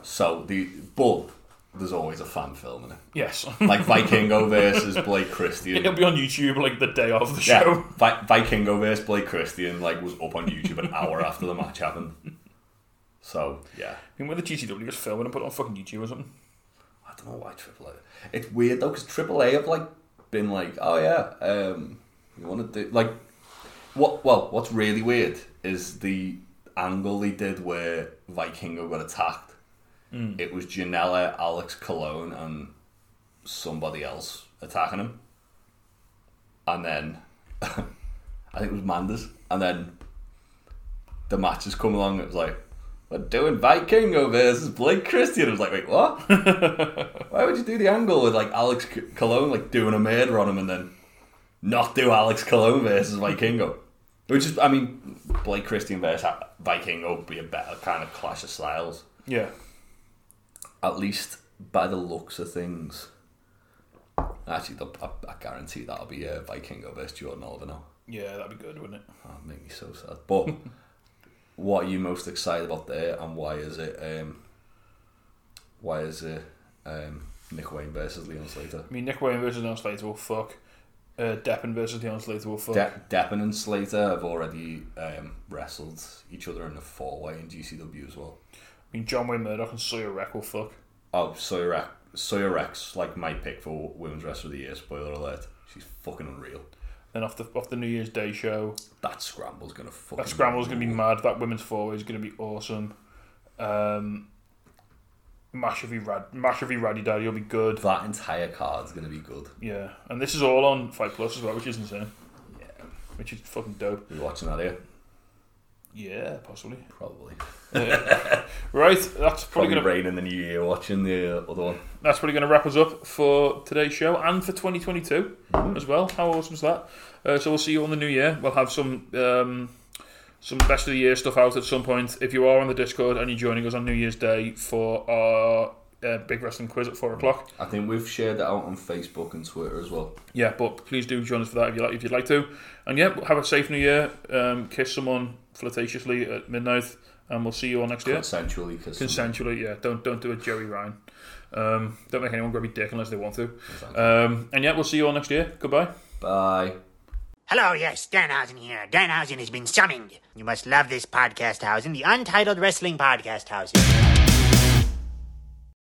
Speaker 3: so the but there's always a fan film in it.
Speaker 2: Yes.
Speaker 3: like Vikingo versus Blake Christian.
Speaker 2: It'll be on YouTube like the day of the
Speaker 3: Yeah,
Speaker 2: show.
Speaker 3: Vi- Vikingo versus Blake Christian like was up on YouTube an hour after the match happened. So yeah,
Speaker 2: I mean, with the GCW, just film it and put it on fucking YouTube or something.
Speaker 3: I don't know why AAA. It's weird though because AAA have like been like, oh yeah, um, you want to do like what? Well, what's really weird is the angle they did where Vikingo got attacked. It was Janela, Alex Cologne, and somebody else attacking him, and then I think it was Manders, and then the match has come along. It was like. We're doing Vikingo versus Blake Christian. I was like, wait, what? Why would you do the angle with like Alex C- Cologne like doing a murder on him and then not do Alex Cologne versus Vikingo? Which is, I mean, Blake Christian versus Ha- Vikingo would be a better kind of clash of styles.
Speaker 2: Yeah.
Speaker 3: At least by the looks of things. Actually, the- I, I guarantee that'll be uh, Vikingo versus Jordan Oliver now.
Speaker 2: Yeah, that'd be good, wouldn't it?
Speaker 3: That'd make me so sad. But what are you most excited about there and why is it, um, why is it um, Nick Wayne versus Leon Slater?
Speaker 2: I mean, Nick Wayne versus Leon Slater will fuck. Uh, Deppen versus Leon Slater will fuck.
Speaker 3: De- Deppen and Slater have already um, wrestled each other in a four way in GCW as well.
Speaker 2: I mean, John Wayne Murdoch and Sawyer Wreck will fuck.
Speaker 3: Oh, Sawyer Rex, Sawyer Rex, like my pick for Women's Wrestler of the Year, spoiler alert. She's fucking unreal.
Speaker 2: Then off the off the New Year's Day show,
Speaker 3: That scramble's gonna fucking.
Speaker 2: that scramble's gonna be mad. That women's four way is gonna be awesome. Um, massively rad, massively raddy daddy will be good.
Speaker 3: That entire card's gonna be good.
Speaker 2: Yeah, and this is all on Fight Plus as well, which is insane.
Speaker 3: Yeah.
Speaker 2: Which is fucking dope.
Speaker 3: You watching that here?
Speaker 2: Yeah, possibly.
Speaker 3: Probably.
Speaker 2: Right, that's probably,
Speaker 3: Probably
Speaker 2: gonna
Speaker 3: rain in the new year watching the uh, other one.
Speaker 2: that's probably gonna wrap us up for today's show and for 2022 as well. How awesome is that? Uh, so we'll see you on the new year. We'll have some um, some best of the year stuff out at some point. If you are on the Discord and you're joining us on New Year's Day for our uh, big wrestling quiz at four o'clock,
Speaker 3: I think we've shared that out on Facebook and Twitter as well.
Speaker 2: yeah, but please do join us for that if you like if you'd like to. And yeah, have a safe new year. Um, kiss someone flirtatiously at midnight, and we'll see you all next year.
Speaker 3: Consensually, because
Speaker 2: Consensually, yeah. Don't don't do a Jerry Ryan. Um, don't make anyone grab your dick unless they want to. Um, and yeah, we'll see you all next year. Goodbye.
Speaker 3: bye.
Speaker 6: Hello, yes, Danhausen here. Danhausen has been summoned. You must love this podcast, Hausen, the Untitled Wrestling Podcast, Hausen.